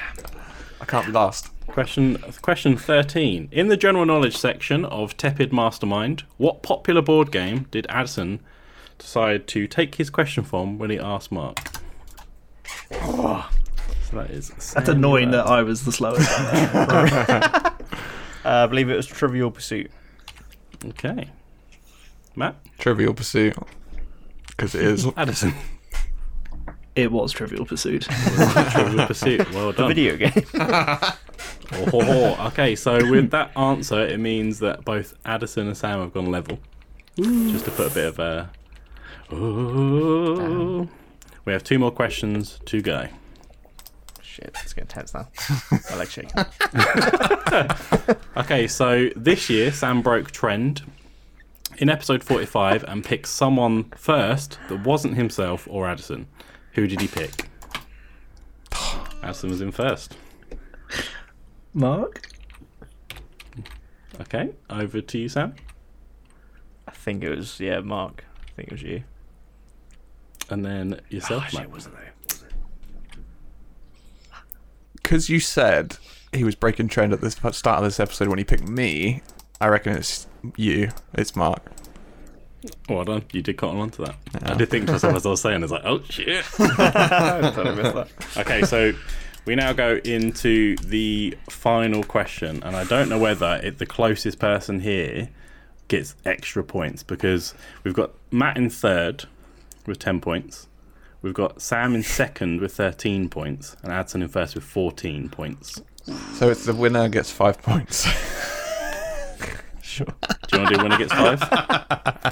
Speaker 2: I can't be last.
Speaker 3: Question question 13. In the general knowledge section of Tepid Mastermind, what popular board game did Addison decide to take his question from when he asked Mark? So that is
Speaker 4: That's annoying that I was the slowest. on that.
Speaker 1: Uh, I believe it was Trivial Pursuit.
Speaker 3: Okay. Matt?
Speaker 2: Trivial Pursuit, because it is.
Speaker 3: Addison.
Speaker 4: it was Trivial Pursuit.
Speaker 3: Trivial Pursuit. Well done.
Speaker 1: Video game.
Speaker 3: Oh, ho, ho. Okay, so with that answer, it means that both Addison and Sam have gone level. Just to put a bit of a. Ooh. We have two more questions to go.
Speaker 1: Shit, it's getting tense now. I like shaking.
Speaker 3: Okay, so this year Sam broke trend in episode 45 and picked someone first that wasn't himself or Addison. Who did he pick? Addison was in first.
Speaker 4: Mark?
Speaker 3: Okay, over to you, Sam.
Speaker 1: I think it was, yeah, Mark. I think it was you.
Speaker 3: And then yourself, Matt.
Speaker 2: Because you said he was breaking trend at the start of this episode when he picked me, I reckon it's you. It's Mark.
Speaker 3: Well done. You did cotton on to that. I did think to myself as I was saying, I was like, oh shit. okay, so we now go into the final question, and I don't know whether it, the closest person here gets extra points because we've got Matt in third with 10 points. We've got Sam in second with 13 points, and Adson in first with 14 points.
Speaker 2: So it's the winner gets five points.
Speaker 3: Do you want to do when it gets five?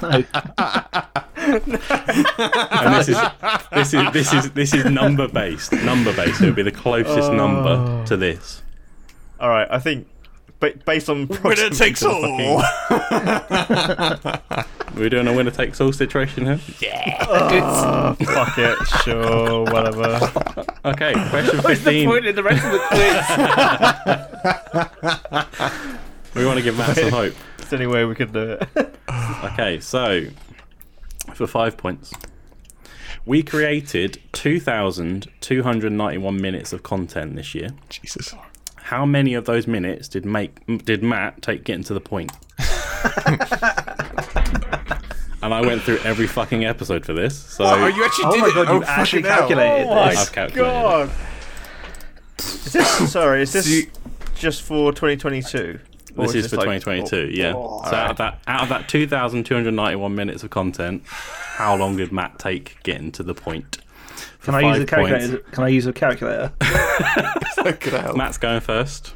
Speaker 4: No.
Speaker 3: And this is this is this is this is number based. Number based. It would be the closest number to this.
Speaker 1: Oh. All right, I think ba- based on
Speaker 2: Winner takes all.
Speaker 3: We're doing a winner takes all situation here.
Speaker 1: Uh, fuck it, sure, whatever.
Speaker 3: Okay, question fifteen.
Speaker 4: the rest of the quiz?
Speaker 3: We want to give Matt some hope.
Speaker 1: It's any way we could do it.
Speaker 3: Okay, so for five points, we created two thousand two hundred ninety-one minutes of content this year.
Speaker 2: Jesus.
Speaker 3: How many of those minutes did make did Matt take getting to the point? and I went through every fucking episode for this. So
Speaker 2: Oh, you actually
Speaker 4: Oh
Speaker 2: did
Speaker 4: my
Speaker 2: it.
Speaker 4: god,
Speaker 2: oh,
Speaker 4: you've actually
Speaker 2: fucking hell. Oh
Speaker 4: calculated this.
Speaker 3: I've calculated. it.
Speaker 1: Is this, sorry, is this
Speaker 2: So you-
Speaker 1: just for 2022? Or
Speaker 3: This is, for
Speaker 1: like-
Speaker 3: 2022, yeah. so out of that, out of that 2,291 minutes of content, how long did Matt take getting to the point? For
Speaker 4: Can I use a
Speaker 3: five points-
Speaker 4: calculator? Can I use a calculator?
Speaker 2: Fucking hell.
Speaker 3: Matt's going first.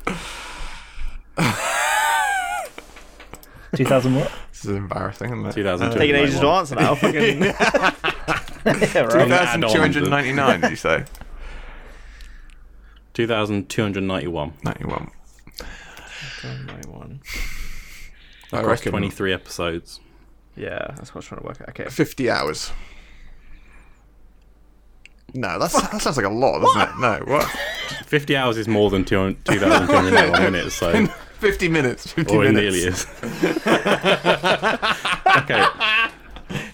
Speaker 4: 2000 what?
Speaker 2: This is embarrassing, isn't it?
Speaker 3: 2,291.
Speaker 1: oh, Taking ages to answer now. Fucking... yeah, right.
Speaker 2: 2,299, did you say?
Speaker 3: 2,291.
Speaker 2: 91. I
Speaker 3: Across
Speaker 2: reckon
Speaker 3: 23 episodes.
Speaker 1: Yeah, that's what I was trying to work out. Okay.
Speaker 2: 50 hours. No, that's, that sounds like a lot, doesn't it? No, what?
Speaker 3: 50 hours is more than 200 2,291 minutes, so.
Speaker 2: 50 minutes. 50
Speaker 3: Or Oh, it
Speaker 2: minutes.
Speaker 3: nearly is. okay,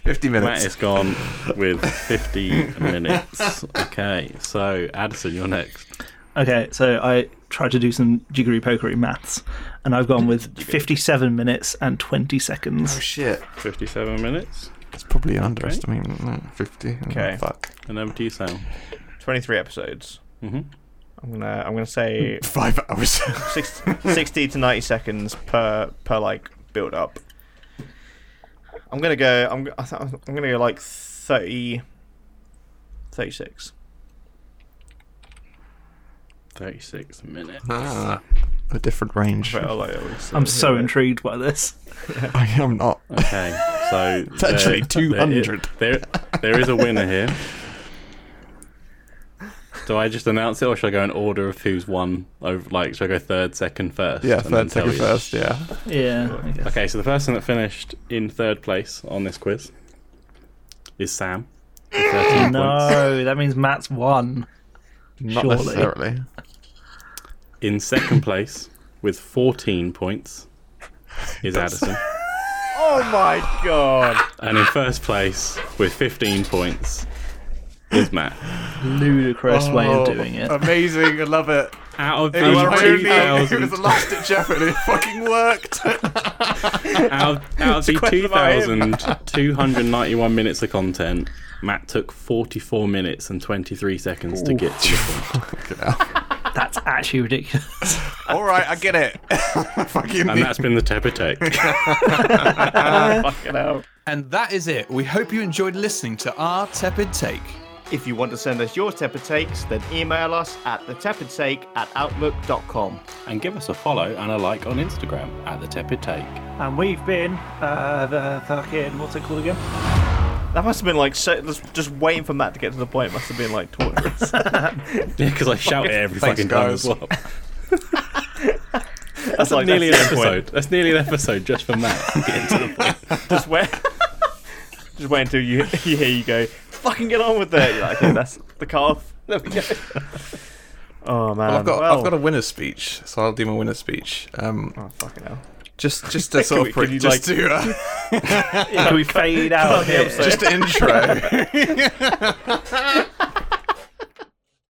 Speaker 2: 50
Speaker 3: Matt
Speaker 2: minutes.
Speaker 3: is gone with 50 minutes. Okay, so Addison, you're next.
Speaker 4: Okay, so I tried to do some jiggery pokery maths, and I've gone with 57 minutes and 20
Speaker 2: Oh,
Speaker 4: seconds.
Speaker 2: shit.
Speaker 3: 57 minutes.
Speaker 2: It's probably an underestimate. no, 50.
Speaker 1: Okay.
Speaker 2: Oh, Fuck.
Speaker 3: And over to you, Sam.
Speaker 1: 23 episodes.
Speaker 3: Mhm.
Speaker 1: I'm gonna I'm gonna say
Speaker 2: Five hours.
Speaker 1: six, 60 to 90 seconds per per like build up. I'm gonna go. I'm g- I th- I'm gonna go like 30, 36.
Speaker 3: 36 minutes.
Speaker 2: ah, a different range.
Speaker 1: But I uh, like it when it's-
Speaker 4: I'm so
Speaker 1: yeah.
Speaker 4: intrigued by this.
Speaker 2: I am not.
Speaker 3: Okay, so it's
Speaker 2: actually 200.
Speaker 3: There, there is a winner here. Do I just announce it, or should I go in order of who's won? Over, like, should I go third, second, first?
Speaker 2: Yeah,
Speaker 3: and then
Speaker 2: third, second,
Speaker 3: tell you?
Speaker 2: first. Yeah.
Speaker 4: Yeah. I guess.
Speaker 3: Okay, so the person that finished in third place on this quiz is Sam. with 13 points.
Speaker 4: No, that means Matt's won.
Speaker 2: Not
Speaker 4: Surely.
Speaker 2: necessarily.
Speaker 3: In second place with 14 points is Addison.
Speaker 1: Oh my god.
Speaker 3: And in first place with 15 points is Matt.
Speaker 4: Ludicrous way of doing it.
Speaker 2: Oh, Amazing. I love it.
Speaker 3: Out of
Speaker 2: It was,
Speaker 3: the
Speaker 2: really, it was
Speaker 3: 2,000
Speaker 2: a last ditch effort and it fucking worked.
Speaker 3: out of, out of the
Speaker 2: question about him.
Speaker 3: 2,291 minutes of content, Matt took 44 minutes and 23 seconds to get to the point.
Speaker 4: That's actually ridiculous.
Speaker 2: All right, I get it. fucking
Speaker 3: And that's been the Tepper Take.
Speaker 2: and that is it. We hope you enjoyed listening to our tepid take.
Speaker 1: If you want to send us your tepid takes, then email us at thetepidtake at outlook.com.
Speaker 3: And give us a follow and a like on Instagram at the Tepid Take.
Speaker 4: And we've been uh, the fucking what's it called again?
Speaker 1: That must have been like so, just- just waiting for Matt to get to the point. Must have been like torturous.
Speaker 3: Yeah, because I shout it every
Speaker 2: Thanks,
Speaker 3: fucking time
Speaker 2: guys.
Speaker 3: as well.
Speaker 1: that's like
Speaker 3: nearly
Speaker 1: that's
Speaker 3: an
Speaker 1: the point.
Speaker 3: episode. That's nearly an episode just for Matt. Getting to the point.
Speaker 1: Just wait. just wait until you you hear you go. Fucking get on with it. You're like, okay, that's the calf. There we go. Oh man.
Speaker 2: I've got
Speaker 1: well,
Speaker 2: I've got a winner's speech, so I'll do my winner's speech. Um,
Speaker 1: Oh, fucking hell.
Speaker 2: just just to sort
Speaker 1: we-
Speaker 2: of
Speaker 1: can
Speaker 2: pre-
Speaker 1: you,
Speaker 2: just
Speaker 1: like-
Speaker 2: to uh,
Speaker 4: Can we fade out here?
Speaker 2: just to intro.